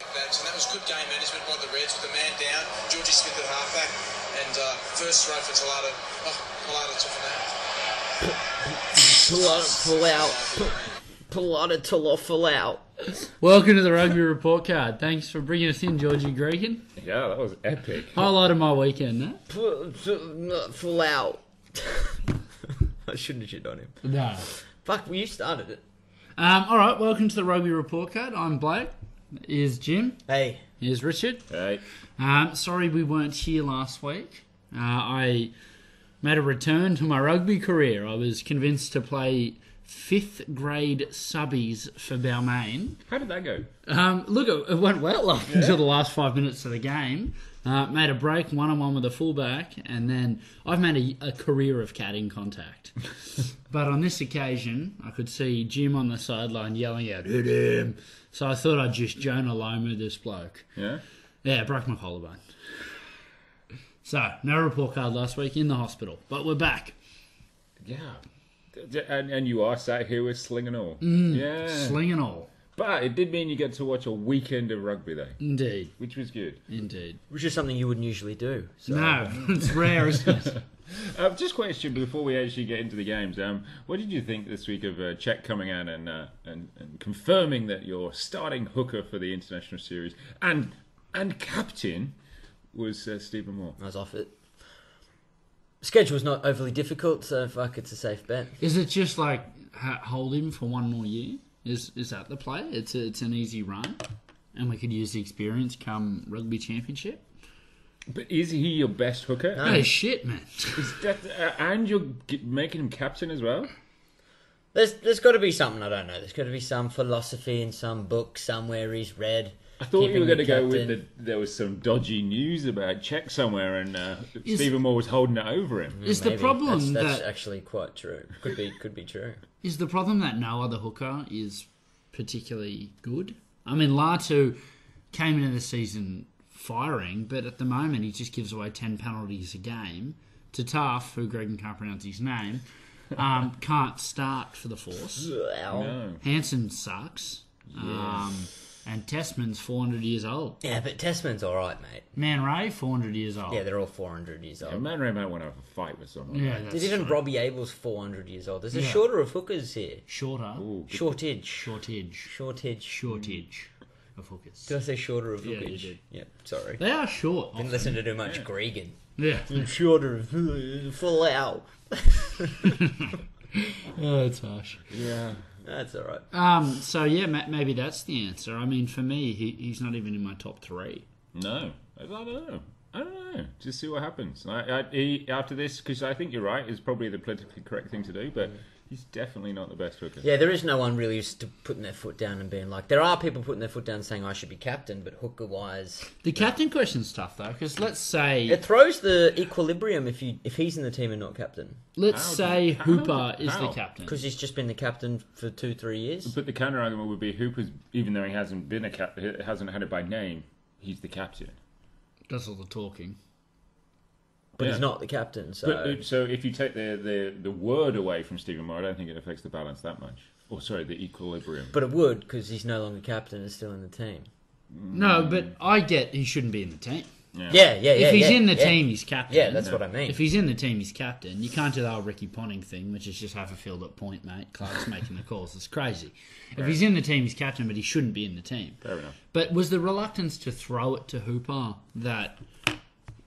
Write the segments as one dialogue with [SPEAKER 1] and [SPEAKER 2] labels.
[SPEAKER 1] Rabbitohs. And that was good game management by the Reds with the man down, Georgie Smith at halfback, and uh, first throw for Talada. Oh, Talada took an out.
[SPEAKER 2] Pulau, Pilata Talofalau.
[SPEAKER 3] Welcome to the Rugby Report Card. Thanks for bringing us in, Georgie Gregan.
[SPEAKER 4] Yeah, that was epic.
[SPEAKER 3] Highlight of my weekend, eh? that.
[SPEAKER 2] Falau.
[SPEAKER 4] I shouldn't have shit on him.
[SPEAKER 3] No.
[SPEAKER 2] Fuck, well, you started it.
[SPEAKER 3] Um, all right, welcome to the Rugby Report Card. I'm Blake. Here's Jim.
[SPEAKER 2] Hey.
[SPEAKER 3] Here's Richard.
[SPEAKER 4] Hey,
[SPEAKER 3] Um, sorry we weren't here last week. Uh, I made a return to my rugby career. I was convinced to play fifth grade subbies for Balmain.
[SPEAKER 4] how did that go?
[SPEAKER 3] Um, look, it, it went well up until the last five minutes of the game. Uh, made a break one on one with a fullback, and then I've made a, a career of catting contact. but on this occasion, I could see Jim on the sideline yelling out, hit him. So I thought I'd just Jonah Loma this bloke.
[SPEAKER 4] Yeah.
[SPEAKER 3] Yeah, I broke my collarbone. So, no report card last week in the hospital, but we're back.
[SPEAKER 4] Yeah. And, and you are sat here with sling and all. Yeah.
[SPEAKER 3] Sling and all.
[SPEAKER 4] But it did mean you get to watch a weekend of rugby, though,
[SPEAKER 3] Indeed,
[SPEAKER 4] which was good.
[SPEAKER 3] indeed.
[SPEAKER 5] Which is something you wouldn't usually do. So.
[SPEAKER 3] No, it's rare, isn't it?
[SPEAKER 4] Uh, just question before we actually get into the games. Um, what did you think this week of uh, Czech coming out and, uh, and and confirming that your starting hooker for the international series and and captain was uh, Stephen Moore?
[SPEAKER 5] I was off it. Schedule's not overly difficult, so fuck, it's a safe bet.
[SPEAKER 3] Is it just like ha- hold him for one more year? Is is that the play? It's a, it's an easy run, and we could use the experience come rugby championship.
[SPEAKER 4] But is he your best hooker?
[SPEAKER 3] Oh shit, man!
[SPEAKER 4] Is that, uh, and you're g- making him captain as well.
[SPEAKER 5] There's there's got to be something I don't know. There's got to be some philosophy in some book somewhere he's read.
[SPEAKER 4] I thought you were going to go with that there was some dodgy news about Czech somewhere, and uh,
[SPEAKER 3] Is-
[SPEAKER 4] Stephen Moore was holding it over him.
[SPEAKER 3] is the problem
[SPEAKER 5] that's, that's
[SPEAKER 3] that
[SPEAKER 5] actually quite true. Could be could be true.
[SPEAKER 3] Is the problem that no other hooker is particularly good? I mean, Latu came into the season firing, but at the moment he just gives away 10 penalties a game. Tataf, who Greg can't pronounce his name, um, can't start for the Force.
[SPEAKER 4] No.
[SPEAKER 3] Hanson sucks. Um, and Tasman's 400 years old.
[SPEAKER 5] Yeah, but Tasman's all right, mate.
[SPEAKER 3] Man Ray, 400 years old.
[SPEAKER 5] Yeah, they're all 400 years
[SPEAKER 4] A
[SPEAKER 5] old.
[SPEAKER 4] man Ray might want to have a fight with someone.
[SPEAKER 3] Yeah, that's
[SPEAKER 5] There's even Robbie Abel's 400 years old. There's a
[SPEAKER 3] Yeah.
[SPEAKER 5] shorter of hookers here.
[SPEAKER 3] shorter.
[SPEAKER 5] Shortage.
[SPEAKER 3] Shortage.
[SPEAKER 5] Shortage.
[SPEAKER 3] Shortage of hookers.
[SPEAKER 5] Did I say shorter of
[SPEAKER 3] Yeah, you
[SPEAKER 5] hookers?
[SPEAKER 3] did.
[SPEAKER 5] Yep, sorry.
[SPEAKER 3] They are short.
[SPEAKER 5] Didn't
[SPEAKER 3] often.
[SPEAKER 5] listen to too much Gregan.
[SPEAKER 3] Yeah.
[SPEAKER 5] Shorter of full out.
[SPEAKER 3] Oh, it's harsh.
[SPEAKER 4] yeah.
[SPEAKER 5] That's all right.
[SPEAKER 3] Um, so yeah, ma- maybe that's the answer. I mean, for me, he, he's not even in my top three.
[SPEAKER 4] No, I don't know. I don't know. Just see what happens. I, I, he, after this, because I think you're right, it's probably the politically correct thing to do, but he's definitely not the best hooker.
[SPEAKER 5] Yeah, there is no one really used to putting their foot down and being like. There are people putting their foot down saying I should be captain, but hooker wise,
[SPEAKER 3] The captain question's tough though, because let's say
[SPEAKER 5] it throws the equilibrium if you if he's in the team and not captain
[SPEAKER 3] let's
[SPEAKER 4] How
[SPEAKER 3] say
[SPEAKER 4] do- how
[SPEAKER 3] Hooper
[SPEAKER 4] do-
[SPEAKER 3] is the
[SPEAKER 4] how?
[SPEAKER 3] captain.
[SPEAKER 5] because he's just been the captain for two three years.
[SPEAKER 4] But the counter argument would be Hooper's, even though he hasn't been a cap, he hasn't had it by name, he's the captain.
[SPEAKER 3] Does all the talking.
[SPEAKER 5] But
[SPEAKER 4] Yeah.
[SPEAKER 5] he's not the captain, so
[SPEAKER 4] But, uh, so if you take the, the, the word away from Stephen Moore, I don't think it affects the balance that much. Or sorry, the equilibrium.
[SPEAKER 5] but it would because he's no longer captain and still in the team. Mm.
[SPEAKER 3] No, but I get he shouldn't be in the team.
[SPEAKER 5] Yeah, yeah, yeah.
[SPEAKER 3] if he's
[SPEAKER 5] yeah,
[SPEAKER 3] in the
[SPEAKER 5] yeah.
[SPEAKER 3] team, he's captain.
[SPEAKER 5] yeah, that's what I mean.
[SPEAKER 3] If he's in the team, he's captain. You can't do that old Ricky Ponting thing, which is just have a field at point, mate. Clark's making the calls. It's crazy. If he's in the team, he's captain, but he shouldn't be in the team.
[SPEAKER 4] Fair enough.
[SPEAKER 3] But was the reluctance to throw it to Hooper that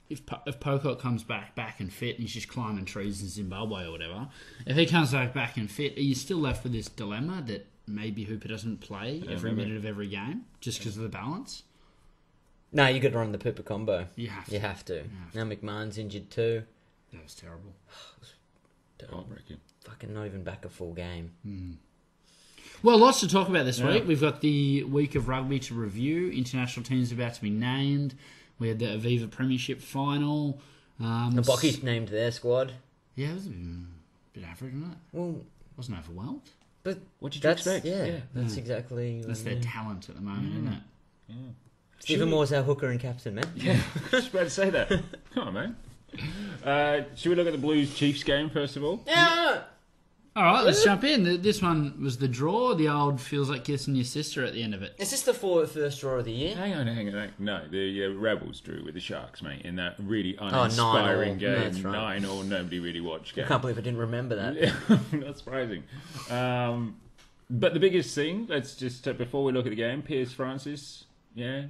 [SPEAKER 3] if Po- if Pocock comes back back and fit and he's just climbing trees in Zimbabwe or whatever, if he comes back back and fit, are you still left with this dilemma that maybe Hooper doesn't play every
[SPEAKER 4] maybe.
[SPEAKER 3] minute of every game just because of the balance?
[SPEAKER 5] No, you got to run the Pooper combo.
[SPEAKER 3] You have
[SPEAKER 5] You
[SPEAKER 3] to.
[SPEAKER 5] have to. Now McMahon's injured too.
[SPEAKER 3] That was terrible.
[SPEAKER 4] Heartbreaking.
[SPEAKER 5] Fucking not even back a full game.
[SPEAKER 3] Well, lots to talk about this
[SPEAKER 4] Yeah.
[SPEAKER 3] week. We've got the week of rugby to review. International teams about to be named. We had the Aviva Premiership final. Um,
[SPEAKER 5] The Bockies named their squad.
[SPEAKER 3] Yeah, it was a bit, bit average, wasn't it?
[SPEAKER 5] Well,
[SPEAKER 3] Wasn't overwhelmed.
[SPEAKER 5] but
[SPEAKER 4] What did you
[SPEAKER 5] that's
[SPEAKER 4] expect?
[SPEAKER 5] yeah, that's exactly. um,
[SPEAKER 3] That's their talent at the moment, isn't it?
[SPEAKER 5] Stephen Moore's our hooker and captain, man.
[SPEAKER 4] Just about to say that. Come on, man. Uh, should we look at the Blues Chiefs game first of all?
[SPEAKER 5] Yeah.
[SPEAKER 3] All right, let's jump in. Th- This one was the draw. The old feels like kissing your sister at the end of it.
[SPEAKER 5] Is this the four, first draw of the year?
[SPEAKER 4] Hang on, hang on. hang- No, the uh, Rebels drew with the Sharks, mate, in that really
[SPEAKER 5] all.
[SPEAKER 4] uninspiring
[SPEAKER 5] No,
[SPEAKER 4] game.
[SPEAKER 5] that's right.
[SPEAKER 4] Nine all, nobody really watched game.
[SPEAKER 5] I can't believe I didn't remember that.
[SPEAKER 4] Not surprising. Um, but the biggest thing, let's just, uh, before we look at the game, Piers Francis, yeah,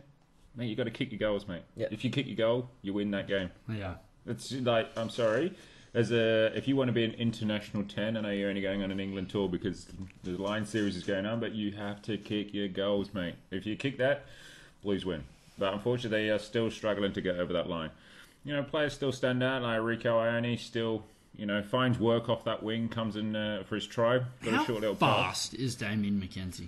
[SPEAKER 4] mate, you got to kick your goals, mate.
[SPEAKER 5] Yep.
[SPEAKER 4] If you kick your goal, you win that game.
[SPEAKER 3] Yeah.
[SPEAKER 4] It's like I'm sorry. As a, if you want to be an international ten, I know you're only going on an England tour because the Lions series is going on, but you have to kick your goals, mate. If you kick that, Blues win. But unfortunately, they are still struggling to get over that line. You know, players still stand out. Like Rico Ione still, you know, finds work off that wing, comes in uh, for his try, got
[SPEAKER 3] How
[SPEAKER 4] a short little pass.
[SPEAKER 3] fast is Damien McKenzie?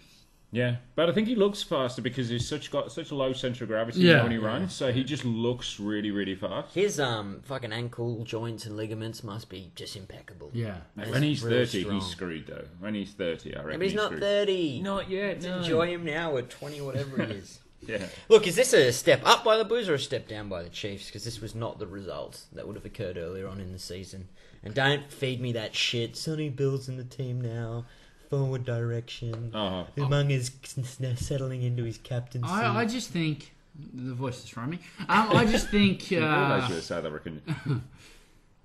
[SPEAKER 4] Yeah, but I think he looks faster because he's such got such a low centre of gravity
[SPEAKER 3] Yeah.
[SPEAKER 4] when he runs, so he just looks really, really fast.
[SPEAKER 5] His um fucking ankle joints and ligaments must be just impeccable.
[SPEAKER 3] Yeah.
[SPEAKER 4] Mate, when he's
[SPEAKER 5] really
[SPEAKER 4] 30,
[SPEAKER 5] strong.
[SPEAKER 4] he's screwed, though. When he's 30, I reckon.
[SPEAKER 5] Yeah, but he's not
[SPEAKER 4] screwed.
[SPEAKER 5] 30.
[SPEAKER 4] Not yet,
[SPEAKER 5] Let's
[SPEAKER 4] no.
[SPEAKER 5] Enjoy him now at 20, whatever it is.
[SPEAKER 4] Yeah.
[SPEAKER 5] Look, is this a step up by the Blues or a step down by the Chiefs? Because this was not the result that would have occurred earlier on in the season. And don't feed me that shit. Sonny Bill's in the team now. Forward direction.
[SPEAKER 4] Oh,
[SPEAKER 5] Umung is s- s- settling into his captaincy.
[SPEAKER 3] I, I just think the voice is from me. Um, I just think
[SPEAKER 4] I realised you
[SPEAKER 3] uh,
[SPEAKER 4] were South African.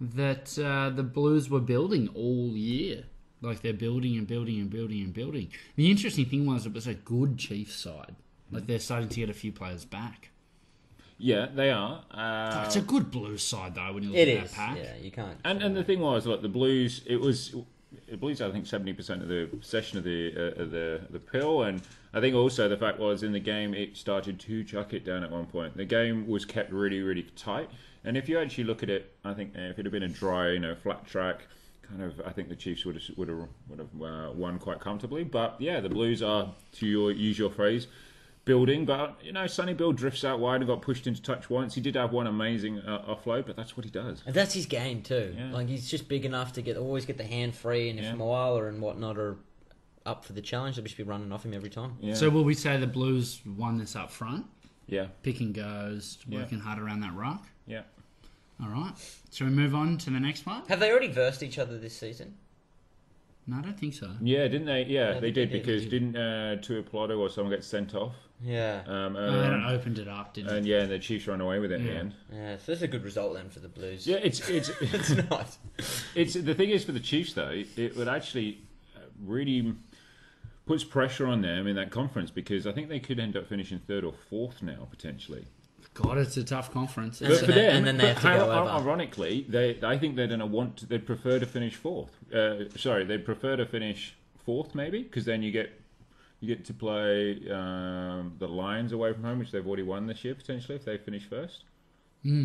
[SPEAKER 3] that uh, the Blues were building all year. Like they're building and building and building and building. The interesting thing was it was a good Chiefs side. Like they're starting to get a few players back.
[SPEAKER 4] Yeah, they are. Uh,
[SPEAKER 3] It's a good Blues side though when you look
[SPEAKER 5] it
[SPEAKER 3] at
[SPEAKER 5] is.
[SPEAKER 3] that pack.
[SPEAKER 5] Yeah, you can't.
[SPEAKER 4] and and the thing was, look, the Blues. It was the Blues. I think seventy percent of the possession of the uh, of the the pill, and I think also the fact was in the game it started to chuck it down at one point. The game was kept really really tight, and if you actually look at it, I think uh, if it had been a dry, you know, flat track. Kind of, I think the Chiefs would have would have would have uh, won quite comfortably, but yeah, the Blues are to your use your phrase, building. But you know, Sonny Bill drifts out wide and got pushed into touch once. He did have one amazing uh, offload, but that's what he does.
[SPEAKER 5] And that's his game too.
[SPEAKER 4] Yeah.
[SPEAKER 5] Like he's just big enough to get always get the hand free, and if
[SPEAKER 4] Yeah.
[SPEAKER 5] Moala and whatnot are up for the challenge, they'll just be running off him every time.
[SPEAKER 4] Yeah.
[SPEAKER 3] So will we say the Blues won this up front?
[SPEAKER 4] yeah,
[SPEAKER 3] Pick and goes,
[SPEAKER 4] Yeah.
[SPEAKER 3] working hard around that rock.
[SPEAKER 4] yeah.
[SPEAKER 3] All right. Shall we move on to the next one?
[SPEAKER 5] Have they already versed each other this season?
[SPEAKER 3] No, I don't think so.
[SPEAKER 4] Yeah, didn't they?
[SPEAKER 5] Yeah,
[SPEAKER 4] Yeah, they
[SPEAKER 5] they
[SPEAKER 4] did
[SPEAKER 5] did.
[SPEAKER 4] because didn't uh, Tua Piloto or someone get sent off?
[SPEAKER 5] Yeah.
[SPEAKER 4] Um,
[SPEAKER 3] Oh, they
[SPEAKER 4] earlier
[SPEAKER 3] don't
[SPEAKER 4] on.
[SPEAKER 3] opened it up, did
[SPEAKER 4] and yeah, and the Chiefs run away with it in the
[SPEAKER 3] Yeah.
[SPEAKER 4] end.
[SPEAKER 5] yeah. So this is a good result then for the Blues.
[SPEAKER 4] Yeah, it's it's
[SPEAKER 5] it's not.
[SPEAKER 4] it's the thing is for the Chiefs though, it would actually uh, really puts pressure on them in that conference because I think they could end up finishing third or fourth now potentially.
[SPEAKER 3] God, it's a tough conference.
[SPEAKER 5] And
[SPEAKER 4] But
[SPEAKER 3] It's
[SPEAKER 5] so
[SPEAKER 4] for
[SPEAKER 3] a-
[SPEAKER 5] then-
[SPEAKER 4] them,
[SPEAKER 5] and then they have
[SPEAKER 4] but
[SPEAKER 5] to
[SPEAKER 4] how-
[SPEAKER 5] go
[SPEAKER 4] how-
[SPEAKER 5] over.
[SPEAKER 4] Ironically, they I think they're going to want. To, they'd prefer to finish fourth. Uh, sorry, they'd prefer to finish fourth maybe because then you get you get to play um, the Lions away from home, which they've already won this year potentially if they finish first.
[SPEAKER 3] Hmm.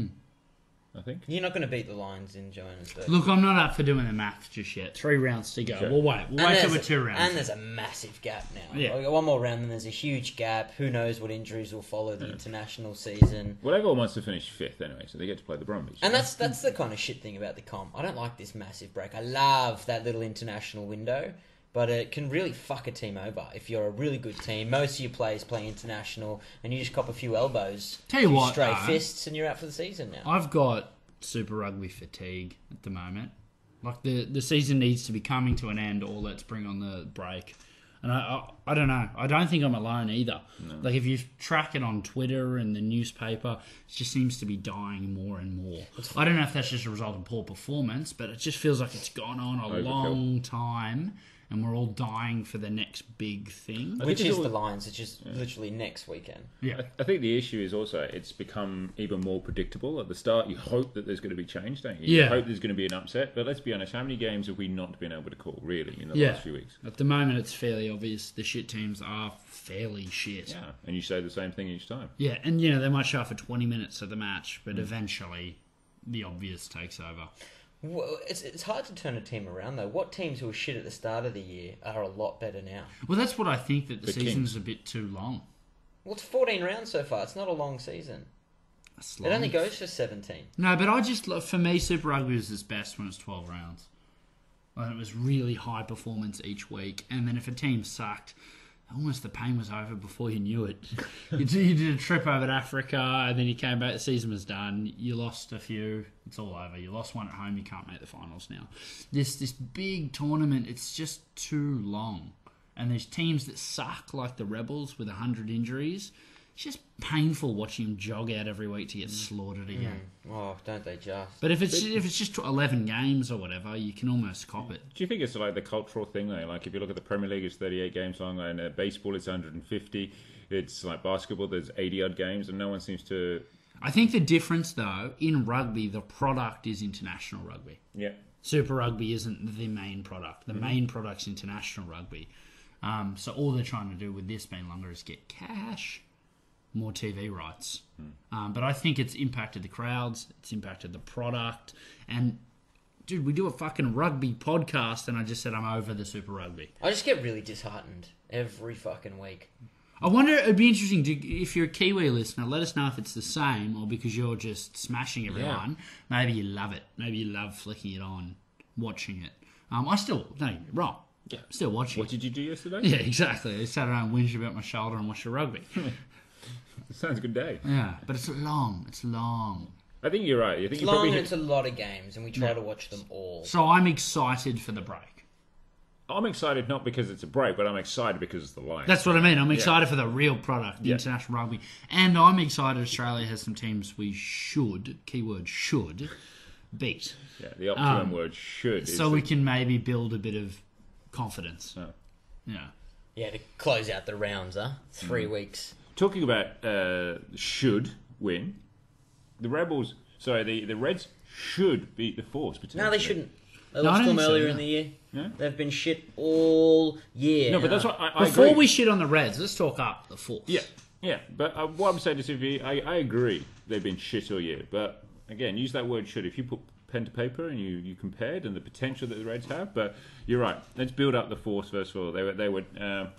[SPEAKER 4] I think.
[SPEAKER 5] You're not going to beat the Lions in Johannesburg.
[SPEAKER 3] Look, I'm not up for doing the math just yet. Three rounds to go.
[SPEAKER 4] Okay.
[SPEAKER 3] We'll wait. We'll
[SPEAKER 5] And
[SPEAKER 3] wait till
[SPEAKER 5] there's
[SPEAKER 3] we're
[SPEAKER 5] a-
[SPEAKER 3] two rounds.
[SPEAKER 5] And there's a massive gap now.
[SPEAKER 3] Yeah.
[SPEAKER 5] We've got one more round, and there's a huge gap. Who knows what injuries will follow the international season?
[SPEAKER 4] Well, everyone wants to finish fifth anyway, so they get to play the Brumbies.
[SPEAKER 5] And that's that's the kind of shit thing about the comp. I don't like this massive break. I love that little international window, but it can really fuck a team over if you're a really good team. Most of your players play international, and you just cop a few elbows,
[SPEAKER 3] Tell you
[SPEAKER 5] few
[SPEAKER 3] what,
[SPEAKER 5] stray
[SPEAKER 3] though.
[SPEAKER 5] fists, and you're out for the season now.
[SPEAKER 3] I've got Super Rugby fatigue at the moment. Like the the season needs to be coming to an end, or let's bring on the break. And I, I, I don't know. I don't think I'm alone either. Like if you track it on Twitter and the newspaper, it just seems to be dying more and more. I don't know if that's just a result of poor performance, but it just feels like it's gone on a
[SPEAKER 4] Overkill.
[SPEAKER 3] long time, and we're all dying for the next big thing.
[SPEAKER 4] think
[SPEAKER 5] which
[SPEAKER 4] it's
[SPEAKER 5] is the
[SPEAKER 4] always-
[SPEAKER 5] Lions, which is literally next weekend.
[SPEAKER 3] Yeah.
[SPEAKER 4] I think the issue is also it's become even more predictable. At the start, you hope that there's going to be change, don't you?
[SPEAKER 3] Yeah.
[SPEAKER 4] You hope there's going to be an upset. But let's be honest, how many games have we not been able to call, really, in the
[SPEAKER 3] Yeah.
[SPEAKER 4] last few weeks?
[SPEAKER 3] At the moment, it's fairly obvious the shit teams are fairly shit.
[SPEAKER 4] Yeah. And you say the same thing each time.
[SPEAKER 3] Yeah, and you know they might show up for twenty minutes of the match, but eventually the obvious takes over.
[SPEAKER 5] Well, it's, it's hard to turn a team around though. What teams who were shit at the start of the year are a lot better now.
[SPEAKER 3] Well, that's what I think that the,
[SPEAKER 4] The
[SPEAKER 3] season's a bit too long.
[SPEAKER 5] Well, it's 14 rounds so far. It's not a long season.
[SPEAKER 3] It's
[SPEAKER 5] It
[SPEAKER 3] long.
[SPEAKER 5] only goes for 17.
[SPEAKER 3] No, but I just love, for me Super Rugby was its best when it's twelve rounds, and it was really high performance each week. And then if a team sucked, almost the pain was over before you knew it. you, did, you did a trip over to Africa, and then you came back. The season was done. You lost a few. It's all over. You lost one at home. You can't make the finals now. This this big tournament. It's just too long. And there's teams that suck, like the Rebels with hundred injuries. It's just painful watching them jog out every week to get slaughtered again.
[SPEAKER 5] Oh, don't they just?
[SPEAKER 3] But if it's if it's just eleven games or whatever, you can almost cop it.
[SPEAKER 4] Do you think it's like the cultural thing though? Like if you look at the Premier League, it's 38 games long, and uh, baseball it's 150. It's like basketball, there's 80 odd games, and no one seems to.
[SPEAKER 3] I think the difference, though, in rugby, the product is international rugby.
[SPEAKER 4] Yeah,
[SPEAKER 3] Super Rugby isn't the main product. The main product's international rugby. Um, so all they're trying to do with this being longer is get cash, more TV rights. Um, but I think it's impacted the crowds. It's impacted the product. And dude, we do a fucking rugby podcast, and I just said I'm over the Super Rugby.
[SPEAKER 5] I just get really disheartened every fucking week.
[SPEAKER 3] I wonder. It'd be interesting to, if you're a Kiwi listener. Let us know if it's the same or because you're just smashing everyone. Maybe you love it. Maybe you love flicking it on, watching it. Um, I still don't get me wrong. Yeah, still watching.
[SPEAKER 4] What
[SPEAKER 3] it.
[SPEAKER 4] did you do yesterday?
[SPEAKER 3] Yeah, exactly. I sat around whinged about my shoulder and watched the rugby.
[SPEAKER 4] Sounds a good day.
[SPEAKER 3] yeah, but it's long. It's long.
[SPEAKER 4] I think you're right. You think
[SPEAKER 5] It's
[SPEAKER 4] you
[SPEAKER 5] long
[SPEAKER 4] probably.
[SPEAKER 5] and it's a lot of games, and we try to watch them all.
[SPEAKER 3] So I'm excited for the break.
[SPEAKER 4] I'm excited not because it's a break, but I'm excited because it's the Lions.
[SPEAKER 3] That's what I mean. I'm excited for the real product, the
[SPEAKER 4] Yeah.
[SPEAKER 3] international rugby, and I'm excited Australia has some teams we should keyword should beat.
[SPEAKER 4] yeah, the optimum word should.
[SPEAKER 3] so
[SPEAKER 4] is
[SPEAKER 3] we
[SPEAKER 4] the-
[SPEAKER 3] can maybe build a bit of confidence.
[SPEAKER 4] Yeah.
[SPEAKER 3] Yeah.
[SPEAKER 5] Yeah, to close out the rounds, huh? Three
[SPEAKER 4] Mm.
[SPEAKER 5] weeks.
[SPEAKER 4] talking about uh, should win. The Rebels, sorry, the, the Reds should beat the Force.
[SPEAKER 5] No, they
[SPEAKER 4] potentially.
[SPEAKER 5] shouldn't. They
[SPEAKER 3] I
[SPEAKER 5] lost
[SPEAKER 3] don't
[SPEAKER 5] them
[SPEAKER 3] think so,
[SPEAKER 5] earlier
[SPEAKER 3] no.
[SPEAKER 5] in the year. They've been shit all year.
[SPEAKER 4] No, but that's what I, I
[SPEAKER 3] Before
[SPEAKER 4] agree.
[SPEAKER 3] we shit on the Reds, let's talk up the fourth.
[SPEAKER 4] Yeah, yeah. But uh, what I'm saying is, if you, I, I agree, they've been shit all year. But again, use that word should. If you put pen to paper and you, you compared and the potential that the Reds have, but you're right. Let's build up the force first of all. They were they were um,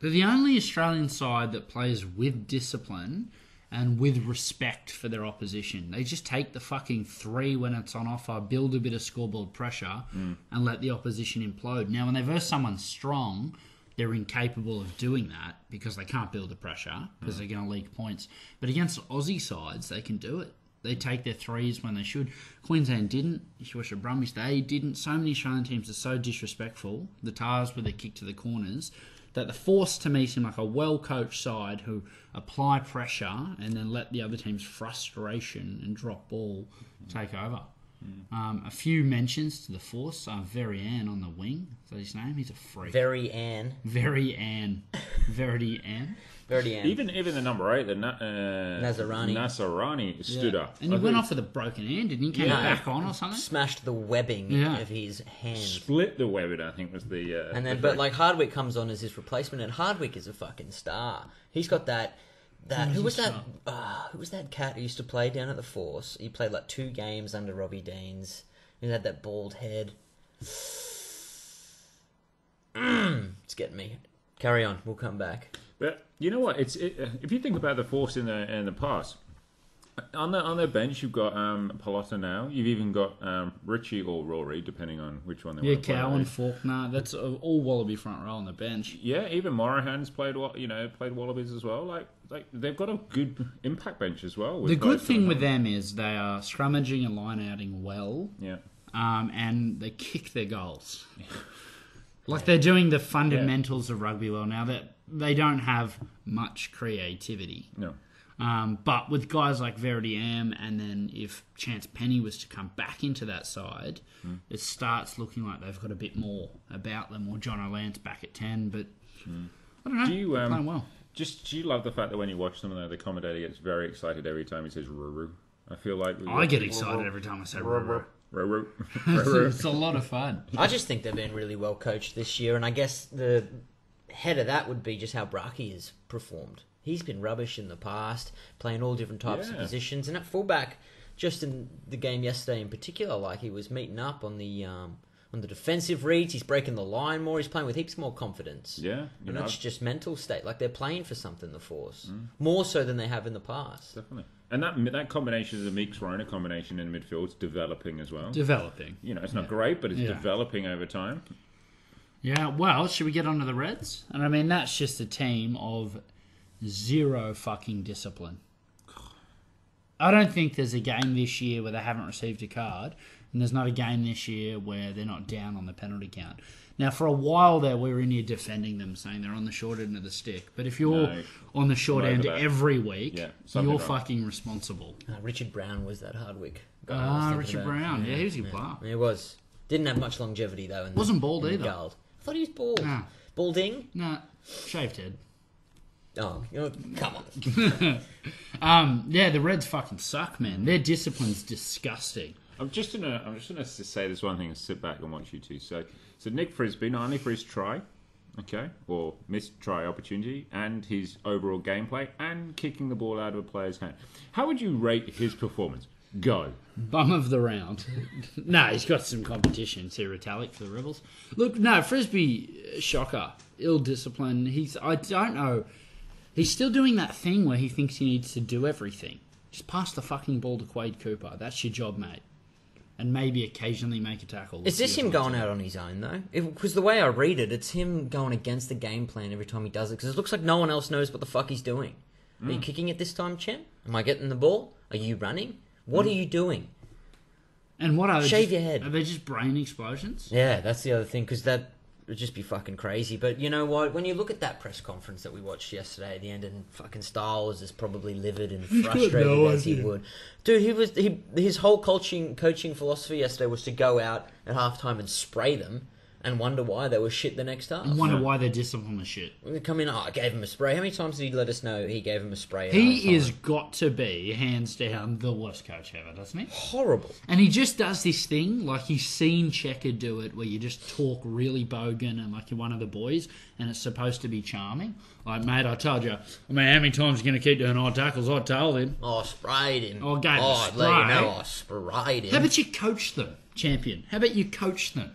[SPEAKER 3] They're the only Australian side that plays with discipline and with respect for their opposition. They just take the fucking three when it's on offer, build a bit of scoreboard pressure, and let the opposition implode. Now, when they verse someone strong, they're incapable of doing that because they can't build the pressure because they're going to leak points. But against Aussie sides, they can do it. They take their threes when they should. Queensland didn't. If you watch the Brumbies, they didn't. So many Australian teams are so disrespectful. The Tars with their kick to the corners that the force to me seem like a well coached side who apply pressure and then let the other team's frustration and drop ball take over. Um, a few mentions to the force. Uh, Very Ann on the wing. Is that his name? He's a freak.
[SPEAKER 5] very Anne.
[SPEAKER 3] Very Ann. Verity Ann.
[SPEAKER 5] Very Anne.
[SPEAKER 4] even even the number eight, the Na- uh,
[SPEAKER 5] Nazarani.
[SPEAKER 4] Nazarani stood
[SPEAKER 3] Yeah.
[SPEAKER 4] up.
[SPEAKER 3] And
[SPEAKER 4] I
[SPEAKER 3] he went
[SPEAKER 4] think
[SPEAKER 3] off with a broken hand, didn't he? Came
[SPEAKER 5] Yeah.
[SPEAKER 3] back on or something?
[SPEAKER 5] Smashed the webbing
[SPEAKER 3] Yeah.
[SPEAKER 5] of his hand.
[SPEAKER 4] Split the webbing, I think was the uh,
[SPEAKER 5] And then,
[SPEAKER 4] the
[SPEAKER 5] but
[SPEAKER 4] break.
[SPEAKER 5] like Hardwick comes on as his replacement, and Hardwick is a fucking star. He's got that. That who was that? Uh, who was that cat who used to play down at the Force? He played like two games under Robbie Deans. He had that bald head. Mm, it's getting me. Carry on. We'll come back.
[SPEAKER 4] But you know what? It's it, uh, if you think about the force in the in the past. On the on their bench, you've got um, Pallotta now. You've even got um, Richie or Rory, depending on which one they
[SPEAKER 3] Yeah,
[SPEAKER 4] want to play.
[SPEAKER 3] Cow and Faulkner. That's uh, all Wallaby front row on the bench.
[SPEAKER 4] Yeah, even Morahan's played wa- you know played Wallabies as well. Like like they've got a good impact bench as well. with
[SPEAKER 3] The good
[SPEAKER 4] guys that
[SPEAKER 3] thing
[SPEAKER 4] are-
[SPEAKER 3] with them is they are scrummaging and line outing well.
[SPEAKER 4] yeah
[SPEAKER 3] um, and they kick their goals. like they're doing the fundamentals of rugby well now. That they don't have much creativity,
[SPEAKER 4] no
[SPEAKER 3] um, but with guys like Verity Am, and then if Chance Penny was to come back into that side,
[SPEAKER 4] Hmm.
[SPEAKER 3] it starts looking like they've got a bit more about them. Or John O'Lance back at ten, but I don't know.
[SPEAKER 4] Hmm. Do you,
[SPEAKER 3] they're
[SPEAKER 4] um,
[SPEAKER 3] playing well.
[SPEAKER 4] just do you love the fact that when you watch them though the commentator gets very excited every time he says Ruru. I feel like
[SPEAKER 3] I get excited every time I say Roro.
[SPEAKER 4] Ruru.
[SPEAKER 3] It's a lot of fun.
[SPEAKER 5] I just think they've been really well coached this year, and I guess the head of that would be just how Braki has performed. He's been rubbish in the past, playing all different types of
[SPEAKER 4] Yeah.
[SPEAKER 5] positions, and at fullback, just in the game yesterday in particular, like he was meeting up on the um, on the defensive reads. He's breaking the line more. He's playing with heaps more confidence.
[SPEAKER 4] Yeah, you
[SPEAKER 5] and
[SPEAKER 4] know, Mm.
[SPEAKER 5] that's
[SPEAKER 4] I've-
[SPEAKER 5] just mental state. Like they're playing for something. The force more so than they have in the past.
[SPEAKER 4] Definitely. And that that combination of the Meeks Rona combination in midfield's developing as well.
[SPEAKER 3] Developing.
[SPEAKER 4] you know, it's not great, but it's
[SPEAKER 3] Yeah.
[SPEAKER 4] developing over time.
[SPEAKER 3] Yeah, well, should we get onto the Reds? And I mean, that's just a team of zero fucking discipline. I don't think there's a game this year where they haven't received a card, and there's not a game this year where they're not down on the penalty count. Now, for a while there, we were in here defending them, saying they're on the short end of the stick. But if you're
[SPEAKER 4] No.
[SPEAKER 3] on the short
[SPEAKER 4] I'm over
[SPEAKER 3] end
[SPEAKER 4] that.
[SPEAKER 3] every week,
[SPEAKER 4] Yeah, something
[SPEAKER 3] you're
[SPEAKER 4] wrong.
[SPEAKER 3] fucking responsible.
[SPEAKER 5] Uh, Richard Brown was that Hardwick. guy I was
[SPEAKER 3] Ah,
[SPEAKER 5] thinking
[SPEAKER 3] Richard
[SPEAKER 5] about.
[SPEAKER 3] Brown. Yeah, he was a good player.
[SPEAKER 5] He was. Didn't have much longevity though. In the-
[SPEAKER 3] Wasn't bald
[SPEAKER 5] in the
[SPEAKER 3] either.
[SPEAKER 5] Guild. I thought he was bald.
[SPEAKER 3] Nah.
[SPEAKER 5] Balding?
[SPEAKER 3] Nah, shaved head.
[SPEAKER 5] Oh, you know, come on.
[SPEAKER 3] Um, yeah, the Reds fucking suck, man. Their discipline's disgusting.
[SPEAKER 4] I'm just gonna I'm just gonna s- say this one thing and sit back and watch you two. So so Nick Frisby not only for his try, okay, or missed try opportunity, and his overall gameplay and kicking the ball out of a player's hand. How would you rate his performance? Go.
[SPEAKER 3] Bum of the round. no, he's got some competition. Sarah Talik for the Rebels. Look, no, Frisbee, uh, shocker. Ill discipline. He's, I don't know. He's still doing that thing where he thinks he needs to do everything. Just pass the fucking ball to Quade Cooper. That's your job, mate. And maybe occasionally make a tackle.
[SPEAKER 5] Is this
[SPEAKER 3] Yeah.
[SPEAKER 5] him going out on his own though? Because the way I read it, it's him going against the game plan every time he does it. Because it looks like no one else knows what the fuck he's doing. Are
[SPEAKER 3] Mm.
[SPEAKER 5] you kicking it this time, Chen? Am I getting the ball? Are you running? What
[SPEAKER 3] Mm.
[SPEAKER 5] are you doing?
[SPEAKER 3] And what are they?
[SPEAKER 5] Shave
[SPEAKER 3] just-
[SPEAKER 5] your head.
[SPEAKER 3] Are they just brain explosions?
[SPEAKER 5] Yeah, that's the other thing. Because that would just be fucking crazy. But you know what? When you look at that press conference that we watched yesterday at the end, and fucking Styles is probably livid and frustrated
[SPEAKER 3] no
[SPEAKER 5] as he
[SPEAKER 3] idea.
[SPEAKER 5] would. Dude, he was he, his whole coaching coaching philosophy yesterday was to go out at halftime and spray them. And wonder why they were shit the next half.
[SPEAKER 3] I wonder why their discipline was shit.
[SPEAKER 5] When they come in, oh, I gave him a spray. How many times did he let us know he gave him a spray? at
[SPEAKER 3] He
[SPEAKER 5] halftime?
[SPEAKER 3] is got to be hands down the worst coach ever, doesn't he?
[SPEAKER 5] horrible.
[SPEAKER 3] And he just does this thing like he's seen Checker do it, where you just talk really bogan and like you're one of the boys, and it's supposed to be charming. Like, mate, I told you. I mean, how many times you going to keep doing odd tackles? I told him.
[SPEAKER 5] Oh, I sprayed him.
[SPEAKER 3] Oh, gave him
[SPEAKER 5] oh,
[SPEAKER 3] a
[SPEAKER 5] I'd let you
[SPEAKER 3] spray.
[SPEAKER 5] know I sprayed him.
[SPEAKER 3] How about you coach them, champion? How about you coach them?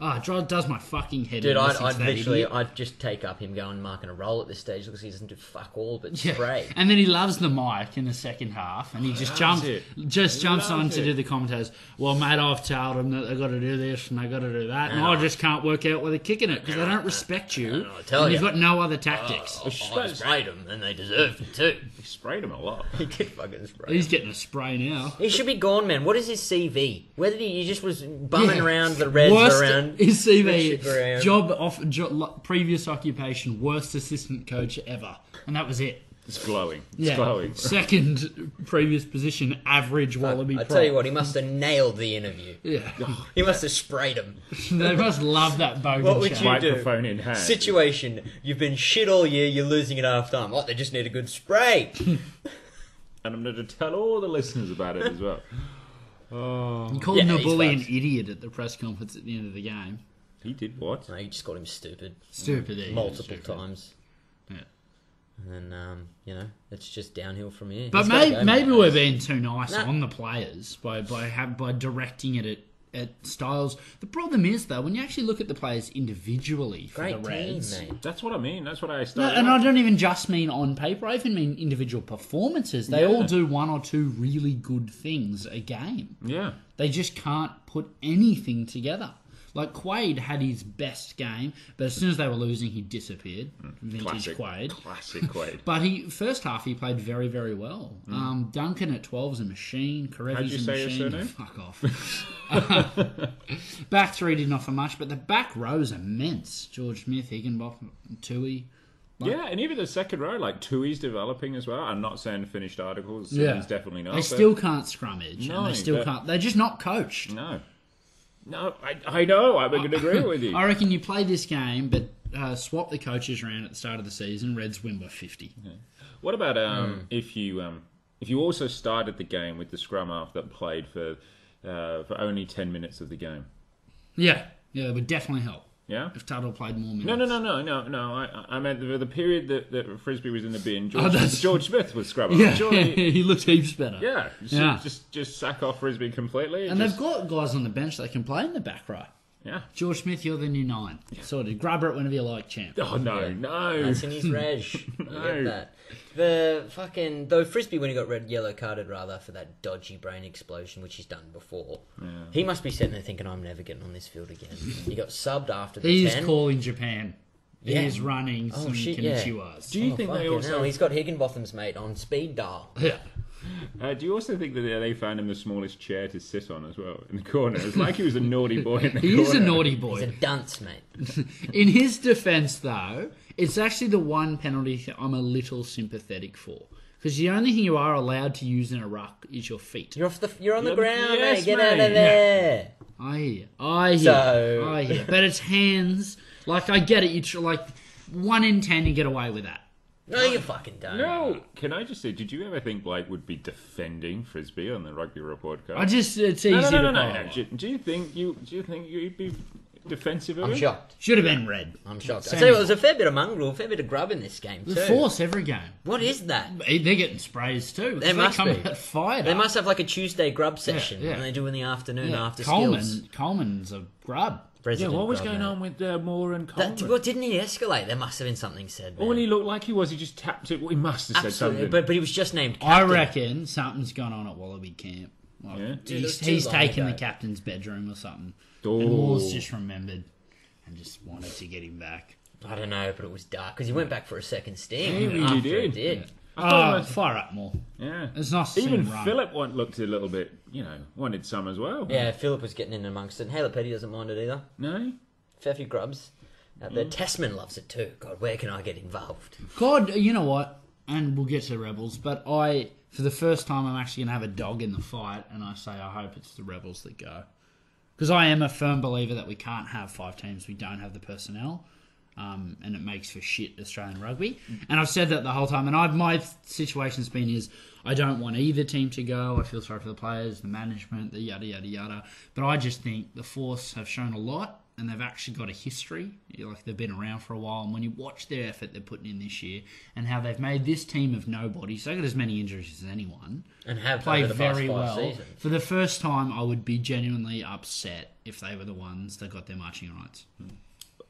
[SPEAKER 3] Ah, oh, does my fucking head.
[SPEAKER 5] Dude,
[SPEAKER 3] in
[SPEAKER 5] I'd,
[SPEAKER 3] listening to
[SPEAKER 5] I'd
[SPEAKER 3] that
[SPEAKER 5] literally,
[SPEAKER 3] idiot.
[SPEAKER 5] I'd just take up him going marking a roll at this stage because he doesn't do fuck all but spray.
[SPEAKER 3] And then he loves the mic in the second half, and he just jumps,
[SPEAKER 4] it.
[SPEAKER 3] just jumps
[SPEAKER 4] Loves
[SPEAKER 3] on to
[SPEAKER 4] it.
[SPEAKER 3] do the commentators. Well, mate, I've told them that they got to do this and they got to do that, and I just can't work out where they're kicking it because they don't respect you.
[SPEAKER 5] I tell
[SPEAKER 3] and you've
[SPEAKER 5] ya.
[SPEAKER 3] got no other tactics.
[SPEAKER 5] Oh, I
[SPEAKER 4] suppose-
[SPEAKER 5] sprayed him, and they deserved it too.
[SPEAKER 4] He sprayed him a lot.
[SPEAKER 5] He did fucking spray.
[SPEAKER 3] He's
[SPEAKER 5] him.
[SPEAKER 3] getting a spray now.
[SPEAKER 5] He should be gone, man. What is his CV? Whether he, he just was bumming
[SPEAKER 3] Yeah.
[SPEAKER 5] around the Reds
[SPEAKER 3] worst
[SPEAKER 5] around.
[SPEAKER 3] his
[SPEAKER 5] Richard Graham.
[SPEAKER 3] CV job off jo, lo- previous occupation worst assistant coach ever, and that was it.
[SPEAKER 4] It's glowing. It's
[SPEAKER 3] Yeah,
[SPEAKER 4] glowing.
[SPEAKER 3] second previous position average Wallaby.
[SPEAKER 5] I
[SPEAKER 3] prop.
[SPEAKER 5] tell you what, he must have nailed the interview.
[SPEAKER 3] yeah,
[SPEAKER 5] He must have sprayed him.
[SPEAKER 3] they must love that bogan.
[SPEAKER 5] What would
[SPEAKER 3] shout.
[SPEAKER 5] you do?
[SPEAKER 4] Microphone in hand.
[SPEAKER 5] Situation: You've been shit all year. You're losing at half time. Oh, they just need a good spray.
[SPEAKER 4] and I'm going to tell all the listeners about it as well.
[SPEAKER 3] He called
[SPEAKER 5] Yeah, he's
[SPEAKER 3] Nabully an
[SPEAKER 5] fucked.
[SPEAKER 3] idiot at the press conference at the end of the game.
[SPEAKER 4] He did what?
[SPEAKER 5] no, you just called him stupid
[SPEAKER 3] Stupid. idiot,
[SPEAKER 5] multiple
[SPEAKER 3] stupid.
[SPEAKER 5] times,
[SPEAKER 3] Yeah.
[SPEAKER 5] and um, you know it's just downhill from here.
[SPEAKER 3] But
[SPEAKER 5] He's gotta
[SPEAKER 3] maybe,
[SPEAKER 5] go,
[SPEAKER 3] maybe
[SPEAKER 5] mate.
[SPEAKER 3] we're being too nice
[SPEAKER 5] Nah.
[SPEAKER 3] on the players by by ha- by directing it at, at Styles. The problem is though, when you actually look at the players individually for
[SPEAKER 5] great
[SPEAKER 3] the
[SPEAKER 5] team,
[SPEAKER 3] Reds,
[SPEAKER 5] mate.
[SPEAKER 4] That's what I mean. That's what I
[SPEAKER 3] No,
[SPEAKER 4] started.
[SPEAKER 3] and
[SPEAKER 4] out.
[SPEAKER 3] I don't even just mean on paper. I even mean individual performances. They all
[SPEAKER 4] Yeah.
[SPEAKER 3] do one or two really good things a game.
[SPEAKER 4] yeah.
[SPEAKER 3] They just can't put anything together. Like Quade had his best game, but as soon as they were losing, he disappeared. Vintage
[SPEAKER 4] Hmm, Classic
[SPEAKER 3] Quade.
[SPEAKER 4] Classic Quaid.
[SPEAKER 3] But he first half he played very very well. Um, Duncan at twelve is a machine.
[SPEAKER 4] Hmm. How'd
[SPEAKER 3] Karevi's
[SPEAKER 4] you
[SPEAKER 3] a
[SPEAKER 4] say
[SPEAKER 3] machine.
[SPEAKER 4] your surname?
[SPEAKER 3] Fuck off. back three didn't offer much, but the back row is immense. George Smith, Higginbotham, Tui.
[SPEAKER 4] yeah, and even the second row, like Tui's developing as well. I'm not saying finished articles. Yeah,
[SPEAKER 3] Yeah.
[SPEAKER 4] definitely not.
[SPEAKER 3] They
[SPEAKER 4] but-
[SPEAKER 3] still can't scrummage.
[SPEAKER 4] No,
[SPEAKER 3] and they still
[SPEAKER 4] but-
[SPEAKER 3] can't. They're just not coached.
[SPEAKER 4] no, no. I, I know. I would agree with you.
[SPEAKER 3] I reckon you play this game, but uh, swap the coaches around at the start of the season. Reds win by fifty.
[SPEAKER 4] What about
[SPEAKER 3] Hmm.
[SPEAKER 4] um, if you um, if you also started the game with the scrum half that played for uh, for only ten minutes of the game?
[SPEAKER 3] Yeah, yeah, it would definitely help
[SPEAKER 4] Yeah.
[SPEAKER 3] if Tuttle played more minutes.
[SPEAKER 4] No, no, no, no, no, no. I, I meant the, the period that, that Frisbee was in the bin. George,
[SPEAKER 3] Oh, that's-
[SPEAKER 4] George Smith was scrum half.
[SPEAKER 3] Yeah,
[SPEAKER 4] Surely,
[SPEAKER 3] he looked heaps better.
[SPEAKER 4] yeah. Just,
[SPEAKER 3] Yeah.
[SPEAKER 4] just just sack off Frisbee completely.
[SPEAKER 3] And
[SPEAKER 4] just,
[SPEAKER 3] they've got guys on the bench that can play in the back row.
[SPEAKER 4] Yeah.
[SPEAKER 3] George Smith, you're the new nine. Sorted. Grabber it whenever you like, champ.
[SPEAKER 4] Oh no,
[SPEAKER 5] Yeah.
[SPEAKER 4] no.
[SPEAKER 5] That's in his reg. You
[SPEAKER 4] No.
[SPEAKER 5] Get that. The fucking though frisbee when he got red yellow carded rather for that dodgy brain explosion which he's done before. He must be sitting there thinking I'm never getting on this field again. He got subbed after the
[SPEAKER 3] He is
[SPEAKER 5] ten.
[SPEAKER 3] calling Japan.
[SPEAKER 5] Yeah.
[SPEAKER 3] He is running
[SPEAKER 5] Oh,
[SPEAKER 3] some
[SPEAKER 5] shit, yeah.
[SPEAKER 3] konnichiwas.
[SPEAKER 4] Do you think
[SPEAKER 5] Oh,
[SPEAKER 4] they
[SPEAKER 5] Fucking
[SPEAKER 4] also?
[SPEAKER 5] hell, he's got Higginbotham's mate on speed dial.
[SPEAKER 3] Yeah.
[SPEAKER 4] Uh, do you also think that they found him the smallest chair to sit on as well in the corner? It's like he was a naughty boy in the
[SPEAKER 3] He is a
[SPEAKER 4] corner.
[SPEAKER 3] naughty
[SPEAKER 5] He's a
[SPEAKER 3] boy.
[SPEAKER 5] dunce, mate.
[SPEAKER 3] In his defense, though, it's actually the one penalty th- I'm a little sympathetic for. Because the only thing you are allowed to use in a ruck is your feet.
[SPEAKER 5] You're off the. You're on the
[SPEAKER 4] You're-
[SPEAKER 5] ground,
[SPEAKER 4] yes,
[SPEAKER 5] mate. Get
[SPEAKER 4] mate.
[SPEAKER 5] out of there.
[SPEAKER 3] I hear. I hear.
[SPEAKER 5] So-
[SPEAKER 3] I hear. But it's hands. Like, I get it. You tr- like, one in ten, you get away with that.
[SPEAKER 5] No, you fucking don't.
[SPEAKER 4] No, can I just say, did you ever think Blake would be defending frisbee on the rugby report card?
[SPEAKER 3] I just, it's easy
[SPEAKER 4] no, no, no,
[SPEAKER 3] to
[SPEAKER 4] no, no,
[SPEAKER 3] follow.
[SPEAKER 4] no. Do, do you think you do you think you'd be defensive of
[SPEAKER 5] I'm
[SPEAKER 4] it?
[SPEAKER 5] shocked.
[SPEAKER 3] Should have been red.
[SPEAKER 5] I'm shocked. I
[SPEAKER 3] Same
[SPEAKER 5] tell you,
[SPEAKER 3] as-
[SPEAKER 5] what, there's a fair bit of mongrel, a fair bit of grub in this game too.
[SPEAKER 3] The force every game.
[SPEAKER 5] What is that?
[SPEAKER 3] Hey, They're getting sprays too.
[SPEAKER 5] They must
[SPEAKER 3] come
[SPEAKER 5] be.
[SPEAKER 3] out fired.
[SPEAKER 5] They
[SPEAKER 3] up.
[SPEAKER 5] must have like a Tuesday grub session,
[SPEAKER 3] yeah.
[SPEAKER 5] and they do in the afternoon
[SPEAKER 3] Yeah,
[SPEAKER 5] after
[SPEAKER 3] Coleman.
[SPEAKER 5] skills.
[SPEAKER 3] Coleman's a grub.
[SPEAKER 4] Yeah,
[SPEAKER 5] Resident
[SPEAKER 4] what was
[SPEAKER 5] grub,
[SPEAKER 4] going
[SPEAKER 5] mate.
[SPEAKER 4] on with uh, Moore and Coleman?
[SPEAKER 5] That, well, didn't he escalate? There must have been something said. Man.
[SPEAKER 4] All he looked like he was, he just tapped it. Well, he must have
[SPEAKER 5] Absolutely,
[SPEAKER 4] said something.
[SPEAKER 5] but, but he was just named.
[SPEAKER 3] I
[SPEAKER 5] captain.
[SPEAKER 3] reckon something's gone on at Wallaby camp. Like,
[SPEAKER 4] Yeah.
[SPEAKER 5] Dude, it was
[SPEAKER 3] he's
[SPEAKER 5] too
[SPEAKER 3] he's
[SPEAKER 5] long
[SPEAKER 3] taken
[SPEAKER 5] ago.
[SPEAKER 3] the captain's bedroom or something,
[SPEAKER 4] Oh.
[SPEAKER 3] and Moore's just remembered and just wanted to get him back.
[SPEAKER 5] I don't know, but it was dark because he went back for a second sting.
[SPEAKER 4] Yeah, he
[SPEAKER 5] after
[SPEAKER 4] did.
[SPEAKER 5] He did.
[SPEAKER 4] I
[SPEAKER 3] Oh,
[SPEAKER 4] thought it was-
[SPEAKER 3] fire up Moore.
[SPEAKER 4] yeah,
[SPEAKER 3] It's nice to see
[SPEAKER 4] Even
[SPEAKER 3] him run.
[SPEAKER 4] Philip want, looked a little bit, you know, wanted some as well.
[SPEAKER 5] Yeah. Philip was getting in amongst it. and Haley Petty doesn't mind it either.
[SPEAKER 4] No.
[SPEAKER 5] Fair few grubs. Out there. Tasman loves it too. God, where can I get involved?
[SPEAKER 3] God, you know what? And we'll get to the rebels, but I, for the first time, I'm actually going to have a dog in the fight, and I say I hope it's the rebels that go, because I am a firm believer that we can't have five teams. We don't have the personnel, um, and it makes for shit Australian rugby. And I've said that the whole time. And I've my situation's been is I don't want either team to go. I feel sorry for the players, the management, the yada yada yada. But I just think the Force have shown a lot. And they've actually got a history, like they've been around for a while. And when you watch their effort they're putting in this year, and how they've made this team of nobodies, they got as many injuries as anyone,
[SPEAKER 5] And have
[SPEAKER 3] play
[SPEAKER 5] over the past
[SPEAKER 3] very
[SPEAKER 5] five
[SPEAKER 3] well.
[SPEAKER 5] seasons.
[SPEAKER 3] For the first time, I would be genuinely upset if they were the ones that got their marching rights.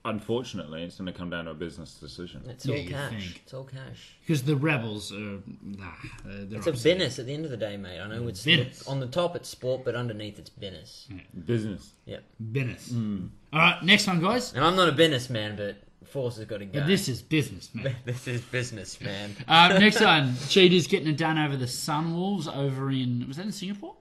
[SPEAKER 4] Unfortunately, it's going to come down to a business decision.
[SPEAKER 5] It's
[SPEAKER 3] Yeah,
[SPEAKER 5] all
[SPEAKER 3] you
[SPEAKER 5] cash.
[SPEAKER 3] think.
[SPEAKER 5] It's all cash.
[SPEAKER 3] Because the rebels are, nah, they're, they're
[SPEAKER 5] It's a
[SPEAKER 3] upset.
[SPEAKER 5] business at the end of the day, mate. I know it's
[SPEAKER 3] Business.
[SPEAKER 5] on the top it's sport, but underneath it's business.
[SPEAKER 4] Business.
[SPEAKER 5] Yep.
[SPEAKER 3] business. All right, next one, guys.
[SPEAKER 5] And I'm not a business man, but force has got to go.
[SPEAKER 3] But this is business, man.
[SPEAKER 5] This is business, man.
[SPEAKER 3] uh, next one, cheaters getting it done over the Sunwolves over in was that in Singapore,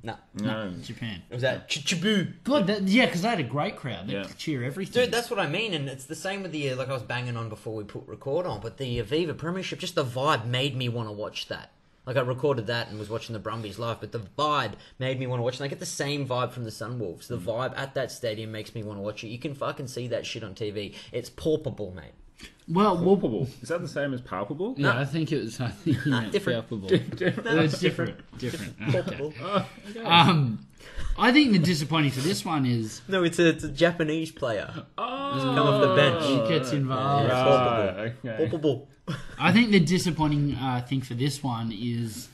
[SPEAKER 5] no.
[SPEAKER 4] No.
[SPEAKER 3] Japan?
[SPEAKER 5] It was that chichibu.
[SPEAKER 3] God, that, yeah, because they had a great crowd. They
[SPEAKER 4] Yeah.
[SPEAKER 3] cheer everything.
[SPEAKER 5] Dude, that's what I mean, and it's the same with the uh, like I was banging on before we put record on, but the Aviva Premiership, just the vibe made me want to watch that. Like I recorded that and was watching the Brumbies live, but the vibe made me want to watch. And I get the same vibe from the Sunwolves.
[SPEAKER 3] Mm.
[SPEAKER 5] The vibe at that stadium makes me want to watch it. You can fucking see that shit on TV. It's palpable, mate.
[SPEAKER 3] well, well,
[SPEAKER 4] Palpable. Is that the same as palpable?
[SPEAKER 3] yeah, I think it was. I think you meant
[SPEAKER 5] different.
[SPEAKER 3] palpable. it's different. Different. Okay. Um, I think the disappointing for this one is
[SPEAKER 5] No, it's a, it's a Japanese player.
[SPEAKER 4] Oh,
[SPEAKER 5] Come off the bench.
[SPEAKER 3] he gets involved.
[SPEAKER 5] Yeah.
[SPEAKER 4] right, okay.
[SPEAKER 5] Palpable.
[SPEAKER 3] I think the disappointing uh, thing for this one is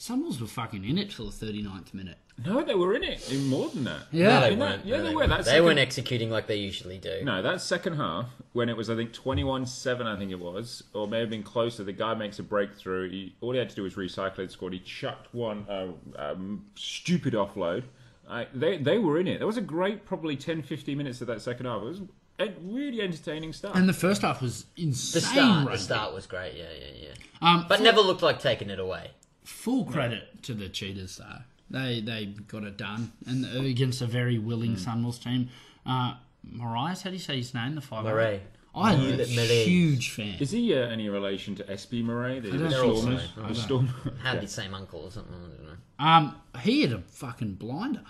[SPEAKER 3] Sunwolves were fucking in it till the 39th minute.
[SPEAKER 4] No, they were in it in more than that.
[SPEAKER 3] Yeah.
[SPEAKER 5] No, they
[SPEAKER 4] In that-
[SPEAKER 5] weren't.
[SPEAKER 4] yeah,
[SPEAKER 5] No,
[SPEAKER 4] they
[SPEAKER 5] they
[SPEAKER 4] were.
[SPEAKER 5] weren't.
[SPEAKER 4] That's
[SPEAKER 5] They
[SPEAKER 4] like
[SPEAKER 5] weren't
[SPEAKER 4] a-
[SPEAKER 5] executing like they usually do.
[SPEAKER 4] No, that second half when it was I think twenty-one-seven, I think it was, or may have been closer. The guy makes a breakthrough. He, all he had to do was recycle it. Scored. He chucked one uh, um, stupid offload. I, they they were in it. That was a great probably 10, 15 minutes of that second half. It was uh, really entertaining stuff.
[SPEAKER 3] And the first half was
[SPEAKER 5] The
[SPEAKER 3] insane.
[SPEAKER 5] start, the
[SPEAKER 3] rugby.
[SPEAKER 5] start was great. Yeah, yeah, yeah.
[SPEAKER 3] Um,
[SPEAKER 5] But
[SPEAKER 3] full,
[SPEAKER 5] never looked like taking it away.
[SPEAKER 3] full credit to the Cheetahs though. They they got it done and against a very willing
[SPEAKER 4] Hmm.
[SPEAKER 3] Sunwolves team. Uh, Marias, how do you say his name? The five.
[SPEAKER 5] Murray.
[SPEAKER 3] I'm a
[SPEAKER 5] Murray.
[SPEAKER 3] huge fan.
[SPEAKER 4] Is he uh, any relation to SB Murray? The,
[SPEAKER 3] don't
[SPEAKER 4] the
[SPEAKER 5] think so.
[SPEAKER 4] Stormers.
[SPEAKER 5] I
[SPEAKER 4] The Storm-
[SPEAKER 5] Had the same uncle or something. I don't know.
[SPEAKER 3] Um, he had a fucking blinder.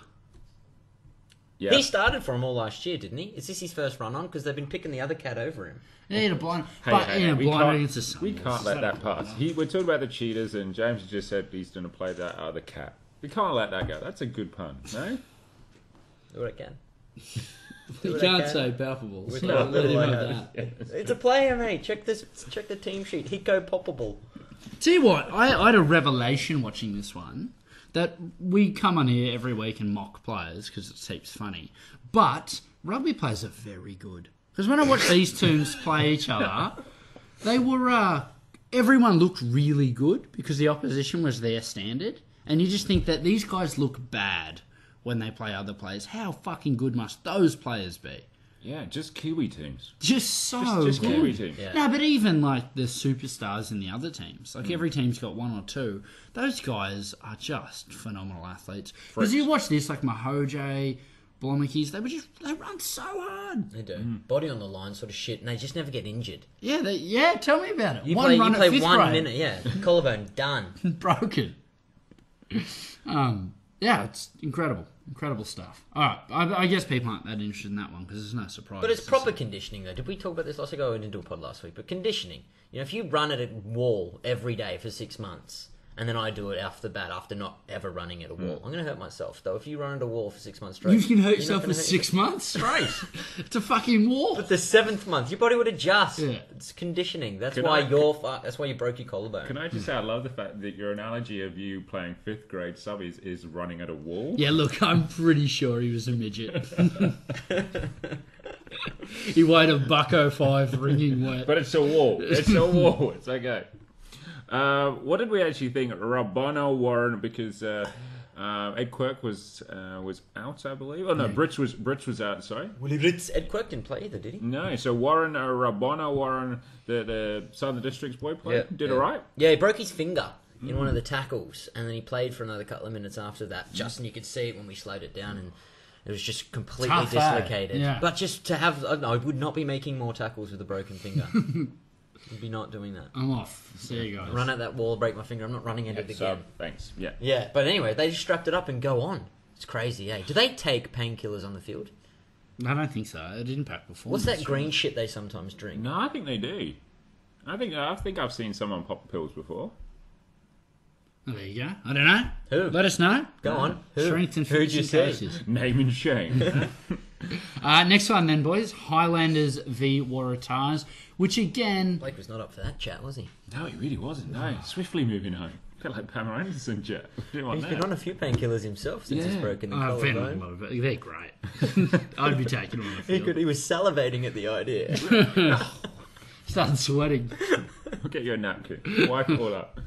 [SPEAKER 4] Yeah.
[SPEAKER 5] He started for him all last year, didn't he? Is this his first run on? Because they've been picking the other cat over him.
[SPEAKER 3] He had a blinder,
[SPEAKER 4] Hey,
[SPEAKER 3] but
[SPEAKER 4] hey,
[SPEAKER 3] you know,
[SPEAKER 4] we
[SPEAKER 3] blinder
[SPEAKER 4] can't-
[SPEAKER 3] against the Sunwolves.
[SPEAKER 4] We can't let
[SPEAKER 3] It's
[SPEAKER 4] that
[SPEAKER 3] not-
[SPEAKER 4] pass. He, we're talking about the cheaters, and James has just said he's going to play that other cat. We can't let that go. That's a good pun, no?
[SPEAKER 5] Do what I can.
[SPEAKER 3] You
[SPEAKER 5] what I
[SPEAKER 3] can't
[SPEAKER 5] can.
[SPEAKER 3] say palpable. So
[SPEAKER 5] not
[SPEAKER 3] let him
[SPEAKER 5] little
[SPEAKER 3] have
[SPEAKER 5] I
[SPEAKER 3] that.
[SPEAKER 5] It's a player, mate. Check this. Check the team sheet. Hiko Poppable.
[SPEAKER 3] Tell you what, I, I had a revelation watching this one that we come on here every week and mock players because it seems funny, but rugby players are very good. Because when I watched these teams play each other, they were. Uh, everyone looked really good because the opposition was their standard. And you just think that these guys look bad when they play other players. How fucking good must those players be?
[SPEAKER 4] Yeah, just Kiwi teams.
[SPEAKER 3] Just so
[SPEAKER 4] just
[SPEAKER 3] good.
[SPEAKER 4] Kiwi teams. Yeah.
[SPEAKER 3] No, but even like the superstars in the other teams,
[SPEAKER 4] Hmm.
[SPEAKER 3] like every team's got one or two. Those guys are just phenomenal athletes. Because you watch this, like Mahoje, Blomikis, they were just they run so hard.
[SPEAKER 5] They do. Mm. Body on the line sort of shit, and they just never get injured.
[SPEAKER 3] Yeah, they, yeah. Tell me about it.
[SPEAKER 5] You
[SPEAKER 3] one
[SPEAKER 5] play,
[SPEAKER 3] run
[SPEAKER 5] you play
[SPEAKER 3] at fifth
[SPEAKER 5] one
[SPEAKER 3] grade,
[SPEAKER 5] minute, yeah. Collarbone, done.
[SPEAKER 3] broken. Um, yeah, it's incredible, incredible stuff. All right, I, I guess people aren't that interested in that one because there's no surprise.
[SPEAKER 5] But it's proper conditioning, though. Did we talk about this last week? I didn't do a pod last week. But conditioning. You know, if you run at a wall every day for six months, and then I do it off the bat after not ever running at a wall, I'm going to hurt myself, though. If you run at a wall for six months straight,
[SPEAKER 3] Hmm. You can
[SPEAKER 5] you're
[SPEAKER 3] hurt
[SPEAKER 5] not
[SPEAKER 3] yourself
[SPEAKER 5] gonna
[SPEAKER 3] for
[SPEAKER 5] hurt
[SPEAKER 3] six months straight. it's a fucking war.
[SPEAKER 5] yourself. The seventh month, your body would adjust.
[SPEAKER 3] Yeah.
[SPEAKER 5] It's conditioning. That's
[SPEAKER 4] Can
[SPEAKER 5] why
[SPEAKER 4] I-
[SPEAKER 5] you're. Fu- that's why you broke your collarbone.
[SPEAKER 4] Can I
[SPEAKER 3] Hmm.
[SPEAKER 4] just say I love the fact that your analogy of you playing fifth grade subbies is running at a wall?
[SPEAKER 3] Yeah, look, I'm pretty sure he was a midget. he weighed a bucko five ringing weight.
[SPEAKER 4] But it's a wall. It's a wall. It's okay. Uh, what did we actually think, Rabano Warren? Because uh, uh, Ed Quirk was uh, was out, I believe. Oh no, Brits was Brits was out. Sorry.
[SPEAKER 5] Willie Ritz. Ed Quirk didn't play either, did he?
[SPEAKER 4] No, so Warren uh, Rabano Warren, the, the Southern District's boy, played,
[SPEAKER 5] Yeah,
[SPEAKER 4] did
[SPEAKER 5] yeah.
[SPEAKER 4] all right.
[SPEAKER 5] Yeah, he broke his finger in one of the tackles, and then he played for another couple of minutes after that. Just and you could see it when we slowed it down, and it was just completely
[SPEAKER 3] Tough, eh?
[SPEAKER 5] dislocated.
[SPEAKER 3] Yeah.
[SPEAKER 5] But just to have, I, don't know, I would not be making more tackles with a broken finger. I'd be not doing that.
[SPEAKER 3] I'm off. See you guys.
[SPEAKER 5] Run at that wall, break my finger. I'm not running at it again.
[SPEAKER 4] So thanks. Yeah.
[SPEAKER 5] Yeah, but anyway, they just strapped it up and go on. It's crazy, eh? Do they take painkillers on the field?
[SPEAKER 3] I don't think so. It didn't pack before.
[SPEAKER 5] What's that green shit they sometimes drink?
[SPEAKER 4] No, I think they do. I think I think I've seen someone pop pills before.
[SPEAKER 3] Oh, there you go. I don't know.
[SPEAKER 5] Who?
[SPEAKER 3] Let us know.
[SPEAKER 5] Go on. Who?
[SPEAKER 3] Strength and
[SPEAKER 5] Who'd you
[SPEAKER 3] fitness
[SPEAKER 5] say?
[SPEAKER 3] cases.
[SPEAKER 4] Name and shame.
[SPEAKER 3] Uh, next one then, boys. Highlanders v Waratahs, which again,
[SPEAKER 5] Blake was not up for that chat, was he?
[SPEAKER 4] no, he really wasn't. No, swiftly moving home. Felt like Pamela Anderson jet. Didn't want
[SPEAKER 5] He's been
[SPEAKER 4] that.
[SPEAKER 5] on a few painkillers himself since he's
[SPEAKER 4] Yeah.
[SPEAKER 5] broken the
[SPEAKER 3] I've been on a
[SPEAKER 5] collarbone.
[SPEAKER 3] lot of it. oh, They're great. I'd be taking them on
[SPEAKER 5] He,
[SPEAKER 3] the field.
[SPEAKER 5] could, e- he was salivating at the idea.
[SPEAKER 3] Start sweating.
[SPEAKER 4] I'll get you a napkin. Wipe it all up.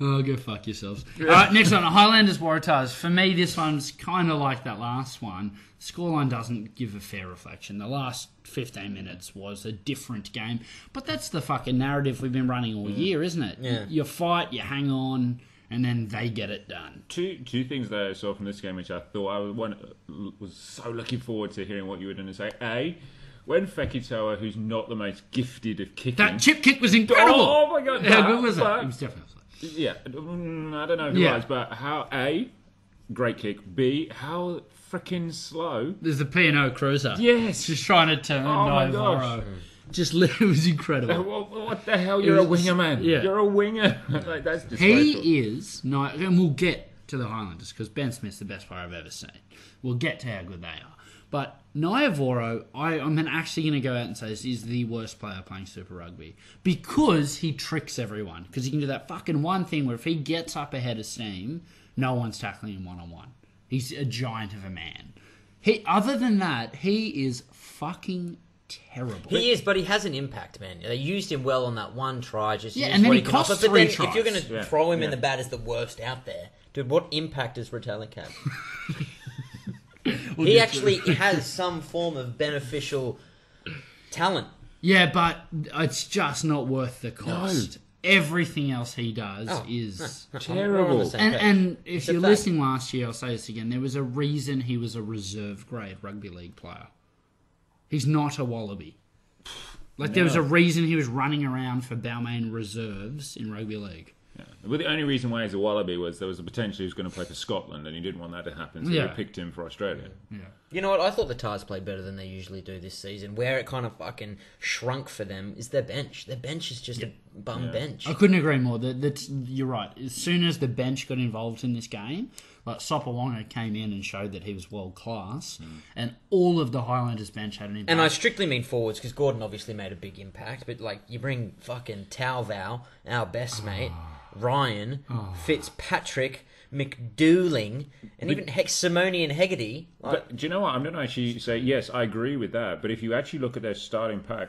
[SPEAKER 3] Oh, go fuck yourselves. All right, next one Highlanders Waratahs. For me, this one's kind of like that last one. Scoreline doesn't give a fair reflection. The last 15 minutes was a different game, but that's the fucking narrative we've been running
[SPEAKER 4] Mm.
[SPEAKER 3] all year, isn't it?
[SPEAKER 5] Yeah.
[SPEAKER 3] You fight, you hang on, and then they get it done.
[SPEAKER 4] Two two things that I saw from this game, which I thought I was one was so looking forward to hearing what you were going to say. A, when Fekitoa, who's not the most gifted of kicking,
[SPEAKER 3] That chip kick was incredible.
[SPEAKER 4] Oh, my God,
[SPEAKER 3] How
[SPEAKER 4] that-
[SPEAKER 3] good was it?
[SPEAKER 4] that-
[SPEAKER 3] It was definitely offside.
[SPEAKER 4] yeah, mm, I don't know who
[SPEAKER 3] Yeah.
[SPEAKER 4] was, but how A, great kick. B, how freaking slow.
[SPEAKER 3] There's the P and O cruiser.
[SPEAKER 4] Yes.
[SPEAKER 3] just trying to turn
[SPEAKER 4] Oh my
[SPEAKER 3] Naivoro. Just li- it was incredible.
[SPEAKER 4] What, what the hell? You're a
[SPEAKER 3] was-
[SPEAKER 4] winger, man.
[SPEAKER 3] yeah.
[SPEAKER 4] You're a winger. like that's disgraceful.
[SPEAKER 3] He is nice, and we'll get to the Highlanders because Ben Smith's the best player I've ever seen. We'll get to how good they are. But Niavoro, I, I'm actually going to go out and say this is the worst player playing Super Rugby because he tricks everyone. Because he can do that fucking one thing where if he gets up ahead of steam, no one's tackling him one on one. He's a giant of a man. He, other than that, he is fucking terrible.
[SPEAKER 5] He is, but he has an impact, man. They used him well on that one try. Just
[SPEAKER 3] Yeah,
[SPEAKER 5] used
[SPEAKER 3] and then
[SPEAKER 5] what
[SPEAKER 3] he
[SPEAKER 5] can
[SPEAKER 3] cost
[SPEAKER 5] offer, But
[SPEAKER 3] three
[SPEAKER 5] then
[SPEAKER 3] tries.
[SPEAKER 5] if you're going to
[SPEAKER 4] Yeah,
[SPEAKER 5] throw him in the
[SPEAKER 4] yeah.
[SPEAKER 5] bat as the worst out there, dude, what impact does Retallick have? he actually has some form of beneficial talent.
[SPEAKER 3] Yeah, but it's just not worth the cost. Everything else he does
[SPEAKER 5] Oh,
[SPEAKER 3] is.
[SPEAKER 5] We're on the
[SPEAKER 4] terrible.
[SPEAKER 5] same
[SPEAKER 3] And,
[SPEAKER 5] page.
[SPEAKER 3] and if
[SPEAKER 5] a
[SPEAKER 3] you're
[SPEAKER 5] fact.
[SPEAKER 3] listening last year, I'll say this again. There was a reason he was a reserve grade rugby league player. He's not a wallaby. Like, there was a reason he was running around for Balmain reserves in rugby league.
[SPEAKER 4] Well, the only reason why he's a Wallaby was there was a potential he was going to play for Scotland, and he didn't want that to happen, so
[SPEAKER 3] Yeah.
[SPEAKER 4] they picked him for Australia.
[SPEAKER 5] You know what? I thought the Tars played better than they usually do this season. Where it kind of fucking shrunk for them is their bench. Their bench is just a bum bench.
[SPEAKER 3] I couldn't agree more. The, the t- you're right. As soon as the bench got involved in this game, like Sopawonga came in and showed that he was world class, and all of the Highlanders bench had an impact.
[SPEAKER 5] Hmm. And I strictly mean forwards because Gordon obviously made a big impact, but like you bring
[SPEAKER 4] Ah.
[SPEAKER 5] fucking Talvow, our best mate, Ryan, Fitzpatrick, McDooling, and even Hexamoni and Hegarty. Like,
[SPEAKER 4] But do you know what? I'm going to actually say yes. I agree with that. But if you actually look at their starting pack,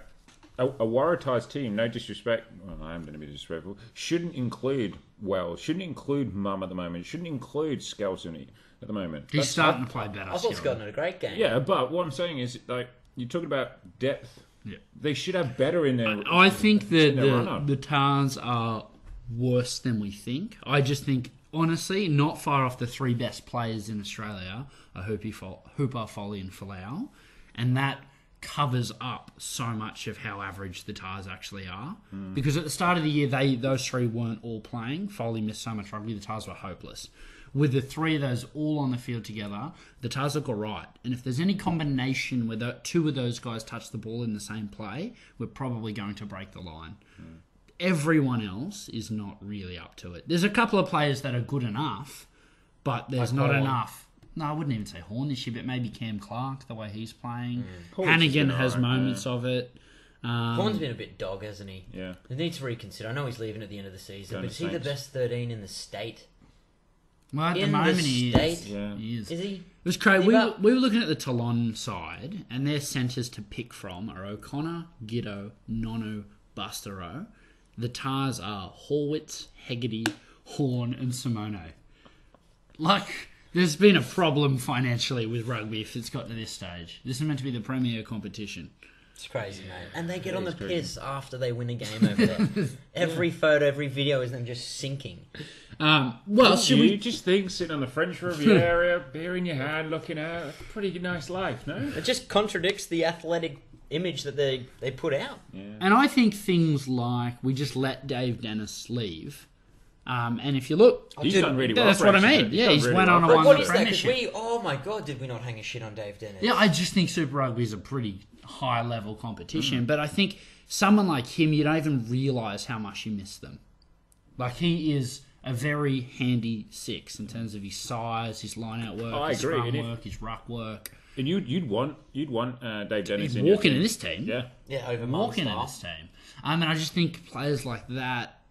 [SPEAKER 4] a, a Waratahs team, no disrespect, well, I am going to be disrespectful, shouldn't include Wells, shouldn't include Mum at the moment, shouldn't include Skelton at the moment.
[SPEAKER 3] He's
[SPEAKER 4] That's-
[SPEAKER 3] starting to play better.
[SPEAKER 5] I thought
[SPEAKER 3] Skelton.
[SPEAKER 5] Scotland had a great game.
[SPEAKER 4] yeah, but what I'm saying is, like, you're talking about depth.
[SPEAKER 3] Yeah.
[SPEAKER 4] They should have better in their.
[SPEAKER 3] I think that
[SPEAKER 4] in their
[SPEAKER 3] the,
[SPEAKER 4] lineup.
[SPEAKER 3] the Tars are worse than we think. I just think, honestly, not far off the three best players in Australia are Hoopy Fol- Hooper, Foley, and Falau. And that covers up so much of how average the Tars actually are. Because at the start of the year, they those three weren't all playing. Foley missed so much rugby, the Tars were hopeless. With the three of those all on the field together, the Tars look all right. And if there's any combination where the, two of those guys touch the ball in the same play, we're probably going to break the line. Everyone else is not really up to it. There's a couple of players that are good enough, but there's
[SPEAKER 5] Like
[SPEAKER 3] not
[SPEAKER 5] Horn.
[SPEAKER 3] enough. No, I wouldn't even say Horn this year, but maybe Cam Clark, the way he's playing.
[SPEAKER 4] Paul's
[SPEAKER 3] Hannigan
[SPEAKER 4] been
[SPEAKER 3] has
[SPEAKER 4] alright,
[SPEAKER 3] moments of it.
[SPEAKER 5] Horn's been a bit dog, hasn't he?
[SPEAKER 4] Yeah.
[SPEAKER 5] He needs to reconsider. I know he's leaving at the end of the season,
[SPEAKER 4] Going
[SPEAKER 5] but
[SPEAKER 4] to
[SPEAKER 5] is he the
[SPEAKER 4] Saints.
[SPEAKER 5] best 13 in the state?
[SPEAKER 3] Well, at the
[SPEAKER 5] In the
[SPEAKER 3] moment, he is.
[SPEAKER 5] state?
[SPEAKER 4] Yeah.
[SPEAKER 3] He is.
[SPEAKER 5] Is he?
[SPEAKER 3] It was crazy.
[SPEAKER 5] Give
[SPEAKER 3] We,
[SPEAKER 5] up.
[SPEAKER 3] we were looking at the Talon side, and their centres to pick from are O'Connor, Giddo, Nonu, Bustero. The Tars are Horwitz, Hegarty, Horn, and Simone. Like, there's been a problem financially with rugby if it's got to this stage. This is meant to be the premier competition.
[SPEAKER 5] It's crazy, mate. And they get on the
[SPEAKER 4] is crazy.
[SPEAKER 5] piss after they win a game over there. every photo, every video is them just sinking.
[SPEAKER 3] Um, well, should
[SPEAKER 4] you
[SPEAKER 3] we?
[SPEAKER 4] just think sitting on the French Riviera, beer in your hand, looking out, that's a pretty nice life, no?
[SPEAKER 5] It just contradicts the athletic image that they, they put out.
[SPEAKER 3] And I think things like we just let Dave Dennis leave. Um, and if you look,
[SPEAKER 4] He's done really well.
[SPEAKER 3] that's
[SPEAKER 4] for
[SPEAKER 3] what I
[SPEAKER 4] Exeter.
[SPEAKER 3] mean. Yeah,
[SPEAKER 4] done
[SPEAKER 3] he's
[SPEAKER 4] really
[SPEAKER 3] went
[SPEAKER 4] well
[SPEAKER 3] on a
[SPEAKER 4] for
[SPEAKER 3] one-
[SPEAKER 4] Exeter.
[SPEAKER 5] What is that? 'Cause we,
[SPEAKER 3] premiership.
[SPEAKER 5] oh my god, did we not hang a shit on Dave Dennis?
[SPEAKER 3] Yeah, I just think Super Rugby is a pretty high level competition, but I think someone like him, you don't even realise how much you miss them. Like he is a very handy six in terms of his size, his line out work,
[SPEAKER 4] Oh, I
[SPEAKER 3] his
[SPEAKER 4] agree,
[SPEAKER 3] scrum
[SPEAKER 4] and if-
[SPEAKER 3] work, his ruck work.
[SPEAKER 4] And you'd you'd want you'd want uh, Dave Dennis
[SPEAKER 3] He's
[SPEAKER 4] in your
[SPEAKER 3] walking
[SPEAKER 4] team.
[SPEAKER 3] in this team.
[SPEAKER 4] Yeah.
[SPEAKER 5] Yeah, over
[SPEAKER 3] Walking in
[SPEAKER 5] Mullen
[SPEAKER 3] this
[SPEAKER 5] style.
[SPEAKER 3] team. I mean, I just think players like that,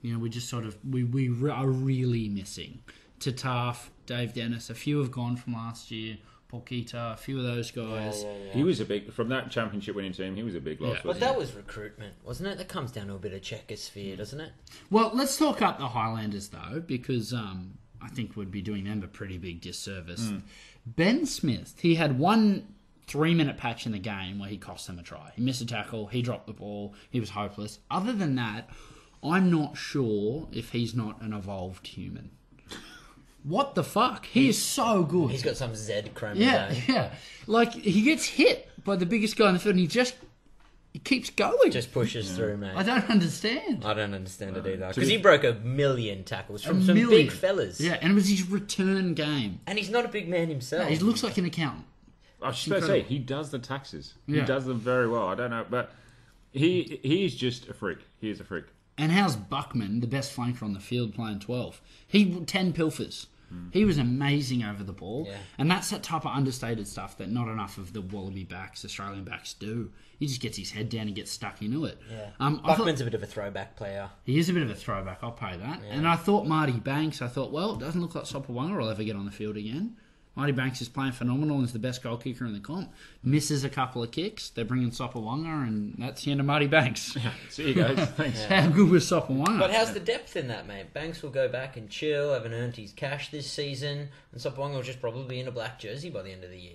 [SPEAKER 3] you know, we just sort of we we re- are really missing. Tataf, Dave Dennis, a few have gone from last year. Paul Keita, a few of those guys.
[SPEAKER 4] He was a big from that championship winning team. He was a big loss.
[SPEAKER 3] Yeah.
[SPEAKER 5] But
[SPEAKER 4] Wasn't
[SPEAKER 5] that was recruitment, wasn't it? That comes down to a bit of checker sphere, doesn't it?
[SPEAKER 3] Well, let's talk up the Highlanders though, because um, I think we'd be doing them a pretty big disservice.
[SPEAKER 5] Hmm.
[SPEAKER 3] Ben Smith, he had one three-minute patch in the game where he cost them a try. He missed a tackle, he dropped the ball, he was hopeless. Other than that, I'm not sure if he's not an evolved human. What the fuck? He is so good.
[SPEAKER 5] He's got some Z chromosome.
[SPEAKER 3] Yeah, yeah. Like he gets hit by the biggest guy in the field, and he just he keeps going.
[SPEAKER 5] Just pushes through, mate.
[SPEAKER 3] I don't understand.
[SPEAKER 5] I don't understand it either.
[SPEAKER 4] to
[SPEAKER 5] Because he
[SPEAKER 4] be-
[SPEAKER 5] broke a million tackles from some
[SPEAKER 3] Million.
[SPEAKER 5] big fellas.
[SPEAKER 3] Yeah, and it was his return game.
[SPEAKER 5] And he's not a big man himself.
[SPEAKER 3] He looks like an accountant.
[SPEAKER 4] he? I was just about to say
[SPEAKER 3] Incredible.
[SPEAKER 4] he does the taxes.
[SPEAKER 3] Yeah.
[SPEAKER 4] He does them very well. I don't know, but he he's just a freak. He is a freak.
[SPEAKER 3] And how's Buckman, the best flanker on the field, playing 12? He 10 pilfers. He was amazing over the ball.
[SPEAKER 5] Hmm. Yeah.
[SPEAKER 3] And that's that type of understated stuff that not enough of the Wallaby backs, Australian backs do. He just gets his head down and gets stuck into it.
[SPEAKER 5] Yeah.
[SPEAKER 3] Um, I thought
[SPEAKER 5] Buckman's a bit of a throwback player.
[SPEAKER 3] he is a bit of a throwback, I'll pay that. And I thought Marty Banks, I thought, well, it doesn't look like Sopawanga will ever get on the field again. Marty Banks is playing phenomenal and is the best goal kicker in the comp. Misses a couple of kicks. They're bringing Sopawanga, and that's the end of Marty Banks.
[SPEAKER 4] See you guys. Thanks.
[SPEAKER 3] How good was Sopawanga?
[SPEAKER 5] But how's the depth in that, mate? Banks will go back and chill, haven't earned his cash this season, and Sopwanga will just probably be in a black jersey by the end of the year.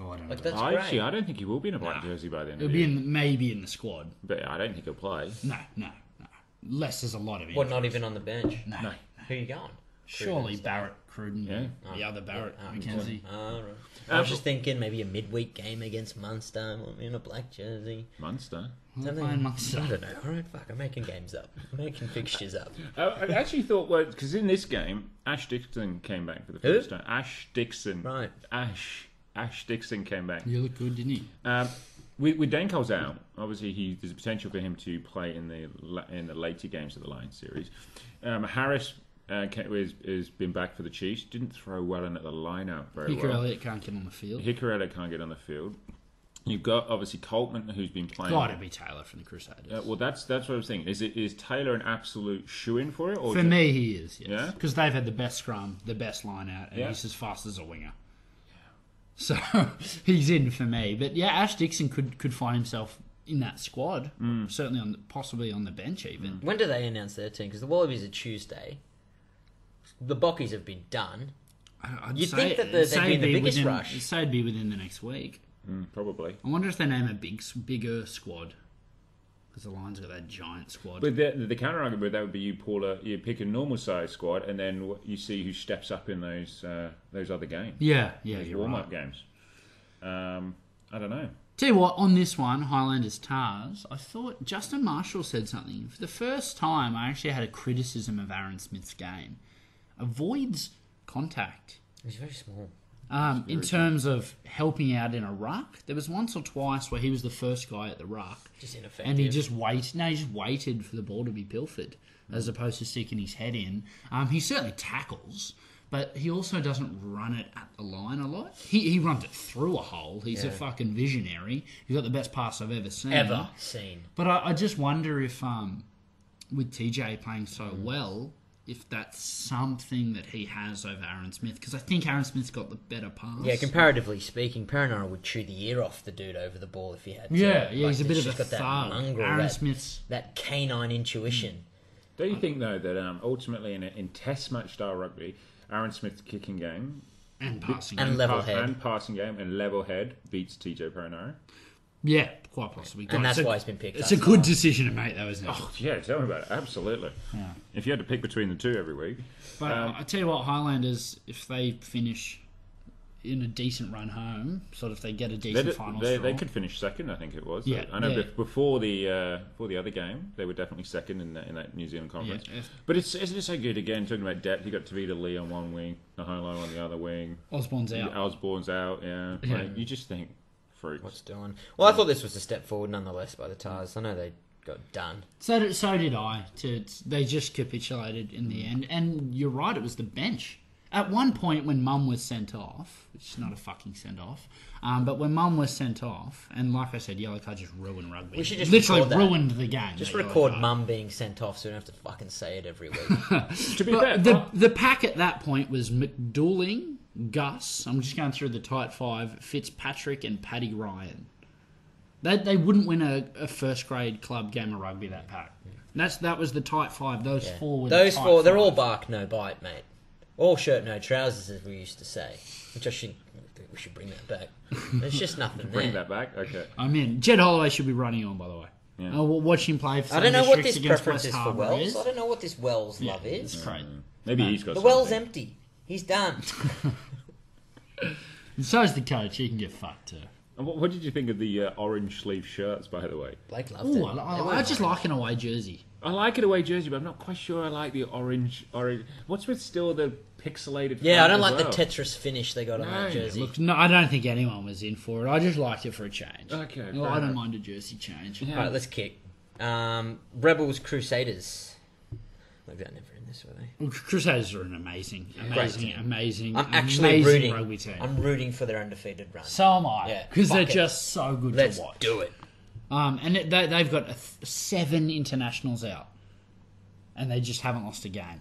[SPEAKER 3] Oh, I don't know.
[SPEAKER 5] Like, that's
[SPEAKER 4] I
[SPEAKER 5] great.
[SPEAKER 4] actually I don't think he will be in a black jersey by the end.
[SPEAKER 3] It'll
[SPEAKER 4] of
[SPEAKER 3] be
[SPEAKER 4] the year.
[SPEAKER 3] in maybe in the squad.
[SPEAKER 4] But I don't think he'll play.
[SPEAKER 3] No, no, no. Unless there's a lot of
[SPEAKER 5] What,
[SPEAKER 3] injuries.
[SPEAKER 5] not even on the bench?
[SPEAKER 3] No.
[SPEAKER 5] Who you going?
[SPEAKER 3] Surely
[SPEAKER 5] Cruden's
[SPEAKER 3] Barrett, Cruden,
[SPEAKER 4] Yeah.
[SPEAKER 3] the other Barrett,
[SPEAKER 5] Ah,
[SPEAKER 3] McKenzie.
[SPEAKER 5] ah, right.
[SPEAKER 4] Uh,
[SPEAKER 5] I was just thinking maybe a midweek game against Munster in a black jersey.
[SPEAKER 4] Munster.
[SPEAKER 3] They're playing Munster.
[SPEAKER 5] I don't know. All right, fuck. I'm making games up. I'm making fixtures up.
[SPEAKER 4] I I actually thought, well, because in this game, Ash Dixon came back for the first time. Ash Dixon.
[SPEAKER 5] Right.
[SPEAKER 4] Ash. Ash Dixon came back.
[SPEAKER 3] You look good, didn't you?
[SPEAKER 4] Um, with, with Danko's out, obviously he, there's a potential for him to play in the la- in the later games of the Lions series. Um, Harris uh, ca- is has been back for the Chiefs. Didn't throw well in at the line out very
[SPEAKER 3] Hooker
[SPEAKER 4] well.
[SPEAKER 3] Elliott can't get on the field.
[SPEAKER 4] Hickarella can't get on the field. You've got obviously Coltman, who's been playing.
[SPEAKER 3] Got to be Taylor from the Crusaders.
[SPEAKER 4] Uh, well, that's that's what I'm saying. Is it is Taylor an absolute shoe in for it? Or
[SPEAKER 3] For
[SPEAKER 4] do-
[SPEAKER 3] me, he is. Yes.
[SPEAKER 4] Yeah?
[SPEAKER 3] Because they've had the best scrum, the best line out, and
[SPEAKER 4] Yeah.
[SPEAKER 3] he's as fast as a winger. So he's in for me. But yeah, Ash Dixon could, could find himself in that squad,
[SPEAKER 5] Mm.
[SPEAKER 3] certainly on the, possibly on the bench even.
[SPEAKER 5] When do they announce their team? Because the Wallabies are Tuesday. The Bockies have been done.
[SPEAKER 3] I- I'd
[SPEAKER 5] You'd
[SPEAKER 3] say,
[SPEAKER 5] think that the- they'd
[SPEAKER 3] say
[SPEAKER 5] be in the
[SPEAKER 3] it'd
[SPEAKER 5] biggest
[SPEAKER 3] within,
[SPEAKER 5] rush.
[SPEAKER 3] Say it'd be within the next week.
[SPEAKER 4] Mm, probably.
[SPEAKER 3] I wonder if they name a big, s- bigger squad because the Lions got that giant squad.
[SPEAKER 4] But the, the counter argument with that would be you, Paula. You pick a normal size squad, and then wh- you see who steps up in those uh, those other games,
[SPEAKER 3] yeah, yeah, you're
[SPEAKER 4] warm
[SPEAKER 3] right.
[SPEAKER 4] up games. Um, I don't know.
[SPEAKER 3] Tell you what, on this one, Highlanders Tars, I thought Justin Marshall said something. For the first time, I actually had a criticism of Aaron Smith's game. Avoids contact.
[SPEAKER 5] He's very small.
[SPEAKER 3] Um, in terms of helping out in a ruck, there was once or twice where he was the first guy at the ruck,
[SPEAKER 5] Just ineffective.
[SPEAKER 3] and he just waited. No, he just waited for the ball to be pilfered, as opposed to sticking his head in. Um, he certainly tackles, but he also doesn't run it at the line a lot. He he runs it through a hole. He's a fucking visionary. He's got the best pass I've ever seen.
[SPEAKER 5] ever seen.
[SPEAKER 3] But I, I just wonder if, um, with TJ playing so
[SPEAKER 5] Mm.
[SPEAKER 3] well, if that's something that he has over Aaron Smith. Because I think Aaron Smith's got the better pass.
[SPEAKER 5] Yeah, comparatively speaking, Paranara would chew the ear off the dude over the ball if he had to.
[SPEAKER 3] Yeah, yeah,
[SPEAKER 5] Like,
[SPEAKER 3] he's a bit
[SPEAKER 5] it's
[SPEAKER 3] of a
[SPEAKER 5] just got that
[SPEAKER 3] thug.
[SPEAKER 5] mongrel,
[SPEAKER 3] Aaron Mm.
[SPEAKER 5] that,
[SPEAKER 3] Smith's.
[SPEAKER 5] that canine intuition.
[SPEAKER 4] Do you think though that um, ultimately in, a, in Test match style rugby, Aaron Smith's kicking game
[SPEAKER 3] And passing.
[SPEAKER 5] And level head.
[SPEAKER 4] and passing game and level head beats TJ Perenara?
[SPEAKER 3] yeah, quite possibly. God,
[SPEAKER 5] and that's
[SPEAKER 3] it's a-
[SPEAKER 5] why he's been picked
[SPEAKER 3] It's
[SPEAKER 5] up.
[SPEAKER 3] a good decision to make, though, isn't it?
[SPEAKER 4] Yeah, tell me about it. Absolutely. If you had to pick between the two every week,
[SPEAKER 3] but
[SPEAKER 5] Um,
[SPEAKER 3] I tell you what, Highlanders, if they finish in a decent run home, sort of they get a
[SPEAKER 4] they,
[SPEAKER 3] decent
[SPEAKER 4] did-
[SPEAKER 3] final
[SPEAKER 4] they,
[SPEAKER 3] straw.
[SPEAKER 4] they could finish second. I think it was.
[SPEAKER 3] Yeah,
[SPEAKER 4] I know
[SPEAKER 3] yeah.
[SPEAKER 4] bef- before the uh, before the other game, they were definitely second in that, in that New Zealand conference.
[SPEAKER 3] Yeah, if-
[SPEAKER 4] But it's isn't it so good again? Talking about depth, you got Tavita Lee on one wing, Naholo on the other wing,
[SPEAKER 3] Osborne's out.
[SPEAKER 4] Osborne's out. Yeah, Like, you just think
[SPEAKER 5] What's
[SPEAKER 4] fruits.
[SPEAKER 5] doing? Well, I thought this was a step forward nonetheless by the Tars. I know they got done.
[SPEAKER 3] So did, so did I. To, they just capitulated in the end. And you're right, it was the bench. At one point, when Mum was sent off, which is not a fucking send off, um, but when Mum was sent off, and like I said, yellow card just ruined rugby.
[SPEAKER 5] We should just
[SPEAKER 3] literally
[SPEAKER 5] record that.
[SPEAKER 3] ruined the game.
[SPEAKER 5] Just
[SPEAKER 3] that yellow
[SPEAKER 5] record
[SPEAKER 3] card.
[SPEAKER 5] Mum being sent off so we don't have to fucking say it every week.
[SPEAKER 4] To be fair,
[SPEAKER 3] But the
[SPEAKER 4] I-
[SPEAKER 3] the pack at that point was McDooling, Gus. I'm just going through the tight five: Fitzpatrick and Paddy Ryan. They they wouldn't win a, a first grade club game of rugby that pack. That's that was the tight five. Those
[SPEAKER 5] Yeah.
[SPEAKER 3] four were the
[SPEAKER 5] Those
[SPEAKER 3] tight
[SPEAKER 5] four, they're
[SPEAKER 3] five.
[SPEAKER 5] all bark, no bite, mate. All shirt, no trousers, as we used to say. Which I should, we should bring that back. There's just nothing
[SPEAKER 4] bring
[SPEAKER 5] there.
[SPEAKER 4] that back. Okay.
[SPEAKER 3] I'm in. Jed Holloway should be running on, by the way. Uh, we'll watch him play. For
[SPEAKER 5] I don't know what this
[SPEAKER 3] against
[SPEAKER 5] preference
[SPEAKER 3] West
[SPEAKER 5] is for
[SPEAKER 3] Harbour
[SPEAKER 5] Wells.
[SPEAKER 3] Is.
[SPEAKER 5] I don't know what this Wells love is.
[SPEAKER 3] It's great.
[SPEAKER 4] Maybe he's got
[SPEAKER 5] The well's
[SPEAKER 4] something.
[SPEAKER 5] empty. He's done.
[SPEAKER 3] And so is the coach. He can get fucked too.
[SPEAKER 4] And what, what did you think of the uh, orange sleeve shirts, by the way?
[SPEAKER 5] Blake loved
[SPEAKER 3] Ooh,
[SPEAKER 5] it.
[SPEAKER 3] I,
[SPEAKER 5] They were
[SPEAKER 3] I, I just like an away jersey.
[SPEAKER 4] I like it away jersey, but I'm not quite sure I like the orange. Orange. What's with still the pixelated?
[SPEAKER 5] Yeah, I don't
[SPEAKER 4] front as
[SPEAKER 5] like
[SPEAKER 4] well?
[SPEAKER 5] the Tetris finish they got on that
[SPEAKER 4] No,
[SPEAKER 5] jersey.
[SPEAKER 3] Look, no, I don't think anyone was in for it. I just liked it for a change.
[SPEAKER 4] Okay, fair
[SPEAKER 3] Well, I don't
[SPEAKER 4] enough.
[SPEAKER 3] mind a jersey change.
[SPEAKER 5] All right, let's kick. Um, Rebels Crusaders. Like that never in this, were they?
[SPEAKER 3] Well, Crusaders are an amazing, amazing,
[SPEAKER 5] team.
[SPEAKER 3] amazing,
[SPEAKER 5] I'm actually
[SPEAKER 3] amazing
[SPEAKER 5] rooting.
[SPEAKER 3] rugby team.
[SPEAKER 5] I'm rooting for their undefeated run.
[SPEAKER 3] so am I,
[SPEAKER 5] Yeah,
[SPEAKER 3] because
[SPEAKER 5] fuck
[SPEAKER 3] they're
[SPEAKER 5] it.
[SPEAKER 3] just so good
[SPEAKER 5] Let's
[SPEAKER 3] to watch.
[SPEAKER 5] do it.
[SPEAKER 3] Um, and it, they, they've got a th- seven internationals out, and they just haven't lost a game.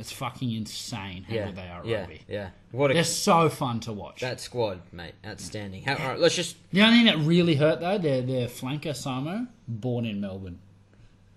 [SPEAKER 3] It's fucking insane how
[SPEAKER 5] Yeah,
[SPEAKER 3] good they are at
[SPEAKER 5] yeah,
[SPEAKER 3] rugby.
[SPEAKER 5] yeah. What a
[SPEAKER 3] They're so fun to watch.
[SPEAKER 5] that squad, mate. Outstanding. How, all right, let's just
[SPEAKER 3] the only thing that really hurt though, their their flanker Samo, born in Melbourne,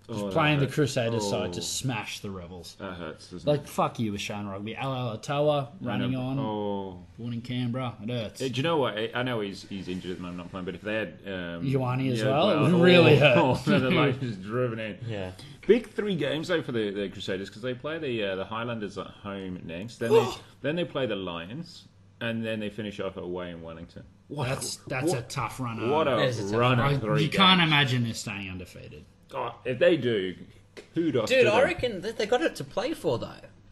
[SPEAKER 4] Oh, that
[SPEAKER 3] playing the
[SPEAKER 4] hurts.
[SPEAKER 3] Crusaders
[SPEAKER 4] Oh,
[SPEAKER 3] side to smash the Rebels.
[SPEAKER 4] That hurts. doesn't
[SPEAKER 3] Like fuck you, with Shane Rugby. Al Alatoa
[SPEAKER 4] it?
[SPEAKER 3] running on,
[SPEAKER 4] Oh.
[SPEAKER 3] born in Canberra. It hurts.
[SPEAKER 4] Uh, Do you know what? I- I know he's he's injured at the moment, not playing. But if they had um,
[SPEAKER 3] Ioane as
[SPEAKER 4] yeah,
[SPEAKER 3] well, it would really hurt.
[SPEAKER 4] Oh, then the life is driven in.
[SPEAKER 5] Yeah.
[SPEAKER 4] Big three games though for the, the Crusaders because they play the uh, the Highlanders at home next. Then they then they play the Lions, and then they finish off away in Wellington. What?
[SPEAKER 3] That's that's
[SPEAKER 4] what,
[SPEAKER 3] a tough run.
[SPEAKER 4] what a
[SPEAKER 5] There's a tough
[SPEAKER 4] run!
[SPEAKER 3] I-
[SPEAKER 4] of
[SPEAKER 3] you
[SPEAKER 4] three
[SPEAKER 3] can't
[SPEAKER 4] games.
[SPEAKER 3] imagine they're staying undefeated.
[SPEAKER 4] Oh, if they do, kudos. to
[SPEAKER 5] Dude, I
[SPEAKER 4] them.
[SPEAKER 5] reckon that they got it to play for though.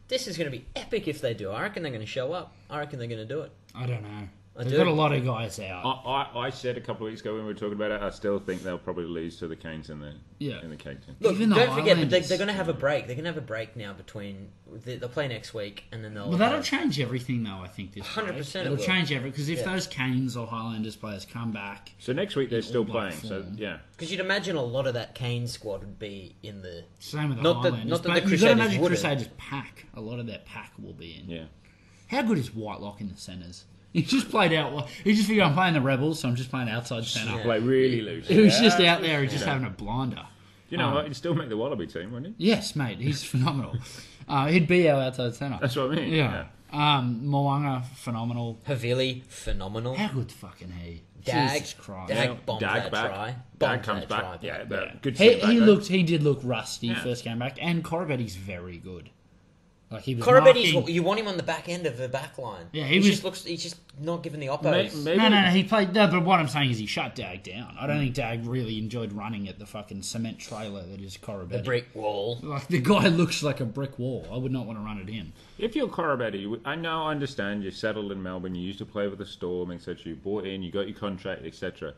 [SPEAKER 5] This is going to be epic if they do. I reckon they're going to show up. I reckon they're going to do it.
[SPEAKER 3] I don't know.
[SPEAKER 2] I
[SPEAKER 3] They've got a
[SPEAKER 2] do.
[SPEAKER 3] lot of guys out.
[SPEAKER 4] I, I, I said a couple of weeks ago when we were talking about it, I still think they'll probably lose to the Canes and the
[SPEAKER 3] Yeah.
[SPEAKER 4] and the Cagton.
[SPEAKER 2] Look,
[SPEAKER 3] Even the
[SPEAKER 5] Don't forget, but they,
[SPEAKER 3] Highlanders.
[SPEAKER 5] they're going to have a break. They're going to have a break now between they- they'll play next week and then they'll.
[SPEAKER 3] Well, that'll change everything, though. I think this
[SPEAKER 5] 100%
[SPEAKER 3] week.
[SPEAKER 5] it
[SPEAKER 3] it'll
[SPEAKER 5] will.
[SPEAKER 3] change everything because if
[SPEAKER 5] Yeah.
[SPEAKER 3] those Canes or Highlanders players come back,
[SPEAKER 4] So next week they're
[SPEAKER 3] In
[SPEAKER 4] still
[SPEAKER 3] all black
[SPEAKER 4] playing. So
[SPEAKER 3] form.
[SPEAKER 4] yeah,
[SPEAKER 5] Because you'd imagine a lot of that Kane squad would be in the.
[SPEAKER 3] same with the
[SPEAKER 5] Not that-
[SPEAKER 3] Highlanders.
[SPEAKER 5] not that
[SPEAKER 3] but
[SPEAKER 5] the
[SPEAKER 3] you've got to
[SPEAKER 5] Crusaders
[SPEAKER 3] imagine
[SPEAKER 5] wouldn't.
[SPEAKER 3] Crusaders pack. A lot of their pack will be in.
[SPEAKER 4] yeah.
[SPEAKER 3] How good is Whitelock in the centres? He just played out. He just figured I'm playing the Rebels, so I'm just playing outside centre.
[SPEAKER 5] Yeah.
[SPEAKER 4] Play really loose.
[SPEAKER 3] He was
[SPEAKER 4] Yeah.
[SPEAKER 3] just out there, just having a blinder.
[SPEAKER 4] You know what? He'd still make the Wallaby team, wouldn't he?
[SPEAKER 3] Yes, mate, he's phenomenal. Uh, he'd be our outside centre.
[SPEAKER 4] That's what I mean.
[SPEAKER 3] Yeah. Um, Moanga, phenomenal.
[SPEAKER 5] Havili, phenomenal.
[SPEAKER 3] How good fucking he?
[SPEAKER 5] Dag,
[SPEAKER 3] Jesus Christ.
[SPEAKER 5] Dag
[SPEAKER 4] Yeah.
[SPEAKER 5] bombed
[SPEAKER 4] Dag
[SPEAKER 5] that
[SPEAKER 4] back.
[SPEAKER 5] try.
[SPEAKER 4] Dag
[SPEAKER 5] Bombed
[SPEAKER 4] comes
[SPEAKER 5] that
[SPEAKER 4] back.
[SPEAKER 5] try.
[SPEAKER 4] yeah,
[SPEAKER 3] Yeah.
[SPEAKER 4] but good. to
[SPEAKER 3] he
[SPEAKER 4] see him
[SPEAKER 3] he
[SPEAKER 4] back, though.
[SPEAKER 3] looked he did look rusty
[SPEAKER 4] Yeah.
[SPEAKER 3] first game back, and Corabetti's very good. Like he was
[SPEAKER 5] Corabetti's
[SPEAKER 3] marking-
[SPEAKER 5] what you want him on the back end of the back line.
[SPEAKER 3] Yeah, he was-
[SPEAKER 5] just looks. He's just not given the
[SPEAKER 4] May-
[SPEAKER 5] oppos.
[SPEAKER 4] Maybe
[SPEAKER 3] No, no, no. He played. No, but what I'm saying is he shut Dag down. I don't think Dag really enjoyed running at the fucking cement trailer that is Corabetti.
[SPEAKER 5] the brick wall.
[SPEAKER 3] Like the guy looks like a brick wall. I would not want to run at him.
[SPEAKER 4] If you're Corabetti, I know, I understand. You've settled in Melbourne. You used to play with the Storm, etc. You bought in. You got your contract, etc.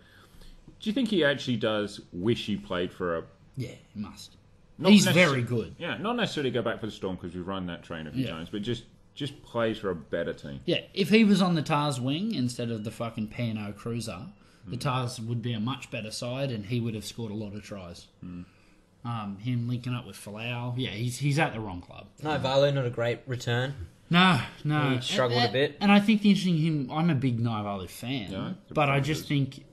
[SPEAKER 4] Do you think he actually does wish he played for a?
[SPEAKER 3] Yeah, he must.
[SPEAKER 4] not
[SPEAKER 3] He's
[SPEAKER 4] necessar-
[SPEAKER 3] very good.
[SPEAKER 4] Yeah, not necessarily go back for the Storm because we've run that train a few
[SPEAKER 3] Yeah.
[SPEAKER 4] times, but just just plays for a better team.
[SPEAKER 3] Yeah, if he was on the Tars wing instead of the fucking P&O Cruiser, the Tars would be a much better side, and he would have scored a lot of tries. Um, him linking up with Falau. Yeah, he's he's at the wrong club.
[SPEAKER 5] No, Valo not a great return.
[SPEAKER 3] No, no.
[SPEAKER 5] He struggled
[SPEAKER 3] And-
[SPEAKER 5] a bit.
[SPEAKER 3] And I think the interesting him I'm a big Naivalu fan.
[SPEAKER 4] Yeah, the
[SPEAKER 3] but I
[SPEAKER 4] problem
[SPEAKER 3] just
[SPEAKER 4] is-
[SPEAKER 3] think it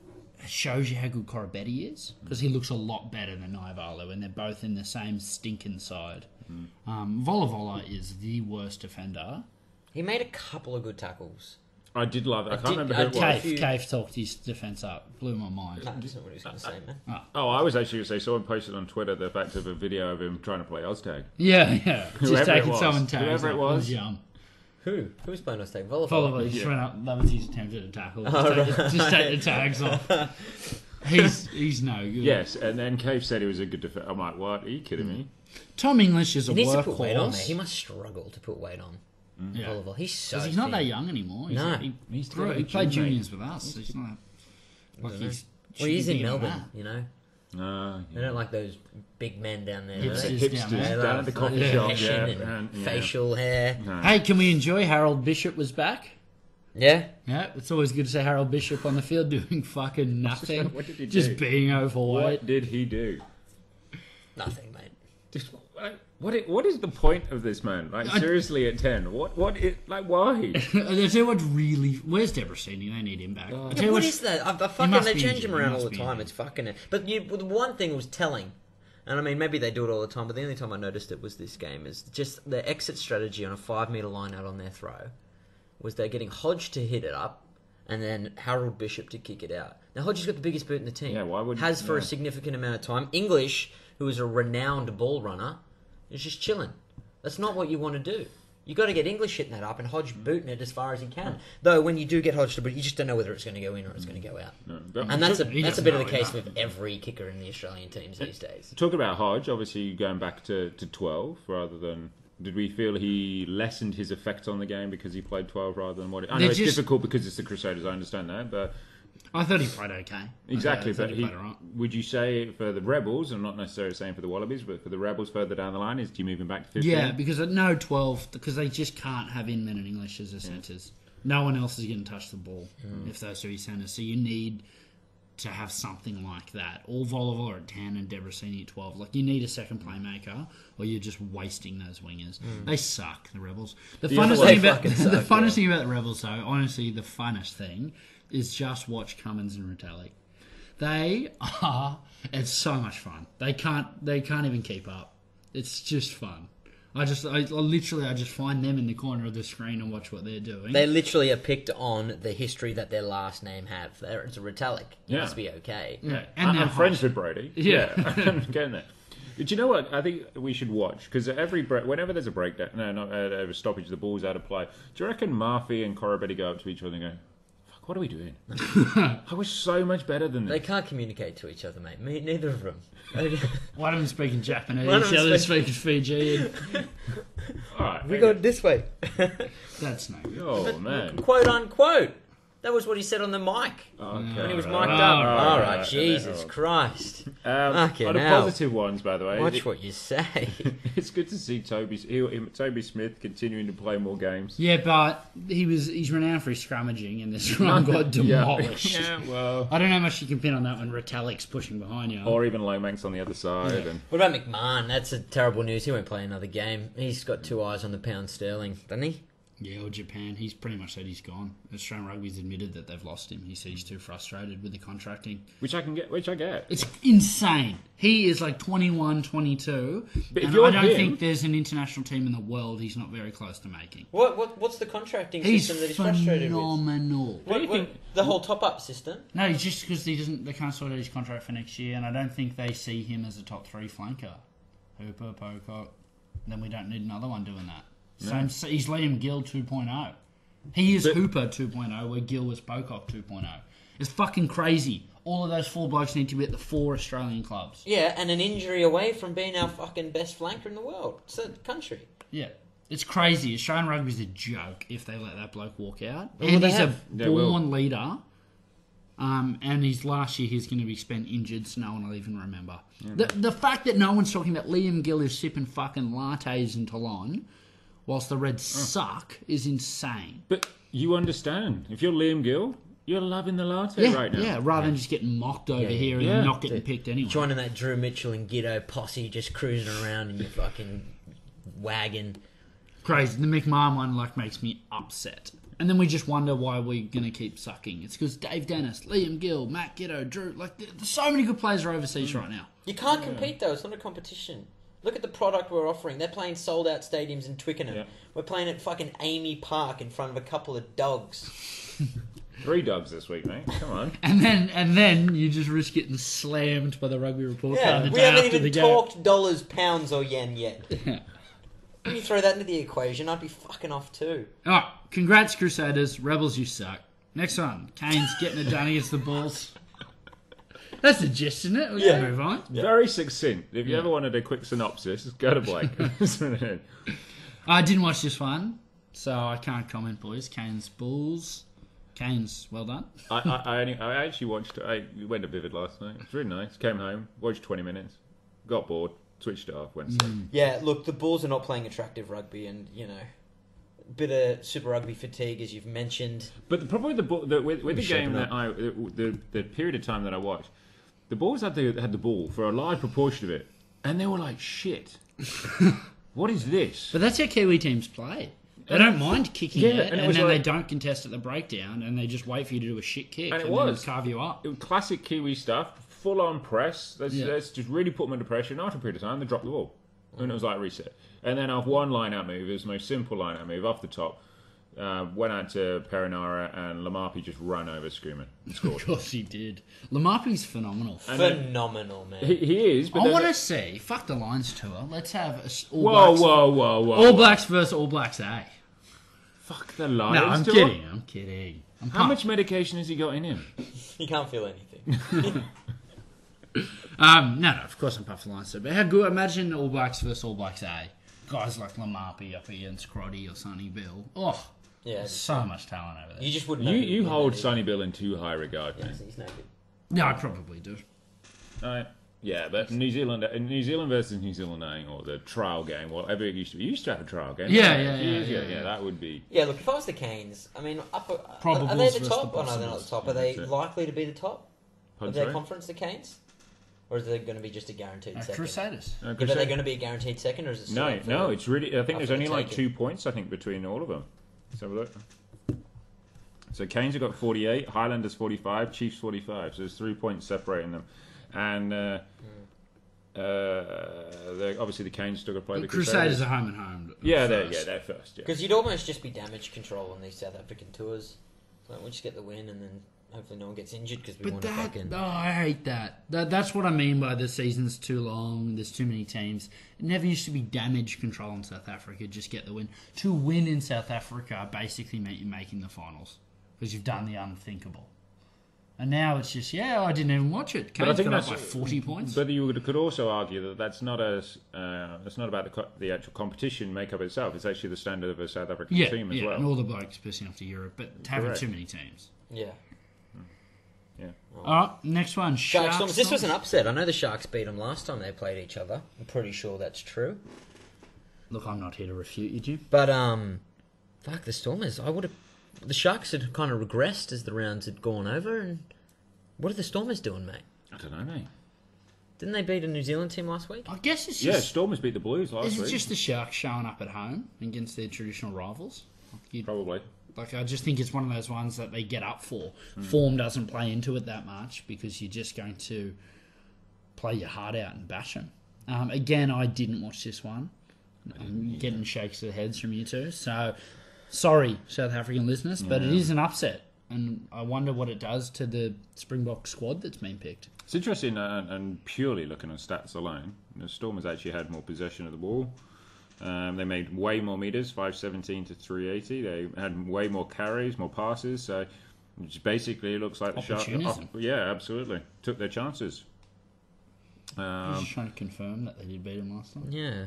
[SPEAKER 3] shows you how good Corabetti is. Because he looks a lot better than Naivalu and they're both in the same stinking side.
[SPEAKER 4] Mm.
[SPEAKER 3] Um, Vola Vola is the worst defender.
[SPEAKER 5] He made a couple of good tackles.
[SPEAKER 4] I did love it. I, can't
[SPEAKER 5] did-
[SPEAKER 4] remember
[SPEAKER 5] I
[SPEAKER 4] who it
[SPEAKER 5] did-
[SPEAKER 4] was.
[SPEAKER 3] Cave,
[SPEAKER 5] if you-
[SPEAKER 3] Cave talked his defence up. Blew my mind.
[SPEAKER 5] No, that's not what he was going to say, man.
[SPEAKER 3] Uh,
[SPEAKER 4] Oh, I was actually going to say someone posted on Twitter the fact of a video of him trying to play Oztag.
[SPEAKER 3] Yeah, yeah.
[SPEAKER 4] Whoever
[SPEAKER 3] Just
[SPEAKER 4] it
[SPEAKER 3] taking
[SPEAKER 4] was.
[SPEAKER 3] someone tags.
[SPEAKER 4] Whoever it
[SPEAKER 3] like,
[SPEAKER 4] was.
[SPEAKER 3] oh, yum.
[SPEAKER 5] Who? Who was playing us take? Volo.
[SPEAKER 3] Vola Vola just
[SPEAKER 4] Yeah.
[SPEAKER 3] ran up. That was his attempt at a tackle. Just, take, the- just take the tags off. He's he's no good.
[SPEAKER 4] Yes, and then Cave said he was a good defender. I'm like, what? Are you kidding me?
[SPEAKER 3] Tom English is a
[SPEAKER 5] He needs to put weight on there.
[SPEAKER 3] workhorse.
[SPEAKER 5] He must struggle to put weight on.
[SPEAKER 3] Yeah.
[SPEAKER 5] Volo Volo. He's so.
[SPEAKER 3] Because he's not
[SPEAKER 5] thin.
[SPEAKER 3] that young anymore. He's,
[SPEAKER 5] No.
[SPEAKER 3] he,
[SPEAKER 4] He's
[SPEAKER 3] grew-
[SPEAKER 4] still
[SPEAKER 3] he
[SPEAKER 4] a
[SPEAKER 3] played
[SPEAKER 4] junior.
[SPEAKER 3] juniors with us. So he's not like he's.
[SPEAKER 5] Well, he's
[SPEAKER 3] should be
[SPEAKER 5] in
[SPEAKER 3] bigger than
[SPEAKER 5] Melbourne.
[SPEAKER 3] that.
[SPEAKER 5] You know,
[SPEAKER 3] Mm.
[SPEAKER 4] Ah,
[SPEAKER 5] they don't like those big men down there. do
[SPEAKER 3] Hipsters.
[SPEAKER 5] they?
[SPEAKER 3] He's down
[SPEAKER 4] hipsters
[SPEAKER 3] there.
[SPEAKER 4] down, at the coffee
[SPEAKER 5] Yeah.
[SPEAKER 4] shop. Yeah,
[SPEAKER 5] Fashion and
[SPEAKER 4] and- yeah.
[SPEAKER 5] facial hair.
[SPEAKER 3] Hey, can we enjoy Harold Bishop was back?
[SPEAKER 5] Yeah.
[SPEAKER 3] Yeah, it's always good to see Harold Bishop on the field doing fucking nothing.
[SPEAKER 4] What did he
[SPEAKER 3] just
[SPEAKER 4] do?
[SPEAKER 3] being overweight.
[SPEAKER 4] What did he do?
[SPEAKER 5] Nothing, mate.
[SPEAKER 4] Just like, what? i- What is the point of this man? Like
[SPEAKER 3] I-
[SPEAKER 4] seriously, at ten, what? What? Is, like why?
[SPEAKER 3] I tell you what really. Where's Deborah Sini? They need him back. I tell
[SPEAKER 5] Oh. Yeah,
[SPEAKER 3] you
[SPEAKER 5] what
[SPEAKER 3] what,
[SPEAKER 5] is that? I, I fucking
[SPEAKER 3] must
[SPEAKER 5] they
[SPEAKER 3] be
[SPEAKER 5] change
[SPEAKER 3] injured.
[SPEAKER 5] him
[SPEAKER 3] He
[SPEAKER 5] around
[SPEAKER 3] must
[SPEAKER 5] all the
[SPEAKER 3] be
[SPEAKER 5] time.
[SPEAKER 3] injured.
[SPEAKER 5] It's fucking. But you, well, the one thing was telling, and I mean maybe they do it all the time. But the only time I noticed it was this game is just their exit strategy on a five meter line out on their throw was they're getting Hodge to hit it up, and then Harold Bishop to kick it out. Now Hodge has got the biggest boot in the team.
[SPEAKER 4] Yeah, why would-
[SPEAKER 5] has for a
[SPEAKER 4] yeah.
[SPEAKER 5] significant amount of time. English, who is a renowned ball runner, is just chilling. That's not what you want to do. You got to get English hitting that up and Hodge booting it as far as he can. Though when you do get Hodge to boot, you just don't know whether it's going to go in or it's going to go out.
[SPEAKER 4] But-
[SPEAKER 5] And that's a
[SPEAKER 3] He
[SPEAKER 5] that's a
[SPEAKER 3] doesn't
[SPEAKER 5] bit of
[SPEAKER 3] know
[SPEAKER 5] the case
[SPEAKER 3] enough.
[SPEAKER 5] with every kicker in the Australian teams these days.
[SPEAKER 4] Talking about Hodge, obviously going back to, to 12 rather than. Did we feel he lessened his effect on the game because he played 12 rather than what? It, I know
[SPEAKER 3] They're
[SPEAKER 4] it's
[SPEAKER 3] just-
[SPEAKER 4] difficult because it's the Crusaders. I understand that, but
[SPEAKER 3] I thought he played okay.
[SPEAKER 4] exactly.
[SPEAKER 3] I thought
[SPEAKER 4] but he,
[SPEAKER 3] played alright.
[SPEAKER 4] would you say for the Rebels, and not necessarily saying for the Wallabies, but for the Rebels further down the line, is do you move him back to 15?
[SPEAKER 3] Yeah, because at no 12, because they just can't have Inman and English as their centres. No one else is going to touch the ball if those two are your centres. So you need to have something like that. All Volleyball at 10 and Deborah Sini at 12. Like, you need a second playmaker or you're just wasting those wingers. They suck, the Rebels. The,
[SPEAKER 4] other
[SPEAKER 3] funnest thing,
[SPEAKER 4] way
[SPEAKER 3] about, the
[SPEAKER 5] Hmm. fucking suck,
[SPEAKER 3] funnest
[SPEAKER 5] yeah.
[SPEAKER 3] thing about the Rebels, though, honestly, the funnest thing is just watch Cummins and Retallick. They are. It's so much fun. They can't. They can't even keep up. It's just fun. I just. I, I literally. I just find them in the corner of the screen and watch what they're doing.
[SPEAKER 5] They literally are picked on the history that their last name have. There, it's a retallick. You
[SPEAKER 4] Yeah.
[SPEAKER 5] must be okay.
[SPEAKER 3] yeah,
[SPEAKER 4] And
[SPEAKER 3] and they're
[SPEAKER 4] I'm friends
[SPEAKER 3] friends.
[SPEAKER 4] with Brody.
[SPEAKER 3] Yeah.
[SPEAKER 4] I'm getting there. But you know what? I think we should watch because every break, whenever there's a breakdown, no, not uh, a stoppage, the ball's out of play. Do you reckon Murphy and Corabetti go up to each other and go, "Fuck, what are we doing? I was so much better than
[SPEAKER 5] They
[SPEAKER 4] this."
[SPEAKER 5] can't communicate to each other, mate. Me, neither of them. Okay.
[SPEAKER 3] One of them speaking Japanese,
[SPEAKER 5] One of
[SPEAKER 3] the
[SPEAKER 5] them
[SPEAKER 3] other speaking Fijian.
[SPEAKER 4] All right,
[SPEAKER 5] we go this way,
[SPEAKER 3] That's no good.
[SPEAKER 4] Oh man,
[SPEAKER 5] quote unquote. That was what he said on the mic
[SPEAKER 4] Okay.
[SPEAKER 5] when he was mic'd
[SPEAKER 4] right.
[SPEAKER 5] up.
[SPEAKER 3] All
[SPEAKER 5] All right,
[SPEAKER 4] right,
[SPEAKER 5] Jesus
[SPEAKER 4] all right.
[SPEAKER 5] Christ.
[SPEAKER 4] Um,
[SPEAKER 5] Fucking
[SPEAKER 4] on the
[SPEAKER 5] hell.
[SPEAKER 4] positive ones, by the way,
[SPEAKER 5] Watch
[SPEAKER 4] it-
[SPEAKER 5] what you say.
[SPEAKER 4] it's good to see Toby, he- him- Toby Smith continuing to play more games.
[SPEAKER 3] Yeah, but he was he's renowned for his scrummaging, and the scrum got demolished. Uh,
[SPEAKER 4] Yeah, well.
[SPEAKER 3] I don't know how much you can pin on that when Retallick's pushing behind you.
[SPEAKER 4] Or even Lomax on the other side. And
[SPEAKER 5] What about McMahon? That's a terrible news. He won't play another game. He's got two eyes on the pound sterling, doesn't he?
[SPEAKER 3] yeah, or Japan. He's pretty much said he's gone. Australian rugby's admitted that they've lost him. He said he's too frustrated with the contracting.
[SPEAKER 4] which I can get, which I get.
[SPEAKER 3] It's insane. He is like 21, 22.
[SPEAKER 4] But if
[SPEAKER 3] and
[SPEAKER 4] you're
[SPEAKER 3] I don't
[SPEAKER 4] him-
[SPEAKER 3] think there's an international team in the world he's not very close to making.
[SPEAKER 5] What, what What's the contracting
[SPEAKER 3] He's
[SPEAKER 5] system that he's frustrated with?
[SPEAKER 3] phenomenal.
[SPEAKER 5] What, what, the whole top up system?
[SPEAKER 3] No, it's just because he doesn't. They can't sort out his contract for next year, and I don't think they see him as a top three flanker. Hooper, Pocock. Then we don't need another one doing that. Same. So he's Liam Gill 2.0. He is Hooper 2.0, where Gill was Pocock 2.0. It's fucking crazy. All of those four blokes need to be at the four Australian clubs.
[SPEAKER 5] Yeah, and an injury away from being our fucking best flanker in the world. It's a country.
[SPEAKER 3] Yeah. It's crazy. Australian rugby's a joke if they let that bloke walk out.
[SPEAKER 5] Well,
[SPEAKER 3] and
[SPEAKER 5] they
[SPEAKER 3] he's
[SPEAKER 5] have.
[SPEAKER 3] a
[SPEAKER 4] They will.
[SPEAKER 3] born leader. Um, and his last year, he's going to be spent injured, so no one will even remember. The, the fact that no one's talking about Liam Gill is sipping fucking lattes in Toulon, whilst the Reds suck, is insane.
[SPEAKER 4] But you understand. If you're Liam Gill, you're loving the latte
[SPEAKER 3] Yeah,
[SPEAKER 4] right now.
[SPEAKER 3] yeah. Rather than just getting mocked over here and
[SPEAKER 4] Yeah.
[SPEAKER 3] not getting picked anyway.
[SPEAKER 5] Joining that Drew Mitchell and Giddo posse just cruising around in your fucking wagon.
[SPEAKER 3] Crazy. The McMahon one like makes me upset. And then we just wonder why we're gonna keep sucking. It's because Dave Dennis, Liam Gill, Matt Giddo, Drew. Like, there- there's so many good players are overseas right now.
[SPEAKER 5] You can't compete though. It's not a competition. Look at the product we're offering. They're playing sold out stadiums in Twickenham.
[SPEAKER 4] Yeah.
[SPEAKER 5] We're playing at fucking Amy Park in front of a couple of dogs.
[SPEAKER 4] Three dubs this week, mate. Come on.
[SPEAKER 3] And then, and then you just risk getting slammed by the rugby reporter.
[SPEAKER 5] Yeah,
[SPEAKER 3] the
[SPEAKER 5] we
[SPEAKER 3] day
[SPEAKER 5] haven't
[SPEAKER 3] after
[SPEAKER 5] even
[SPEAKER 3] the
[SPEAKER 5] talked dollars, pounds, or yen yet. When you throw that into the equation, I'd be fucking off too.
[SPEAKER 3] Game. All right, congrats Crusaders, Rebels, you suck. Next one, Kane's getting it done against the Bulls. That's the gist, isn't it? We
[SPEAKER 5] Yeah.
[SPEAKER 3] can move on.
[SPEAKER 4] Very succinct. If you ever wanted a quick synopsis, go to Blake.
[SPEAKER 3] I didn't watch this one, so I can't comment, boys. Kane's Bulls. Kane's, well done.
[SPEAKER 4] I, I, I, only, I actually watched. I went to Vivid last night. It was really nice. Came home, watched 20 minutes, got bored, switched it off, went to sleep.
[SPEAKER 5] Yeah, look, the Bulls are not playing attractive rugby, and you know, bit of Super Rugby fatigue, as you've mentioned.
[SPEAKER 4] But the problem with the, ball- the with, with the
[SPEAKER 5] shape
[SPEAKER 4] game
[SPEAKER 5] it
[SPEAKER 4] that
[SPEAKER 5] up.
[SPEAKER 4] I the, the the period of time that I watched, the Bulls had the had the ball for a large proportion of it, and they were like shit. what is this?
[SPEAKER 3] But that's how Kiwi teams play. They don't mind kicking
[SPEAKER 4] Yeah,
[SPEAKER 3] it,
[SPEAKER 4] and
[SPEAKER 3] and,
[SPEAKER 4] it was
[SPEAKER 3] then
[SPEAKER 4] like-
[SPEAKER 3] they don't contest at the breakdown, and they just wait for you to do a shit kick,
[SPEAKER 4] And it
[SPEAKER 3] and then
[SPEAKER 4] was.
[SPEAKER 3] carve you up.
[SPEAKER 4] It was classic Kiwi stuff, full on press. That's,
[SPEAKER 3] Yeah.
[SPEAKER 4] that's just really put them under pressure. And after a period of time, they dropped the ball, and it was like reset. And then off one line out move, it was the most simple line out move off the top. Uh, went out to Perinara and Lamapi just ran over screaming and scored.
[SPEAKER 3] Of course he did. Lamapi's phenomenal.
[SPEAKER 5] Phenomenal, man.
[SPEAKER 4] he, he is. But
[SPEAKER 3] I
[SPEAKER 4] there's
[SPEAKER 3] want
[SPEAKER 4] a-
[SPEAKER 3] to see. Fuck the Lions tour. Let's have a s- All
[SPEAKER 4] Whoa,
[SPEAKER 3] Blacks.
[SPEAKER 4] whoa, whoa, whoa!
[SPEAKER 3] All
[SPEAKER 4] whoa.
[SPEAKER 3] Blacks versus All Blacks A.
[SPEAKER 4] Fuck the
[SPEAKER 3] No,
[SPEAKER 4] lions.
[SPEAKER 3] I'm
[SPEAKER 4] do I?
[SPEAKER 3] kidding. I'm kidding. I'm
[SPEAKER 4] How
[SPEAKER 3] pumped.
[SPEAKER 4] much medication has he got in him?
[SPEAKER 5] You can't feel anything.
[SPEAKER 3] Um, no, no, of course I'm pumped for Lions tour. But how good? Imagine All Blacks versus All Blacks A. Guys like Lamapi up against Crotty or Sonny Bill. Oh,
[SPEAKER 5] Yeah,
[SPEAKER 3] so much talent over there.
[SPEAKER 5] you just wouldn't.
[SPEAKER 4] You
[SPEAKER 5] know who
[SPEAKER 4] you
[SPEAKER 5] would
[SPEAKER 4] hold
[SPEAKER 5] be.
[SPEAKER 4] Sonny Bill in too high regard, man.
[SPEAKER 5] He's no good.
[SPEAKER 3] No, I probably do.
[SPEAKER 4] Alright. Yeah, but New Zealand, uh, New Zealand versus New Zealand, eh, or the trial game, whatever it used to be. You used to have a trial game.
[SPEAKER 3] Yeah,
[SPEAKER 4] didn't you?
[SPEAKER 3] yeah,
[SPEAKER 4] A few
[SPEAKER 3] yeah,
[SPEAKER 4] years ago.
[SPEAKER 3] yeah, yeah.
[SPEAKER 4] That would be.
[SPEAKER 5] Yeah, look, if I was the Canes, I mean, up, are,
[SPEAKER 3] Probables
[SPEAKER 5] are they the
[SPEAKER 3] versus
[SPEAKER 5] top?
[SPEAKER 3] the
[SPEAKER 5] oh, no, they're not the
[SPEAKER 3] possibles.
[SPEAKER 5] top. Are they
[SPEAKER 4] That's it.
[SPEAKER 5] likely to be the top
[SPEAKER 4] Pardon,
[SPEAKER 5] of their
[SPEAKER 4] sorry?
[SPEAKER 5] conference, the Canes? Or is it going to be just a guaranteed
[SPEAKER 3] Uh,
[SPEAKER 5] second?
[SPEAKER 3] Crusaders.
[SPEAKER 4] No,
[SPEAKER 5] Yeah, but are they
[SPEAKER 4] Crusade-
[SPEAKER 5] going to be a guaranteed second, or is it still
[SPEAKER 4] no,
[SPEAKER 5] up for-
[SPEAKER 4] no, it's really. I think
[SPEAKER 5] I
[SPEAKER 4] there's
[SPEAKER 5] think
[SPEAKER 4] only
[SPEAKER 5] it's
[SPEAKER 4] like
[SPEAKER 5] taken.
[SPEAKER 4] two points. I think between all of them. Let's have a look. So Canes have got 48, Highlanders 45, Chiefs 45. So there's three points separating them, and uh, uh, they're- obviously the Canes still got to play the Crusaders.
[SPEAKER 3] Hmm. Crusaders are home and home.
[SPEAKER 4] Yeah, they're,
[SPEAKER 3] first.
[SPEAKER 4] yeah, they're first. Yeah.
[SPEAKER 5] Because you'd almost just be damage control on these South African tours. Like, we just get the win, and then hopefully no one gets injured because we
[SPEAKER 3] But
[SPEAKER 5] want to
[SPEAKER 3] that,
[SPEAKER 5] fucking.
[SPEAKER 3] oh, I hate that. that. That's what I mean by the season's too long, there's too many teams. It never used to be damage control in South Africa, just get the win. To win in South Africa basically meant you're making the finals because you've done the unthinkable. And now it's just, yeah, I didn't even watch it. Kane's
[SPEAKER 4] I think
[SPEAKER 3] got up by
[SPEAKER 4] that's-
[SPEAKER 3] 40 points.
[SPEAKER 4] But you could also argue that that's not a s- uh, that's not about the, co- the actual competition makeup itself. It's actually the standard of a South African
[SPEAKER 3] yeah,
[SPEAKER 4] team as
[SPEAKER 3] yeah,
[SPEAKER 4] well.
[SPEAKER 3] and all the blokes pissing off to Europe, but having
[SPEAKER 4] Correct.
[SPEAKER 3] too many teams.
[SPEAKER 5] Yeah.
[SPEAKER 3] All right, next one.
[SPEAKER 5] Sharks.
[SPEAKER 3] Sharks.
[SPEAKER 5] Storms. This was
[SPEAKER 3] Storms.
[SPEAKER 5] an upset. I know the Sharks beat them last time they played each other. I'm pretty sure that's true.
[SPEAKER 3] Look, I'm not here to refute you, Jim.
[SPEAKER 5] But um, fuck the Stormers. I would have. The Sharks had kind of regressed as the rounds had gone over, and what are the Stormers doing, mate?
[SPEAKER 4] I don't know, mate.
[SPEAKER 5] Didn't they beat a New Zealand team last week?
[SPEAKER 3] I guess it's
[SPEAKER 4] Yeah,
[SPEAKER 3] just.
[SPEAKER 4] Stormers beat the Blues last
[SPEAKER 3] is it
[SPEAKER 4] week.
[SPEAKER 3] just the Sharks showing up at home against their traditional rivals? You'd
[SPEAKER 4] Probably.
[SPEAKER 3] Like I just think it's one of those ones that they get up for. Form doesn't play into it that much because you're just going to play your heart out and bash them. Um, again, I didn't watch this one. I'm getting shakes of heads from you two. So sorry, South African listeners, but it is an upset, and I wonder what it does to the Springbok squad that's been picked.
[SPEAKER 4] It's interesting, uh, and, and purely looking on stats alone, the Stormers actually had more possession of the ball. Um, they made way more meters, 517 to 380. They had way more carries, more passes. So, which basically looks like the Sharks.
[SPEAKER 3] Opportunism.
[SPEAKER 4] oh, yeah, absolutely. Took their chances. Um,
[SPEAKER 3] I'm just trying to confirm that they did beat them last time.
[SPEAKER 5] Yeah.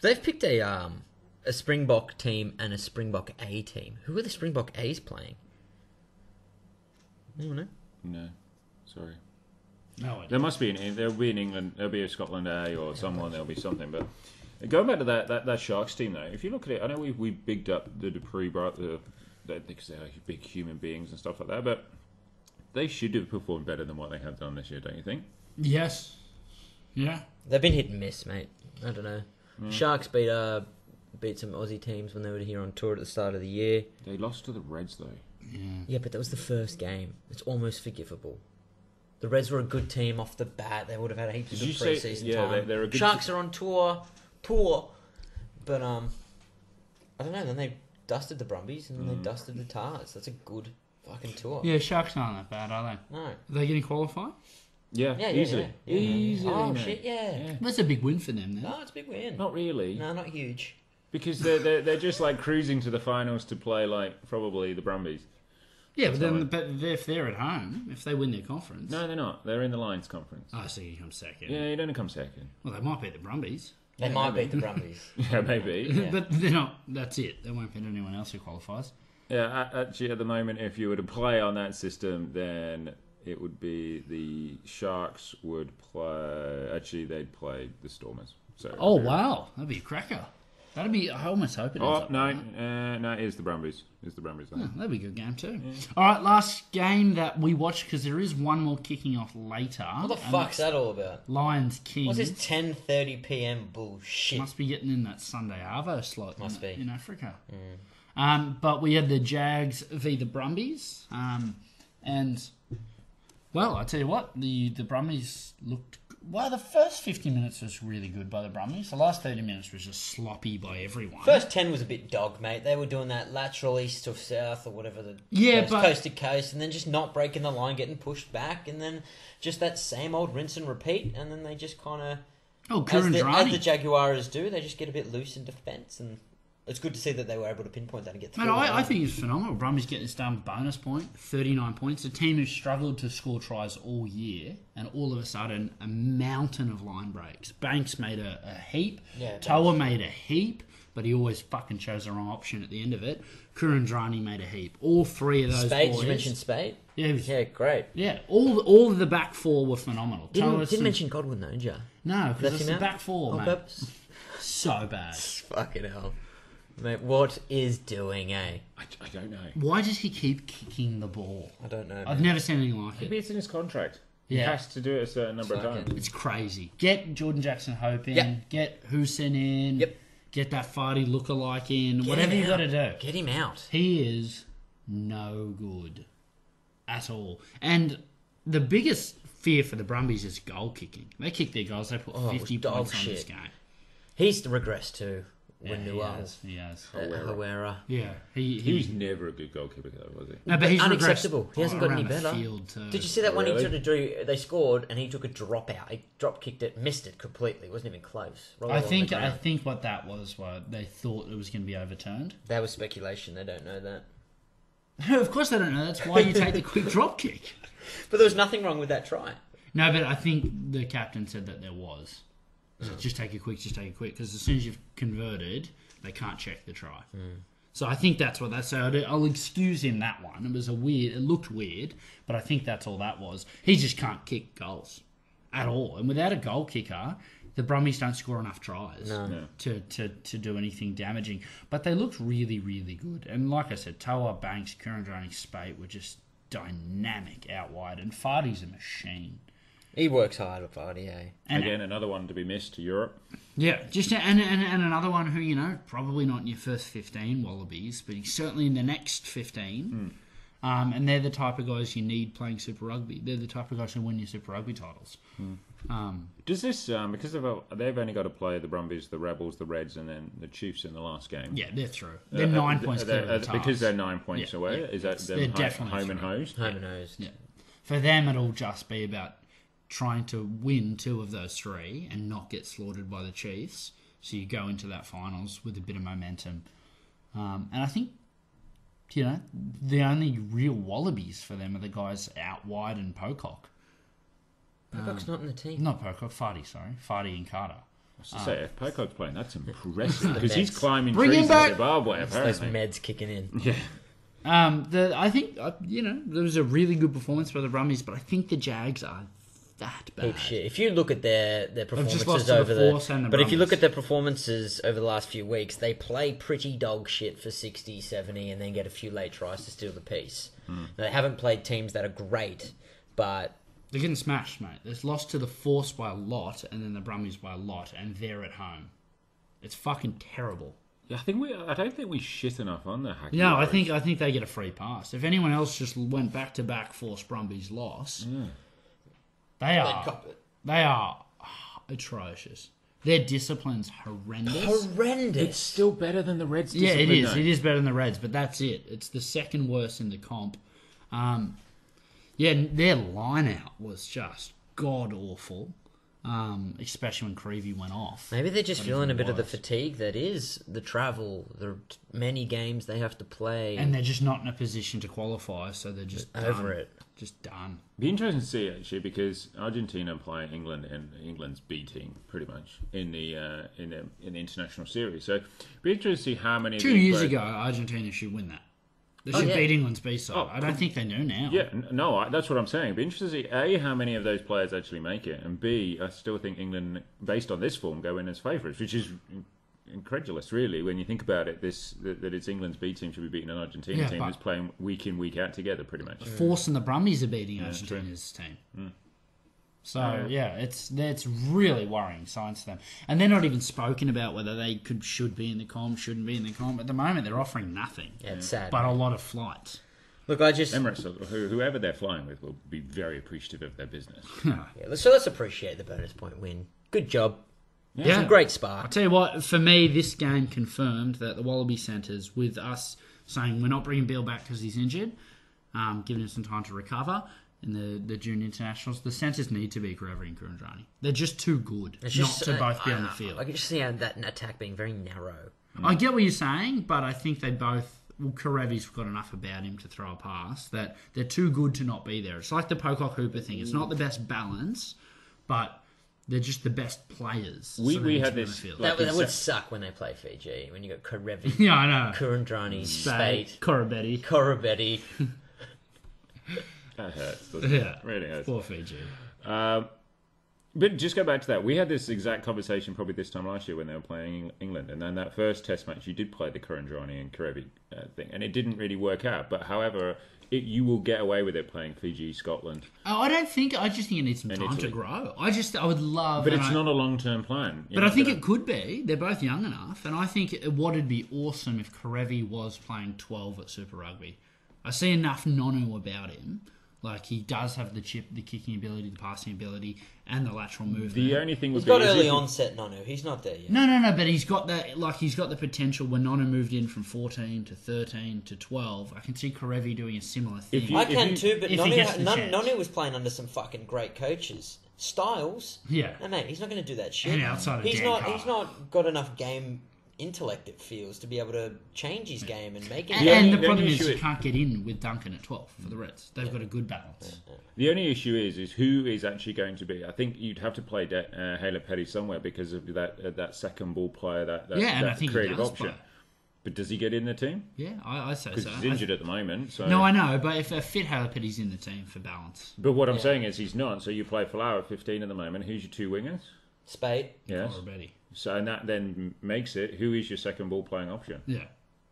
[SPEAKER 5] They've picked a um a Springbok team and a Springbok A team. Who are the Springbok A's playing? Anyone know?
[SPEAKER 4] No, sorry.
[SPEAKER 3] No, I
[SPEAKER 4] There must be an there'll be an England there'll be a Scotland A or someone there'll be something. But going back to that that, that Sharks team though, if you look at it, I know we we bigged up the Dupree brother because they're big human beings and stuff like that, but they should have performed better than what they have done this year, don't you think?
[SPEAKER 3] Yes. Yeah.
[SPEAKER 5] They've been hit and miss, mate. I don't know. Sharks beat uh beat some Aussie teams when they were here on tour at the start of the year.
[SPEAKER 4] They lost to the Reds though.
[SPEAKER 5] Yeah, but that was the first game. It's almost forgivable. The Reds were a good team off the bat. They would have had heaps
[SPEAKER 4] Did you
[SPEAKER 5] of
[SPEAKER 4] say-
[SPEAKER 5] preseason
[SPEAKER 4] yeah,
[SPEAKER 5] time.
[SPEAKER 4] they- they're a good
[SPEAKER 5] Sharks are on tour, tour, but um, I don't know. Then they dusted the Brumbies and then
[SPEAKER 4] Mm.
[SPEAKER 5] they dusted the Tars. That's a good fucking tour.
[SPEAKER 3] Yeah, Sharks aren't that bad, are they?
[SPEAKER 5] No.
[SPEAKER 3] Are they going to qualify?
[SPEAKER 4] Yeah,
[SPEAKER 5] Yeah, yeah,
[SPEAKER 4] easily,
[SPEAKER 5] yeah, yeah.
[SPEAKER 4] easily.
[SPEAKER 5] Oh
[SPEAKER 4] mate.
[SPEAKER 5] shit, yeah.
[SPEAKER 3] That's a big win for them, then.
[SPEAKER 5] No, it's a big win.
[SPEAKER 4] Not really,
[SPEAKER 5] No, not huge.
[SPEAKER 4] because they're, they're they're just like cruising to the finals to play like probably the Brumbies.
[SPEAKER 3] Yeah, but then
[SPEAKER 4] not
[SPEAKER 3] but they- if they're at home, if they win their conference,
[SPEAKER 4] No, they're not. They're in the Lions conference.
[SPEAKER 3] oh, so you come second.
[SPEAKER 4] Yeah, you don't come second.
[SPEAKER 3] Well, they might beat the Brumbies,
[SPEAKER 5] They might beat the Brumbies.
[SPEAKER 4] Yeah, maybe.
[SPEAKER 3] but they're not. That's it. They won't beat anyone else who qualifies.
[SPEAKER 4] Yeah, a- actually, at the moment, if you were to play on that system, then it would be the Sharks would play. Actually, they'd play the Stormers. So
[SPEAKER 3] Oh wow, that'd be a cracker. That'd be. I almost hope it. ends
[SPEAKER 4] Oh
[SPEAKER 3] up
[SPEAKER 4] no,
[SPEAKER 3] like that.
[SPEAKER 4] uh, no, it's the Brumbies. It's the Brumbies. I think.
[SPEAKER 3] That'd be a good game too. All right, last game that we watched because there is one more kicking off later.
[SPEAKER 5] What the fuck's that all about?
[SPEAKER 3] Lions Kings
[SPEAKER 5] What's this 10:30 p.m. bullshit?
[SPEAKER 3] Mm-hmm. must be getting in that Sunday Arvo slot.
[SPEAKER 5] Must
[SPEAKER 3] in,
[SPEAKER 5] be. Mm.
[SPEAKER 3] in Africa. Um, but we had the Jags v the Brumbies, um, and well, I tell you what, the the Brumbies looked. Well, the first fifty minutes was really good by the Brumbies. The last thirty minutes was just sloppy by everyone.
[SPEAKER 5] First ten was a bit dog, mate. They were doing that lateral east to south or whatever the
[SPEAKER 3] Yeah,
[SPEAKER 5] coast,
[SPEAKER 3] but-
[SPEAKER 5] coast to coast, and then just not breaking the line, getting pushed back, and then just that same old rinse and repeat. And then they just kind of,
[SPEAKER 3] oh,
[SPEAKER 5] as the, as the
[SPEAKER 3] Kurandrani.
[SPEAKER 5] Jaguars do, they just get a bit loose in defence. And it's good to see that they were able to pinpoint that and get through.
[SPEAKER 3] Man,
[SPEAKER 5] that.
[SPEAKER 3] I, I think it's phenomenal. Brumbies getting this done with bonus point, 39 points. A team who struggled to score tries all year, and all of a sudden, a mountain of line breaks. Banks made a, a heap.
[SPEAKER 5] Yeah,
[SPEAKER 3] Toa made a heap, but he always fucking chose the wrong option at the end of it. Kurandrani made a heap. All three of those
[SPEAKER 5] Spade.
[SPEAKER 3] boys.
[SPEAKER 5] Did you mention Spade?
[SPEAKER 3] yeah, it was-
[SPEAKER 5] Yeah, great.
[SPEAKER 3] yeah, all all of the back four were phenomenal.
[SPEAKER 5] Didn't,
[SPEAKER 3] Toa,
[SPEAKER 5] didn't
[SPEAKER 3] Sim-
[SPEAKER 5] mention Godwin though, did you?
[SPEAKER 3] no,
[SPEAKER 5] Left
[SPEAKER 3] because it's
[SPEAKER 5] him
[SPEAKER 3] the
[SPEAKER 5] out?
[SPEAKER 3] back four,
[SPEAKER 5] On
[SPEAKER 3] mate.
[SPEAKER 5] purpose?
[SPEAKER 3] So bad.
[SPEAKER 5] Fucking hell, mate. What is doing, eh?
[SPEAKER 4] I, I don't know.
[SPEAKER 3] Why does he keep kicking the ball?
[SPEAKER 5] I don't know.
[SPEAKER 3] I've never seen anything like it.
[SPEAKER 4] Maybe it's in his contract. He
[SPEAKER 3] Yeah.
[SPEAKER 4] has to do it a certain number of
[SPEAKER 5] Fucking-
[SPEAKER 4] times.
[SPEAKER 3] It's crazy. Get Jordan Jackson Hope in.
[SPEAKER 5] Yep.
[SPEAKER 3] Get Hoosen in.
[SPEAKER 5] Yep.
[SPEAKER 3] Get that Farty lookalike in.
[SPEAKER 5] Get
[SPEAKER 3] whatever
[SPEAKER 5] him
[SPEAKER 3] you got to
[SPEAKER 5] out.
[SPEAKER 3] do.
[SPEAKER 5] Get him out.
[SPEAKER 3] He is no good at all. And the biggest fear for the Brumbies is goal kicking. They kick their goals. They put
[SPEAKER 5] Oh, it was
[SPEAKER 3] 50
[SPEAKER 5] dog
[SPEAKER 3] points on this
[SPEAKER 5] shit.
[SPEAKER 3] game.
[SPEAKER 5] He's regressed to
[SPEAKER 3] Yeah,
[SPEAKER 5] when
[SPEAKER 3] he
[SPEAKER 5] Newell-
[SPEAKER 3] has. He has.
[SPEAKER 5] uh, Herrera.
[SPEAKER 3] Yeah. He,
[SPEAKER 4] He
[SPEAKER 3] he,
[SPEAKER 4] was never a good goalkeeper, though, was he?
[SPEAKER 3] no, but he's regressed
[SPEAKER 5] unacceptable. He hasn't got
[SPEAKER 3] around
[SPEAKER 5] any
[SPEAKER 3] the
[SPEAKER 5] better.
[SPEAKER 3] Field too.
[SPEAKER 5] Did you see that one he
[SPEAKER 4] Really?
[SPEAKER 5] tried to do? They scored, and he took a drop out. He drop kicked it, missed it completely. It wasn't even close. Rolled
[SPEAKER 3] I
[SPEAKER 5] Oh, on the
[SPEAKER 3] think I
[SPEAKER 5] ground.
[SPEAKER 3] think what that was was they thought it was going to be overturned.
[SPEAKER 5] that was speculation. They don't know that.
[SPEAKER 3] of course they don't know. That's why you take the quick drop kick.
[SPEAKER 5] But there was nothing wrong with that try.
[SPEAKER 3] No, but I think the captain said that there was. So just take it quick, just take it quick, because as soon as you've converted, they can't check the try. So I think that's what that. So I'd- I'll excuse him that one. It was a weird. It looked weird, but I think that's all that was. He just can't kick goals at all, and without a goal kicker, the Brummies don't score enough tries to, to to do anything damaging. But they looked really, really good. And like I said, Toa Banks, Kurandrani, Spate were just dynamic out wide, and Fardy's a machine.
[SPEAKER 5] He works hard at eh? RDA.
[SPEAKER 3] And
[SPEAKER 4] Again, another one to be missed to Europe.
[SPEAKER 3] Yeah, just and, and and another one who you know probably not in your first fifteen Wallabies, but he's certainly in the next
[SPEAKER 4] Hmm.
[SPEAKER 3] fifteen. Um, and they're the type of guys you need playing Super Rugby. They're the type of guys who win your Super Rugby titles. Um,
[SPEAKER 4] Does this um, because they've they've only got to play the Brumbies, the Rebels, the Reds, and then the Chiefs in the last game?
[SPEAKER 3] yeah, they're through. They're
[SPEAKER 4] Uh,
[SPEAKER 3] nine
[SPEAKER 4] uh,
[SPEAKER 3] points
[SPEAKER 4] uh,
[SPEAKER 3] clear.
[SPEAKER 4] uh,
[SPEAKER 3] of the
[SPEAKER 4] because
[SPEAKER 3] task.
[SPEAKER 4] they're nine points
[SPEAKER 3] Yeah,
[SPEAKER 4] away.
[SPEAKER 3] yeah.
[SPEAKER 4] Is that them
[SPEAKER 3] They're
[SPEAKER 4] ho-
[SPEAKER 3] definitely
[SPEAKER 4] home and
[SPEAKER 3] through.
[SPEAKER 4] hosed?
[SPEAKER 5] Homer knows.
[SPEAKER 3] Yeah. For them, it'll just be about trying to win two of those three and not get slaughtered by the Chiefs. So you go into that finals with a bit of momentum. Um, and I think, you know, the only real wallabies for them are the guys out wide and Pocock.
[SPEAKER 5] Pocock's not in the team.
[SPEAKER 3] Um, Not Pocock, Fardy, sorry. Fardy and Carter.
[SPEAKER 4] I should say, if Pocock's playing, that's impressive because he's
[SPEAKER 5] Meds.
[SPEAKER 4] climbing
[SPEAKER 3] Ah. Bring him
[SPEAKER 4] trees
[SPEAKER 3] back!
[SPEAKER 4] in Zimbabwe.
[SPEAKER 5] Those
[SPEAKER 4] Apparently,
[SPEAKER 5] meds kicking in.
[SPEAKER 3] Um, the, I think, uh, you know, there was a really good performance by the Brummies, but I think the Jags are that bad.
[SPEAKER 5] Heap shit. If you look at their their
[SPEAKER 3] just
[SPEAKER 5] performances
[SPEAKER 3] lost to the
[SPEAKER 5] over the,
[SPEAKER 3] Force and the
[SPEAKER 5] but if you look
[SPEAKER 3] Brumbies.
[SPEAKER 5] at their performances over the last few weeks, they play pretty dog shit for 60, 70 and then get a few late tries to steal the piece.
[SPEAKER 3] Hmm.
[SPEAKER 5] They haven't played teams that are great, but
[SPEAKER 3] They're getting smashed, mate. They're lost to the Force by a lot, and then the Brummies by a lot, and they're at home. It's fucking terrible.
[SPEAKER 4] Yeah, I think we. I don't think we shit enough on the hacky.
[SPEAKER 3] No, I
[SPEAKER 4] Warriors.
[SPEAKER 3] think I think they get a free pass. If anyone else just went back to back Force Brumbies loss, they are
[SPEAKER 5] cop it.
[SPEAKER 3] they are atrocious. Their discipline's horrendous.
[SPEAKER 5] horrendous.
[SPEAKER 4] it's still better than the Reds.
[SPEAKER 3] Yeah, it
[SPEAKER 4] discipline,
[SPEAKER 3] is.
[SPEAKER 4] though.
[SPEAKER 3] It is better than the Reds, but that's it. It's the second worst in the comp. Um, yeah, their line out was just god awful, um, especially when Creevy went off.
[SPEAKER 5] Maybe they're just feeling a bit of the
[SPEAKER 3] wise.
[SPEAKER 5] fatigue that is the travel, the t- many games they have to play.
[SPEAKER 3] and they're just not in a position to qualify, so they're just
[SPEAKER 5] Over
[SPEAKER 3] done.
[SPEAKER 5] it.
[SPEAKER 3] Just done.
[SPEAKER 4] Be interesting to see actually because Argentina play England and England's B team pretty much in the uh, in the in the international series. So be interesting to see how many of
[SPEAKER 3] Two
[SPEAKER 4] these
[SPEAKER 3] years
[SPEAKER 4] players-
[SPEAKER 3] ago, Argentina should win that. They should
[SPEAKER 5] Oh, yeah.
[SPEAKER 3] beat England's B side.
[SPEAKER 4] Oh,
[SPEAKER 3] I don't think they do now.
[SPEAKER 4] Yeah, n- no, I, that's what I'm saying. It'd be interesting to see a how many of those players actually make it, and b I still think England, based on this form, go in as favourites, which is in- incredulous, really, when you think about it. This that, that it's England's B team should be beating an Argentina
[SPEAKER 3] Yeah,
[SPEAKER 4] team
[SPEAKER 3] but-
[SPEAKER 4] that's playing week in week out together, pretty much.
[SPEAKER 3] Force and the Brumbies are beating
[SPEAKER 4] that's true.
[SPEAKER 3] Argentina's team. So yeah, it's it's really worrying signs to them, and they're not even spoken about whether they could should be in the comp, shouldn't be in the comp. At the moment, they're offering nothing,
[SPEAKER 5] Yeah, it's sad.
[SPEAKER 3] but a lot of flights.
[SPEAKER 5] Look, I just
[SPEAKER 4] Emirates, or who- whoever they're flying with, will be very appreciative of their business.
[SPEAKER 5] yeah, let's- so let's appreciate the bonus point win. Good job,
[SPEAKER 3] Yeah,
[SPEAKER 5] great
[SPEAKER 3] I'll
[SPEAKER 5] spark.
[SPEAKER 3] tell you what, for me, this game confirmed that the Wallaby Centres, with us saying we're not bringing Bill back because he's injured, um, giving him some time to recover in the, the June internationals, the Centres need to be Gravery and Kurandrani. They're just too good
[SPEAKER 5] It's
[SPEAKER 3] not
[SPEAKER 5] just- uh,
[SPEAKER 3] to
[SPEAKER 5] I-
[SPEAKER 3] both be on the
[SPEAKER 5] I-
[SPEAKER 3] field.
[SPEAKER 5] I can just see how that attack being very narrow.
[SPEAKER 3] I get what you're saying, but I think they both. Well, Karevi's got enough about him to throw a pass that they're too good to not be there. It's like the Pocock Hooper thing. It's not the best balance, but they're just the best players.
[SPEAKER 4] We-
[SPEAKER 3] they
[SPEAKER 4] we
[SPEAKER 3] need to
[SPEAKER 4] had
[SPEAKER 3] be on the
[SPEAKER 4] this,
[SPEAKER 3] field.
[SPEAKER 4] like-
[SPEAKER 5] That, that
[SPEAKER 4] it's
[SPEAKER 5] would
[SPEAKER 4] a-
[SPEAKER 5] suck when they play Fiji when you got Karevi,
[SPEAKER 3] yeah, I know.
[SPEAKER 5] Kurandrani, Spate,
[SPEAKER 3] Spate, Corabetti.
[SPEAKER 5] Korobetti.
[SPEAKER 4] That hurts. doesn't it?
[SPEAKER 3] Yeah.
[SPEAKER 4] Really hurts.
[SPEAKER 3] Poor Fiji.
[SPEAKER 4] But just go back to that. We had this exact conversation probably this time last year when they were playing Eng- England, and then that first Test match, you did play the Kurandrani and Karevi uh, thing, and it didn't really work out. But however, it, you will get away with it playing Fiji, Scotland.
[SPEAKER 3] Oh, I don't think. I just think it needs some
[SPEAKER 4] And
[SPEAKER 3] time to
[SPEAKER 4] Italy.
[SPEAKER 3] grow. I just. I would love.
[SPEAKER 4] But
[SPEAKER 3] and
[SPEAKER 4] it's
[SPEAKER 3] I-
[SPEAKER 4] not a long-term plan. you
[SPEAKER 3] But
[SPEAKER 4] know,
[SPEAKER 3] I think
[SPEAKER 4] that-
[SPEAKER 3] it could be. They're both young enough, and I think it- what would be awesome if Karevi was playing twelve at Super Rugby. I see enough Nonu about him. Like he does have the chip, the kicking ability, the passing ability, and the lateral movement.
[SPEAKER 4] the only thing would
[SPEAKER 5] He's
[SPEAKER 4] be
[SPEAKER 5] got
[SPEAKER 4] is
[SPEAKER 5] early
[SPEAKER 4] if-
[SPEAKER 5] onset, Nonu. He's not there yet.
[SPEAKER 3] No, no, no. But he's got that. Like he's got the potential. When Nonu moved in from fourteen to thirteen to twelve, I can see Karevi doing a similar thing.
[SPEAKER 4] If you-
[SPEAKER 5] I can
[SPEAKER 4] you-
[SPEAKER 5] too, but
[SPEAKER 3] if he
[SPEAKER 5] Nonu,
[SPEAKER 3] gets the
[SPEAKER 5] Nonu,
[SPEAKER 3] chance.
[SPEAKER 5] Nonu was playing under some fucking great coaches. Styles,
[SPEAKER 3] Yeah.
[SPEAKER 5] no, mate, he's not going to do that shit.
[SPEAKER 3] And outside of
[SPEAKER 5] he's
[SPEAKER 3] Dan
[SPEAKER 5] not,
[SPEAKER 3] Carter.
[SPEAKER 5] he's not got enough game intellect it feels to be able to change his game and make it.
[SPEAKER 3] And,
[SPEAKER 4] The only-
[SPEAKER 3] the
[SPEAKER 4] the
[SPEAKER 3] problem
[SPEAKER 4] only
[SPEAKER 3] is
[SPEAKER 4] issue
[SPEAKER 3] you
[SPEAKER 4] is-
[SPEAKER 3] can't get in with Duncan at 12 for the Reds. They've got a good balance.
[SPEAKER 4] The only issue is, is who is actually going to be? I think you'd have to play De- uh, Haley Petty somewhere because of that uh, that second ball player, that, that,
[SPEAKER 3] Yeah, and I
[SPEAKER 4] that
[SPEAKER 3] think he
[SPEAKER 4] creative
[SPEAKER 3] does
[SPEAKER 4] option.
[SPEAKER 3] play.
[SPEAKER 4] But does he get in the team?
[SPEAKER 3] Yeah, I, I say
[SPEAKER 4] Because
[SPEAKER 3] so.
[SPEAKER 4] he's injured at the moment. So
[SPEAKER 3] I, no, I know, but if a fit Halipetti's in the team for balance,
[SPEAKER 4] But what I'm
[SPEAKER 5] Yeah.
[SPEAKER 4] saying is he's not. So you play Flower at 15 at the moment. Who's your two wingers?
[SPEAKER 5] Spade.
[SPEAKER 4] Yes.
[SPEAKER 3] already.
[SPEAKER 4] So and that then makes it who is your second ball playing option?
[SPEAKER 3] Yeah.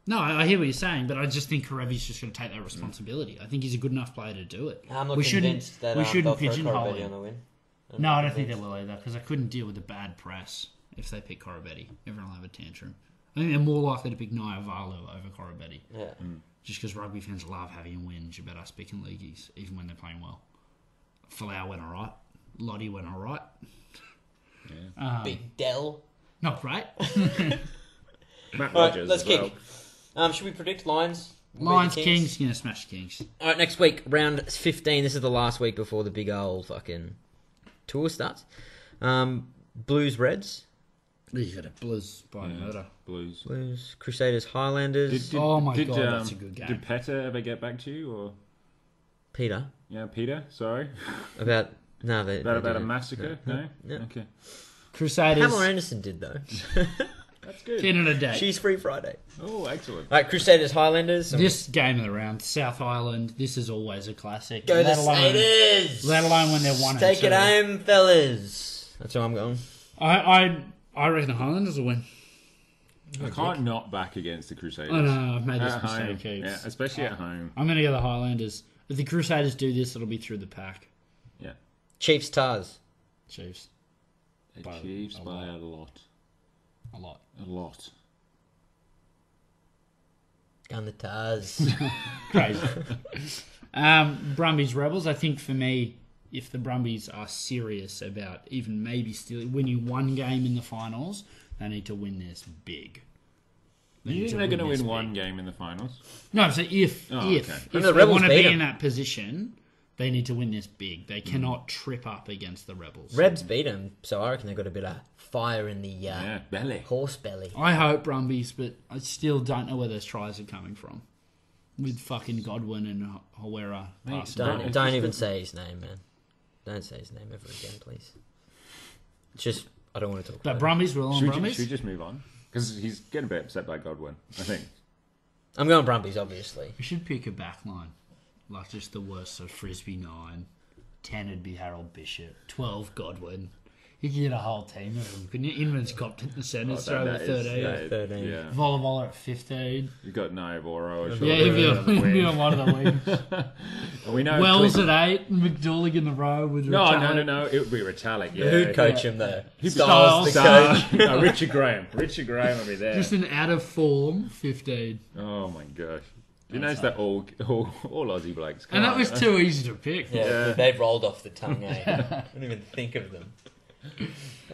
[SPEAKER 3] No, I, I hear what you're saying, but I just think Karevi's just going to take that responsibility. I think he's a good enough player to do it.
[SPEAKER 5] I'm not
[SPEAKER 3] we shouldn't.
[SPEAKER 5] convinced that
[SPEAKER 3] we
[SPEAKER 5] um,
[SPEAKER 3] shouldn't
[SPEAKER 5] they'll throw
[SPEAKER 3] pigeonhole
[SPEAKER 5] Corabetti on
[SPEAKER 3] him.
[SPEAKER 5] the win. I'm
[SPEAKER 3] No,
[SPEAKER 5] not
[SPEAKER 3] I don't think they
[SPEAKER 5] convinced.
[SPEAKER 3] will either because I couldn't deal with the bad press if they pick Corabetti. Everyone will have a tantrum. I think they're more likely to pick Niavalu over Corabetti
[SPEAKER 5] Yeah.
[SPEAKER 3] just because rugby fans love having a whinge about us picking leagueies, even when they're playing well. Falau went all right. Lottie went all right. Mm.
[SPEAKER 5] Big Dell.
[SPEAKER 3] Not great.
[SPEAKER 4] Matt
[SPEAKER 5] All right,
[SPEAKER 4] Rogers.
[SPEAKER 5] let's
[SPEAKER 4] as well.
[SPEAKER 5] kick. Um, should we predict Lions?
[SPEAKER 3] Lions,
[SPEAKER 5] Maybe
[SPEAKER 3] Kings, going to smash the Kings.
[SPEAKER 5] All right, next week, round 15. This is the last week before the big old fucking tour starts. Um, Blues, Reds.
[SPEAKER 3] You've got a Blues by murder.
[SPEAKER 4] Blues.
[SPEAKER 5] Blues, Crusaders, Highlanders.
[SPEAKER 3] Oh my God, that's a good game.
[SPEAKER 4] um, Did Petter ever get back to you or
[SPEAKER 5] Peter.
[SPEAKER 4] yeah, Peter? Sorry,
[SPEAKER 5] About. No, they.
[SPEAKER 4] about
[SPEAKER 5] they
[SPEAKER 4] about a
[SPEAKER 5] didn't.
[SPEAKER 4] massacre? No.
[SPEAKER 5] Yeah.
[SPEAKER 4] Okay,
[SPEAKER 3] Crusaders.
[SPEAKER 5] Pamela Anderson did, though.
[SPEAKER 4] that's good.
[SPEAKER 3] Ten on a day.
[SPEAKER 5] She's free Friday.
[SPEAKER 4] Oh, excellent.
[SPEAKER 5] All right, Crusaders, Highlanders.
[SPEAKER 3] This game of the round, South Island. This is always a classic.
[SPEAKER 5] Go the
[SPEAKER 3] Let alone,
[SPEAKER 5] Satyrs.
[SPEAKER 3] let alone when they're one. and
[SPEAKER 5] Take
[SPEAKER 3] two.
[SPEAKER 5] it home, fellas. That's where I'm going.
[SPEAKER 3] I, I, I reckon the Highlanders will win.
[SPEAKER 4] I can't not back against the Crusaders.
[SPEAKER 3] Oh no, I've made this
[SPEAKER 5] Ah,
[SPEAKER 4] At home,
[SPEAKER 3] mistake
[SPEAKER 4] yeah,
[SPEAKER 3] heaps.
[SPEAKER 4] especially at home.
[SPEAKER 3] I'm gonna go the Highlanders. If the Crusaders do this, it'll be through the pack.
[SPEAKER 4] Yeah,
[SPEAKER 5] Chiefs, Tars.
[SPEAKER 3] Chiefs,
[SPEAKER 4] the
[SPEAKER 3] By
[SPEAKER 4] Chiefs
[SPEAKER 3] a
[SPEAKER 4] by a lot,
[SPEAKER 3] a lot.
[SPEAKER 4] a lot.
[SPEAKER 5] Gun the Tars.
[SPEAKER 3] Crazy. um, Brumbies, Rebels. I think for me, if the Brumbies are serious about even maybe still winning one game in the finals, they need to win this big. They
[SPEAKER 4] You
[SPEAKER 3] need
[SPEAKER 4] think they're going to
[SPEAKER 3] this
[SPEAKER 4] win
[SPEAKER 3] big.
[SPEAKER 4] one game in the finals?
[SPEAKER 3] No, so if
[SPEAKER 4] Oh,
[SPEAKER 3] if,
[SPEAKER 4] okay.
[SPEAKER 3] if
[SPEAKER 5] And the
[SPEAKER 3] they
[SPEAKER 5] Rebels
[SPEAKER 3] want to
[SPEAKER 5] beat
[SPEAKER 3] be
[SPEAKER 5] 'em.
[SPEAKER 3] in that position, they need to win this big. They cannot trip up against the Rebels.
[SPEAKER 5] Rebs beat them, so I reckon they've got a bit of fire in the uh,
[SPEAKER 4] Yeah, belly.
[SPEAKER 5] horse belly.
[SPEAKER 3] I hope Brumbies, but I still don't know where those tries are coming from. With fucking Godwin and Ho- Hawera
[SPEAKER 4] Mate,
[SPEAKER 3] passing.
[SPEAKER 5] Don't
[SPEAKER 4] Right.
[SPEAKER 5] don't even say his name, man. Don't say his name ever again, please. It's just I don't want to talk.
[SPEAKER 3] But
[SPEAKER 5] about it.
[SPEAKER 3] Brumbies, we're all on
[SPEAKER 4] Should we, ju-
[SPEAKER 3] Brumbies.
[SPEAKER 4] should we just move on? Because he's getting a bit upset by Godwin, I think.
[SPEAKER 5] I'm going Brumbies, obviously.
[SPEAKER 3] We should pick a back line. Like just the worst. So Frisbee 9, 10 would be Harold Bishop, 12 Godwin. You could get a whole team of them, couldn't you? Inman's copped in the centre,
[SPEAKER 4] Oh, That-
[SPEAKER 3] throw the
[SPEAKER 4] that is-
[SPEAKER 3] 13.
[SPEAKER 4] yeah,
[SPEAKER 5] Thirteen.
[SPEAKER 4] Yeah,
[SPEAKER 3] Vola Vola at 15.
[SPEAKER 4] you've got Naivoro.
[SPEAKER 3] Yeah, if you're, if you're one of the wings.
[SPEAKER 4] And we know
[SPEAKER 3] Wells
[SPEAKER 4] Cliff-
[SPEAKER 3] at eight, McDoulig in the row with
[SPEAKER 4] No,
[SPEAKER 3] Rattale.
[SPEAKER 4] no, no, no. It would be Retallick. Yeah,
[SPEAKER 5] Who'd coach him though?
[SPEAKER 3] Styles.
[SPEAKER 5] Styles, the
[SPEAKER 4] Star-
[SPEAKER 5] coach.
[SPEAKER 4] no, Richard Graham. Richard Graham would be there.
[SPEAKER 3] Just an out of form fifteen,
[SPEAKER 4] Oh my gosh. You notice that all, all, all Aussie blokes.
[SPEAKER 3] and that
[SPEAKER 4] can't-
[SPEAKER 3] was too easy to pick.
[SPEAKER 5] Yeah, they've rolled off the tongue. Eh? I don't even think of them.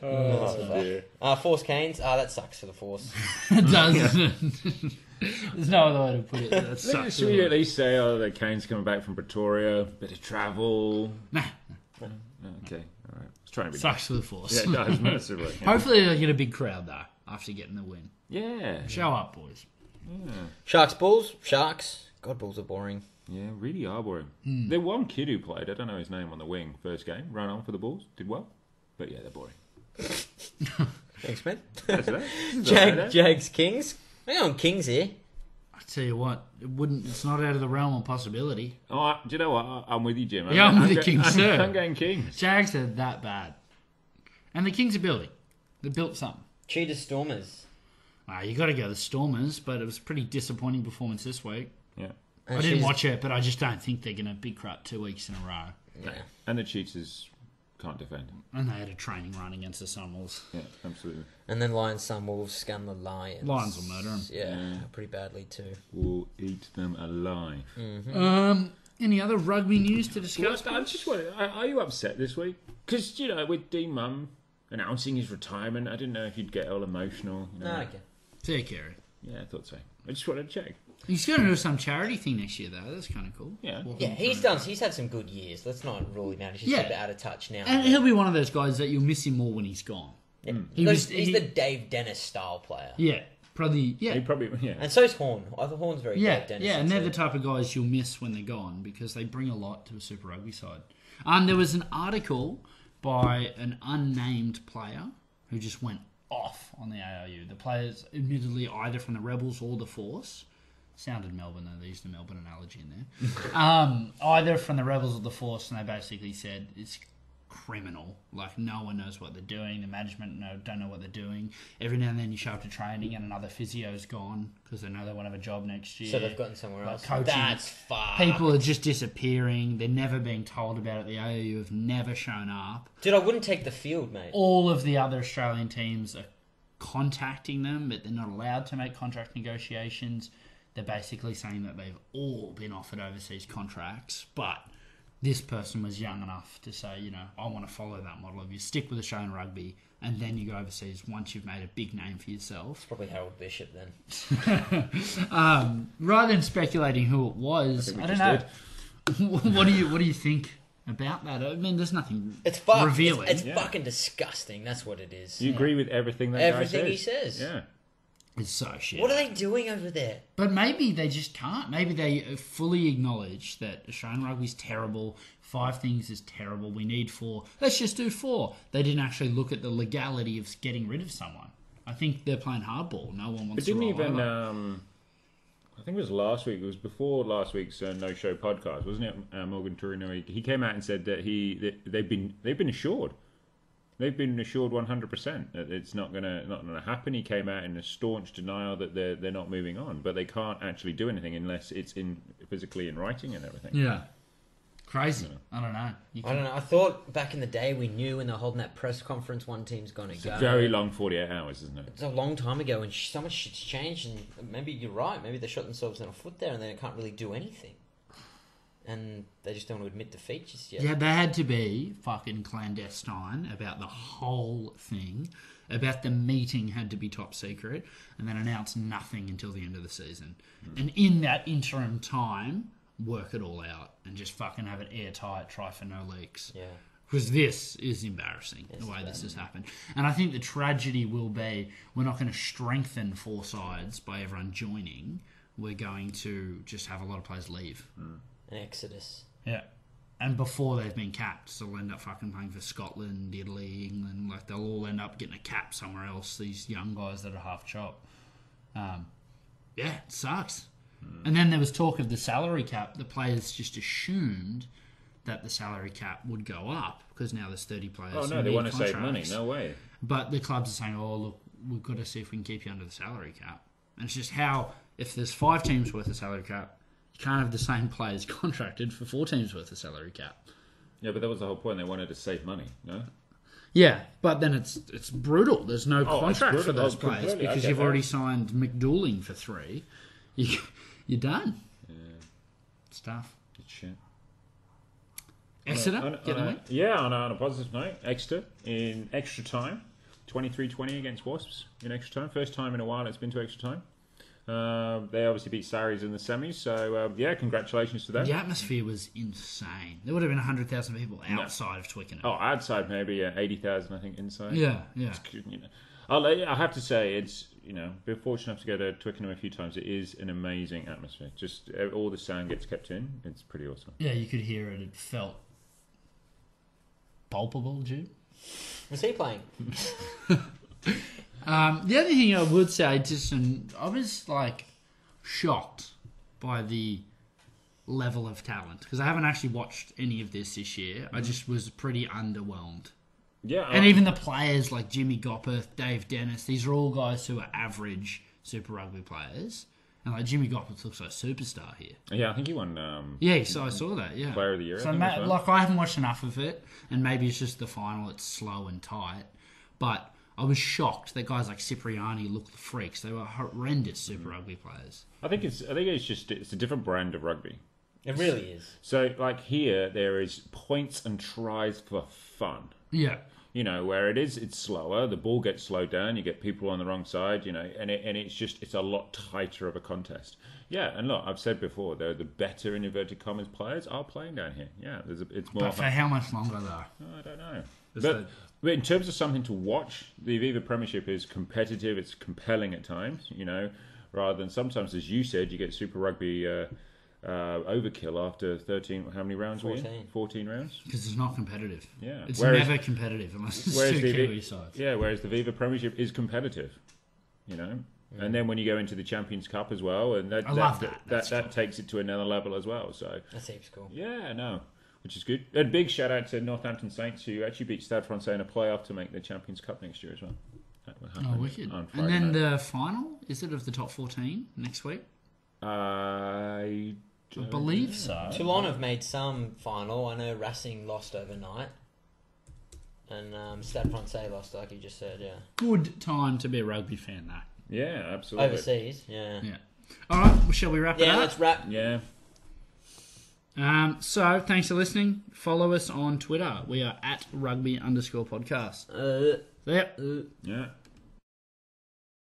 [SPEAKER 5] Oh,
[SPEAKER 4] dear.
[SPEAKER 5] uh, Force Canes. Ah, that sucks for the Force.
[SPEAKER 3] It does. There's no other way to put it. That
[SPEAKER 4] Should
[SPEAKER 3] sucks.
[SPEAKER 4] we at least say, oh, the Kane's coming back from Pretoria, bit of travel? Oh,
[SPEAKER 3] Nah,
[SPEAKER 4] Okay, all right. I was trying to be.
[SPEAKER 3] sucks for the force.
[SPEAKER 4] Yeah, it does, massively.
[SPEAKER 3] Hopefully they get a big crowd though after getting the win.
[SPEAKER 4] Yeah.
[SPEAKER 3] Show up, boys.
[SPEAKER 5] Sharks, Bulls, Sharks. God, Bulls are boring.
[SPEAKER 4] Yeah, really are boring. There one kid who played, I don't know his name, on the wing, first game, ran on for the Bulls, did well. But yeah, they're boring.
[SPEAKER 5] Thanks, man.
[SPEAKER 4] That's that. That's all
[SPEAKER 5] Jag,
[SPEAKER 4] right,
[SPEAKER 5] Jags, Kings. We're going Kings here.
[SPEAKER 3] I tell you what, it wouldn't. It's not out of the realm of possibility.
[SPEAKER 4] eh? Oh, do you know what? I- I'm with you, Jim.
[SPEAKER 3] Yeah, I'm with the
[SPEAKER 4] go-
[SPEAKER 3] Kings,
[SPEAKER 4] I'm,
[SPEAKER 3] sir.
[SPEAKER 4] I'm going Kings.
[SPEAKER 3] Jags are that bad, and the Kings are building. They built something.
[SPEAKER 5] Cheetah Stormers.
[SPEAKER 3] Ah, you got to go the Stormers, but it was a pretty disappointing performance this week.
[SPEAKER 4] Yeah.
[SPEAKER 5] And
[SPEAKER 3] I didn't
[SPEAKER 5] she's-
[SPEAKER 3] watch it, but I just don't think they're going to big crap two weeks in a row.
[SPEAKER 5] Yeah.
[SPEAKER 4] And the Cheaters can't defend.
[SPEAKER 3] And they had a training run against the Sunwolves.
[SPEAKER 4] Yeah, absolutely.
[SPEAKER 5] And then Lions, Sun, Wolves, Scum the Lions.
[SPEAKER 3] Lions will murder 'em.
[SPEAKER 5] Yeah, pretty badly too.
[SPEAKER 4] We'll eat them alive.
[SPEAKER 3] Um, any other rugby news to discuss?
[SPEAKER 4] Just- I just wondering, are, are you upset this week? Because you know, with D Mum announcing his retirement, I didn't know if you'd get all emotional. You know?
[SPEAKER 5] No, okay.
[SPEAKER 3] Fair carry.
[SPEAKER 4] Yeah, I thought so. I just wanted to check.
[SPEAKER 3] He's going to do some charity thing next year, though. That's kind of cool.
[SPEAKER 4] Yeah.
[SPEAKER 3] Walk
[SPEAKER 5] Yeah,
[SPEAKER 3] him
[SPEAKER 5] he's
[SPEAKER 3] through.
[SPEAKER 5] done. He's had some good years. Let's not rule him out. He's just
[SPEAKER 3] Yeah.
[SPEAKER 5] a bit out of touch now.
[SPEAKER 3] And he'll be one of those guys that you'll miss him more when he's gone.
[SPEAKER 5] Yeah.
[SPEAKER 3] He
[SPEAKER 5] Those-
[SPEAKER 3] was-
[SPEAKER 5] he's
[SPEAKER 3] he-
[SPEAKER 5] the Dave Dennis style player.
[SPEAKER 3] Yeah. Probably, yeah.
[SPEAKER 4] He probably, yeah.
[SPEAKER 5] And so's Horn. I thought Horn's very
[SPEAKER 3] Yeah,
[SPEAKER 5] good. Dennis
[SPEAKER 3] yeah, and they're the
[SPEAKER 5] too.
[SPEAKER 3] type of guys you'll miss when they're gone because they bring a lot to a Super Rugby side. Um, there was an article by an unnamed player who just went off on the ARU. The players, admittedly, either from the Rebels or the Force, sounded Melbourne though they used the Melbourne analogy in there. um, either from the Rebels or the Force, and they basically said it's criminal. Like no one knows what they're doing. The management no, don't know what they're doing. Every now and then you show up to training and another physio's gone because they know they won't have a job next year.
[SPEAKER 5] So they've gotten somewhere
[SPEAKER 3] Like
[SPEAKER 5] else.
[SPEAKER 3] coaching.
[SPEAKER 5] That's fucked.
[SPEAKER 3] People are just disappearing. They're never being told about it. The AAU have never shown up.
[SPEAKER 5] Dude, I wouldn't take the field, mate.
[SPEAKER 3] All of the other Australian teams are contacting them, but they're not allowed to make contract negotiations. They're basically saying that they've all been offered overseas contracts, but this person was young enough to say, you know, I want to follow that model of you stick with Australian rugby and then you go overseas once you've made a big name for yourself.
[SPEAKER 5] Probably Harold Bishop then.
[SPEAKER 3] rather than speculating who it was, I,
[SPEAKER 4] think we
[SPEAKER 3] don't know. what do you What do you think about that? I mean, there's nothing.
[SPEAKER 5] It's fucked.
[SPEAKER 3] Revealing.
[SPEAKER 5] It's, it's
[SPEAKER 4] Yeah.
[SPEAKER 5] fucking disgusting. That's what it is.
[SPEAKER 4] Do you agree with everything that
[SPEAKER 5] Everything
[SPEAKER 4] guy
[SPEAKER 5] he
[SPEAKER 4] says?
[SPEAKER 5] says.
[SPEAKER 4] Yeah.
[SPEAKER 3] It's so shit.
[SPEAKER 5] What are they doing over there?
[SPEAKER 3] But maybe they just can't. Maybe they uh, fully acknowledge that Australian rugby's terrible. Five things is terrible. We need four. Let's just do four. They didn't actually look at the legality of getting rid of someone. I think they're playing hardball. No one wants
[SPEAKER 4] But
[SPEAKER 3] to
[SPEAKER 4] didn't
[SPEAKER 3] roll
[SPEAKER 4] even.
[SPEAKER 3] over.
[SPEAKER 4] Um, I think it was last week. It was before last week's uh, no show podcast, wasn't it? Uh, Morgan Torino. He, he came out and said that he that they've been they've been assured. They've been assured 100% that it's not gonna not gonna happen. He came out in a staunch denial that they're they're not moving on, but they can't actually do anything unless it's in physically in writing and everything.
[SPEAKER 3] yeah, crazy. I don't know. You
[SPEAKER 5] I don't know. I thought back in the day we knew when they're holding that press conference one team's going to go.
[SPEAKER 4] Very long 48 hours, isn't it?
[SPEAKER 5] It's a long time ago and sh- so much shit's changed and maybe you're right. Maybe they shot themselves in the foot there and they can't really do anything. And they just don't want to admit defeat just yet.
[SPEAKER 3] Yeah, they had to be fucking clandestine about the whole thing. About the meeting had to be top secret, and then announce nothing until the end of the season. And in that interim time, work it all out and just fucking have it airtight. Try for no leaks
[SPEAKER 5] Yeah.
[SPEAKER 3] because this is embarrassing the way this has happened. And I think the tragedy will be we're not going to strengthen four sides by everyone joining. We're going to just have a lot of players leave.
[SPEAKER 5] An exodus.
[SPEAKER 3] Yeah. And before they've been capped, so they'll end up fucking playing for Scotland, Italy, England. Like they'll all end up getting a cap somewhere else. These young guys that are half chop. Um, yeah, it sucks. And then there was talk of the salary cap. The players just assumed that the salary cap would go up because now there's 30 players.
[SPEAKER 4] Oh no,
[SPEAKER 3] who
[SPEAKER 4] they
[SPEAKER 3] need
[SPEAKER 4] want to save money.
[SPEAKER 3] contracts.
[SPEAKER 4] No way.
[SPEAKER 3] But the clubs are saying, "Oh, look, we've got to see if we can keep you under the salary cap." And it's just how if there's five teams worth of salary cap, you can't have the same players contracted for four teams worth of salary cap.
[SPEAKER 4] Yeah, but that was the whole point. They wanted to save money. No.
[SPEAKER 3] Yeah, but then it's it's brutal. There's no
[SPEAKER 4] it's
[SPEAKER 3] contract for
[SPEAKER 4] brutal.
[SPEAKER 3] those
[SPEAKER 4] Oh,
[SPEAKER 3] players
[SPEAKER 4] completely. I
[SPEAKER 3] because
[SPEAKER 4] get
[SPEAKER 3] you've
[SPEAKER 4] that.
[SPEAKER 3] already signed McDooling for three. You you're done. It's tough.
[SPEAKER 4] Good shit.
[SPEAKER 3] Exeter,
[SPEAKER 4] On a-
[SPEAKER 3] get
[SPEAKER 4] on
[SPEAKER 3] away.
[SPEAKER 4] a- yeah, on a, on a positive note, Exeter in extra time, 23-20 against Wasps in extra time. First time in a while it's been to extra time. Um they obviously beat Saris in the semis, so um, yeah, congratulations to them.
[SPEAKER 3] The atmosphere was insane. There would have been hundred thousand people outside of Twickenham.
[SPEAKER 4] Oh, outside maybe uh, eighty thousand, I think inside.
[SPEAKER 3] Yeah, yeah.
[SPEAKER 4] you know, I'll, I have to say it's you know been fortunate enough to go to Twickenham a few times. It is an amazing atmosphere. Just uh, all the sound gets kept in. It's pretty awesome.
[SPEAKER 3] Yeah, you could hear it. It felt palpable, Jude.
[SPEAKER 5] Was he playing?
[SPEAKER 3] Um, the other thing I would say, just and I was like shocked by the level of talent because I haven't actually watched any of this this year. I just was pretty underwhelmed.
[SPEAKER 4] Yeah,
[SPEAKER 3] And
[SPEAKER 4] I-
[SPEAKER 3] even the players like Jimmy Gopperth, Dave Dennis, these are all guys who are average Super Rugby players. And like Jimmy Gopperth looks like a superstar here.
[SPEAKER 4] yeah, I think he won. Um,
[SPEAKER 3] Yeah, so I saw that. Yeah,
[SPEAKER 4] Player of the Year, I
[SPEAKER 3] So
[SPEAKER 4] think,
[SPEAKER 3] ma-
[SPEAKER 4] as well.
[SPEAKER 3] like I haven't watched enough of it, and maybe it's just the final. It's slow and tight, but I was shocked that guys like Cipriani looked the freaks. They were horrendous
[SPEAKER 4] Mm-hmm.
[SPEAKER 3] Super Rugby players.
[SPEAKER 4] I think it's I think it's just it's a different brand of rugby.
[SPEAKER 5] It really is.
[SPEAKER 4] So, like here, there is points and tries for fun.
[SPEAKER 3] Yeah,
[SPEAKER 4] You know, where it is, it's slower. The ball gets slowed down. You get people on the wrong side. You know, and it, and it's just it's a lot tighter of a contest. Yeah, and look, I've said before, though, the better in inverted commas players are playing down here. Yeah, there's a, it's more.
[SPEAKER 3] but for how much longer though?
[SPEAKER 4] I don't know.
[SPEAKER 3] Is
[SPEAKER 4] but
[SPEAKER 3] that-
[SPEAKER 4] but But in terms of something to watch, the Aviva Premiership is competitive. It's compelling at times, you know, rather than sometimes, as you said, you get Super Rugby uh, uh, overkill after 13, how many rounds were you in?
[SPEAKER 5] 14.
[SPEAKER 4] 14 rounds?
[SPEAKER 3] because it's not competitive.
[SPEAKER 4] Yeah.
[SPEAKER 3] it's
[SPEAKER 4] Whereas-
[SPEAKER 3] never competitive unless it's
[SPEAKER 4] Whereas
[SPEAKER 3] two
[SPEAKER 4] the
[SPEAKER 3] Kiwi
[SPEAKER 4] Vi-
[SPEAKER 3] sides.
[SPEAKER 4] yeah, whereas the Viva Premiership is competitive, you know. And then when you go into the Champions Cup as well, and that
[SPEAKER 3] I
[SPEAKER 4] that,
[SPEAKER 3] love that.
[SPEAKER 4] that, that,
[SPEAKER 3] That's
[SPEAKER 4] takes it to another level as well. So
[SPEAKER 5] That seems cool.
[SPEAKER 4] yeah, no, which is good. And big shout out to Northampton Saints who actually beat Stade Francais in a playoff to make the Champions Cup next year as well. That will happen
[SPEAKER 3] Oh, wicked!
[SPEAKER 4] on
[SPEAKER 3] And then
[SPEAKER 4] Friday
[SPEAKER 3] the final is it of the top fourteen next week?
[SPEAKER 4] night. I
[SPEAKER 3] I believe so.
[SPEAKER 5] Toulon have made some final. I know Racing lost overnight. And um, Stade Francais lost, like you just said, yeah.
[SPEAKER 3] Good time to be a rugby fan, though.
[SPEAKER 4] yeah, absolutely.
[SPEAKER 5] Overseas, yeah.
[SPEAKER 3] Yeah. All right. Well, shall we wrap
[SPEAKER 5] Yeah,
[SPEAKER 3] it up?
[SPEAKER 5] let's wrap.
[SPEAKER 4] Yeah,
[SPEAKER 3] Um, so thanks for listening. Follow us on Twitter. We are at rugby underscore podcast.
[SPEAKER 5] Uh,
[SPEAKER 3] Yep.
[SPEAKER 4] yeah.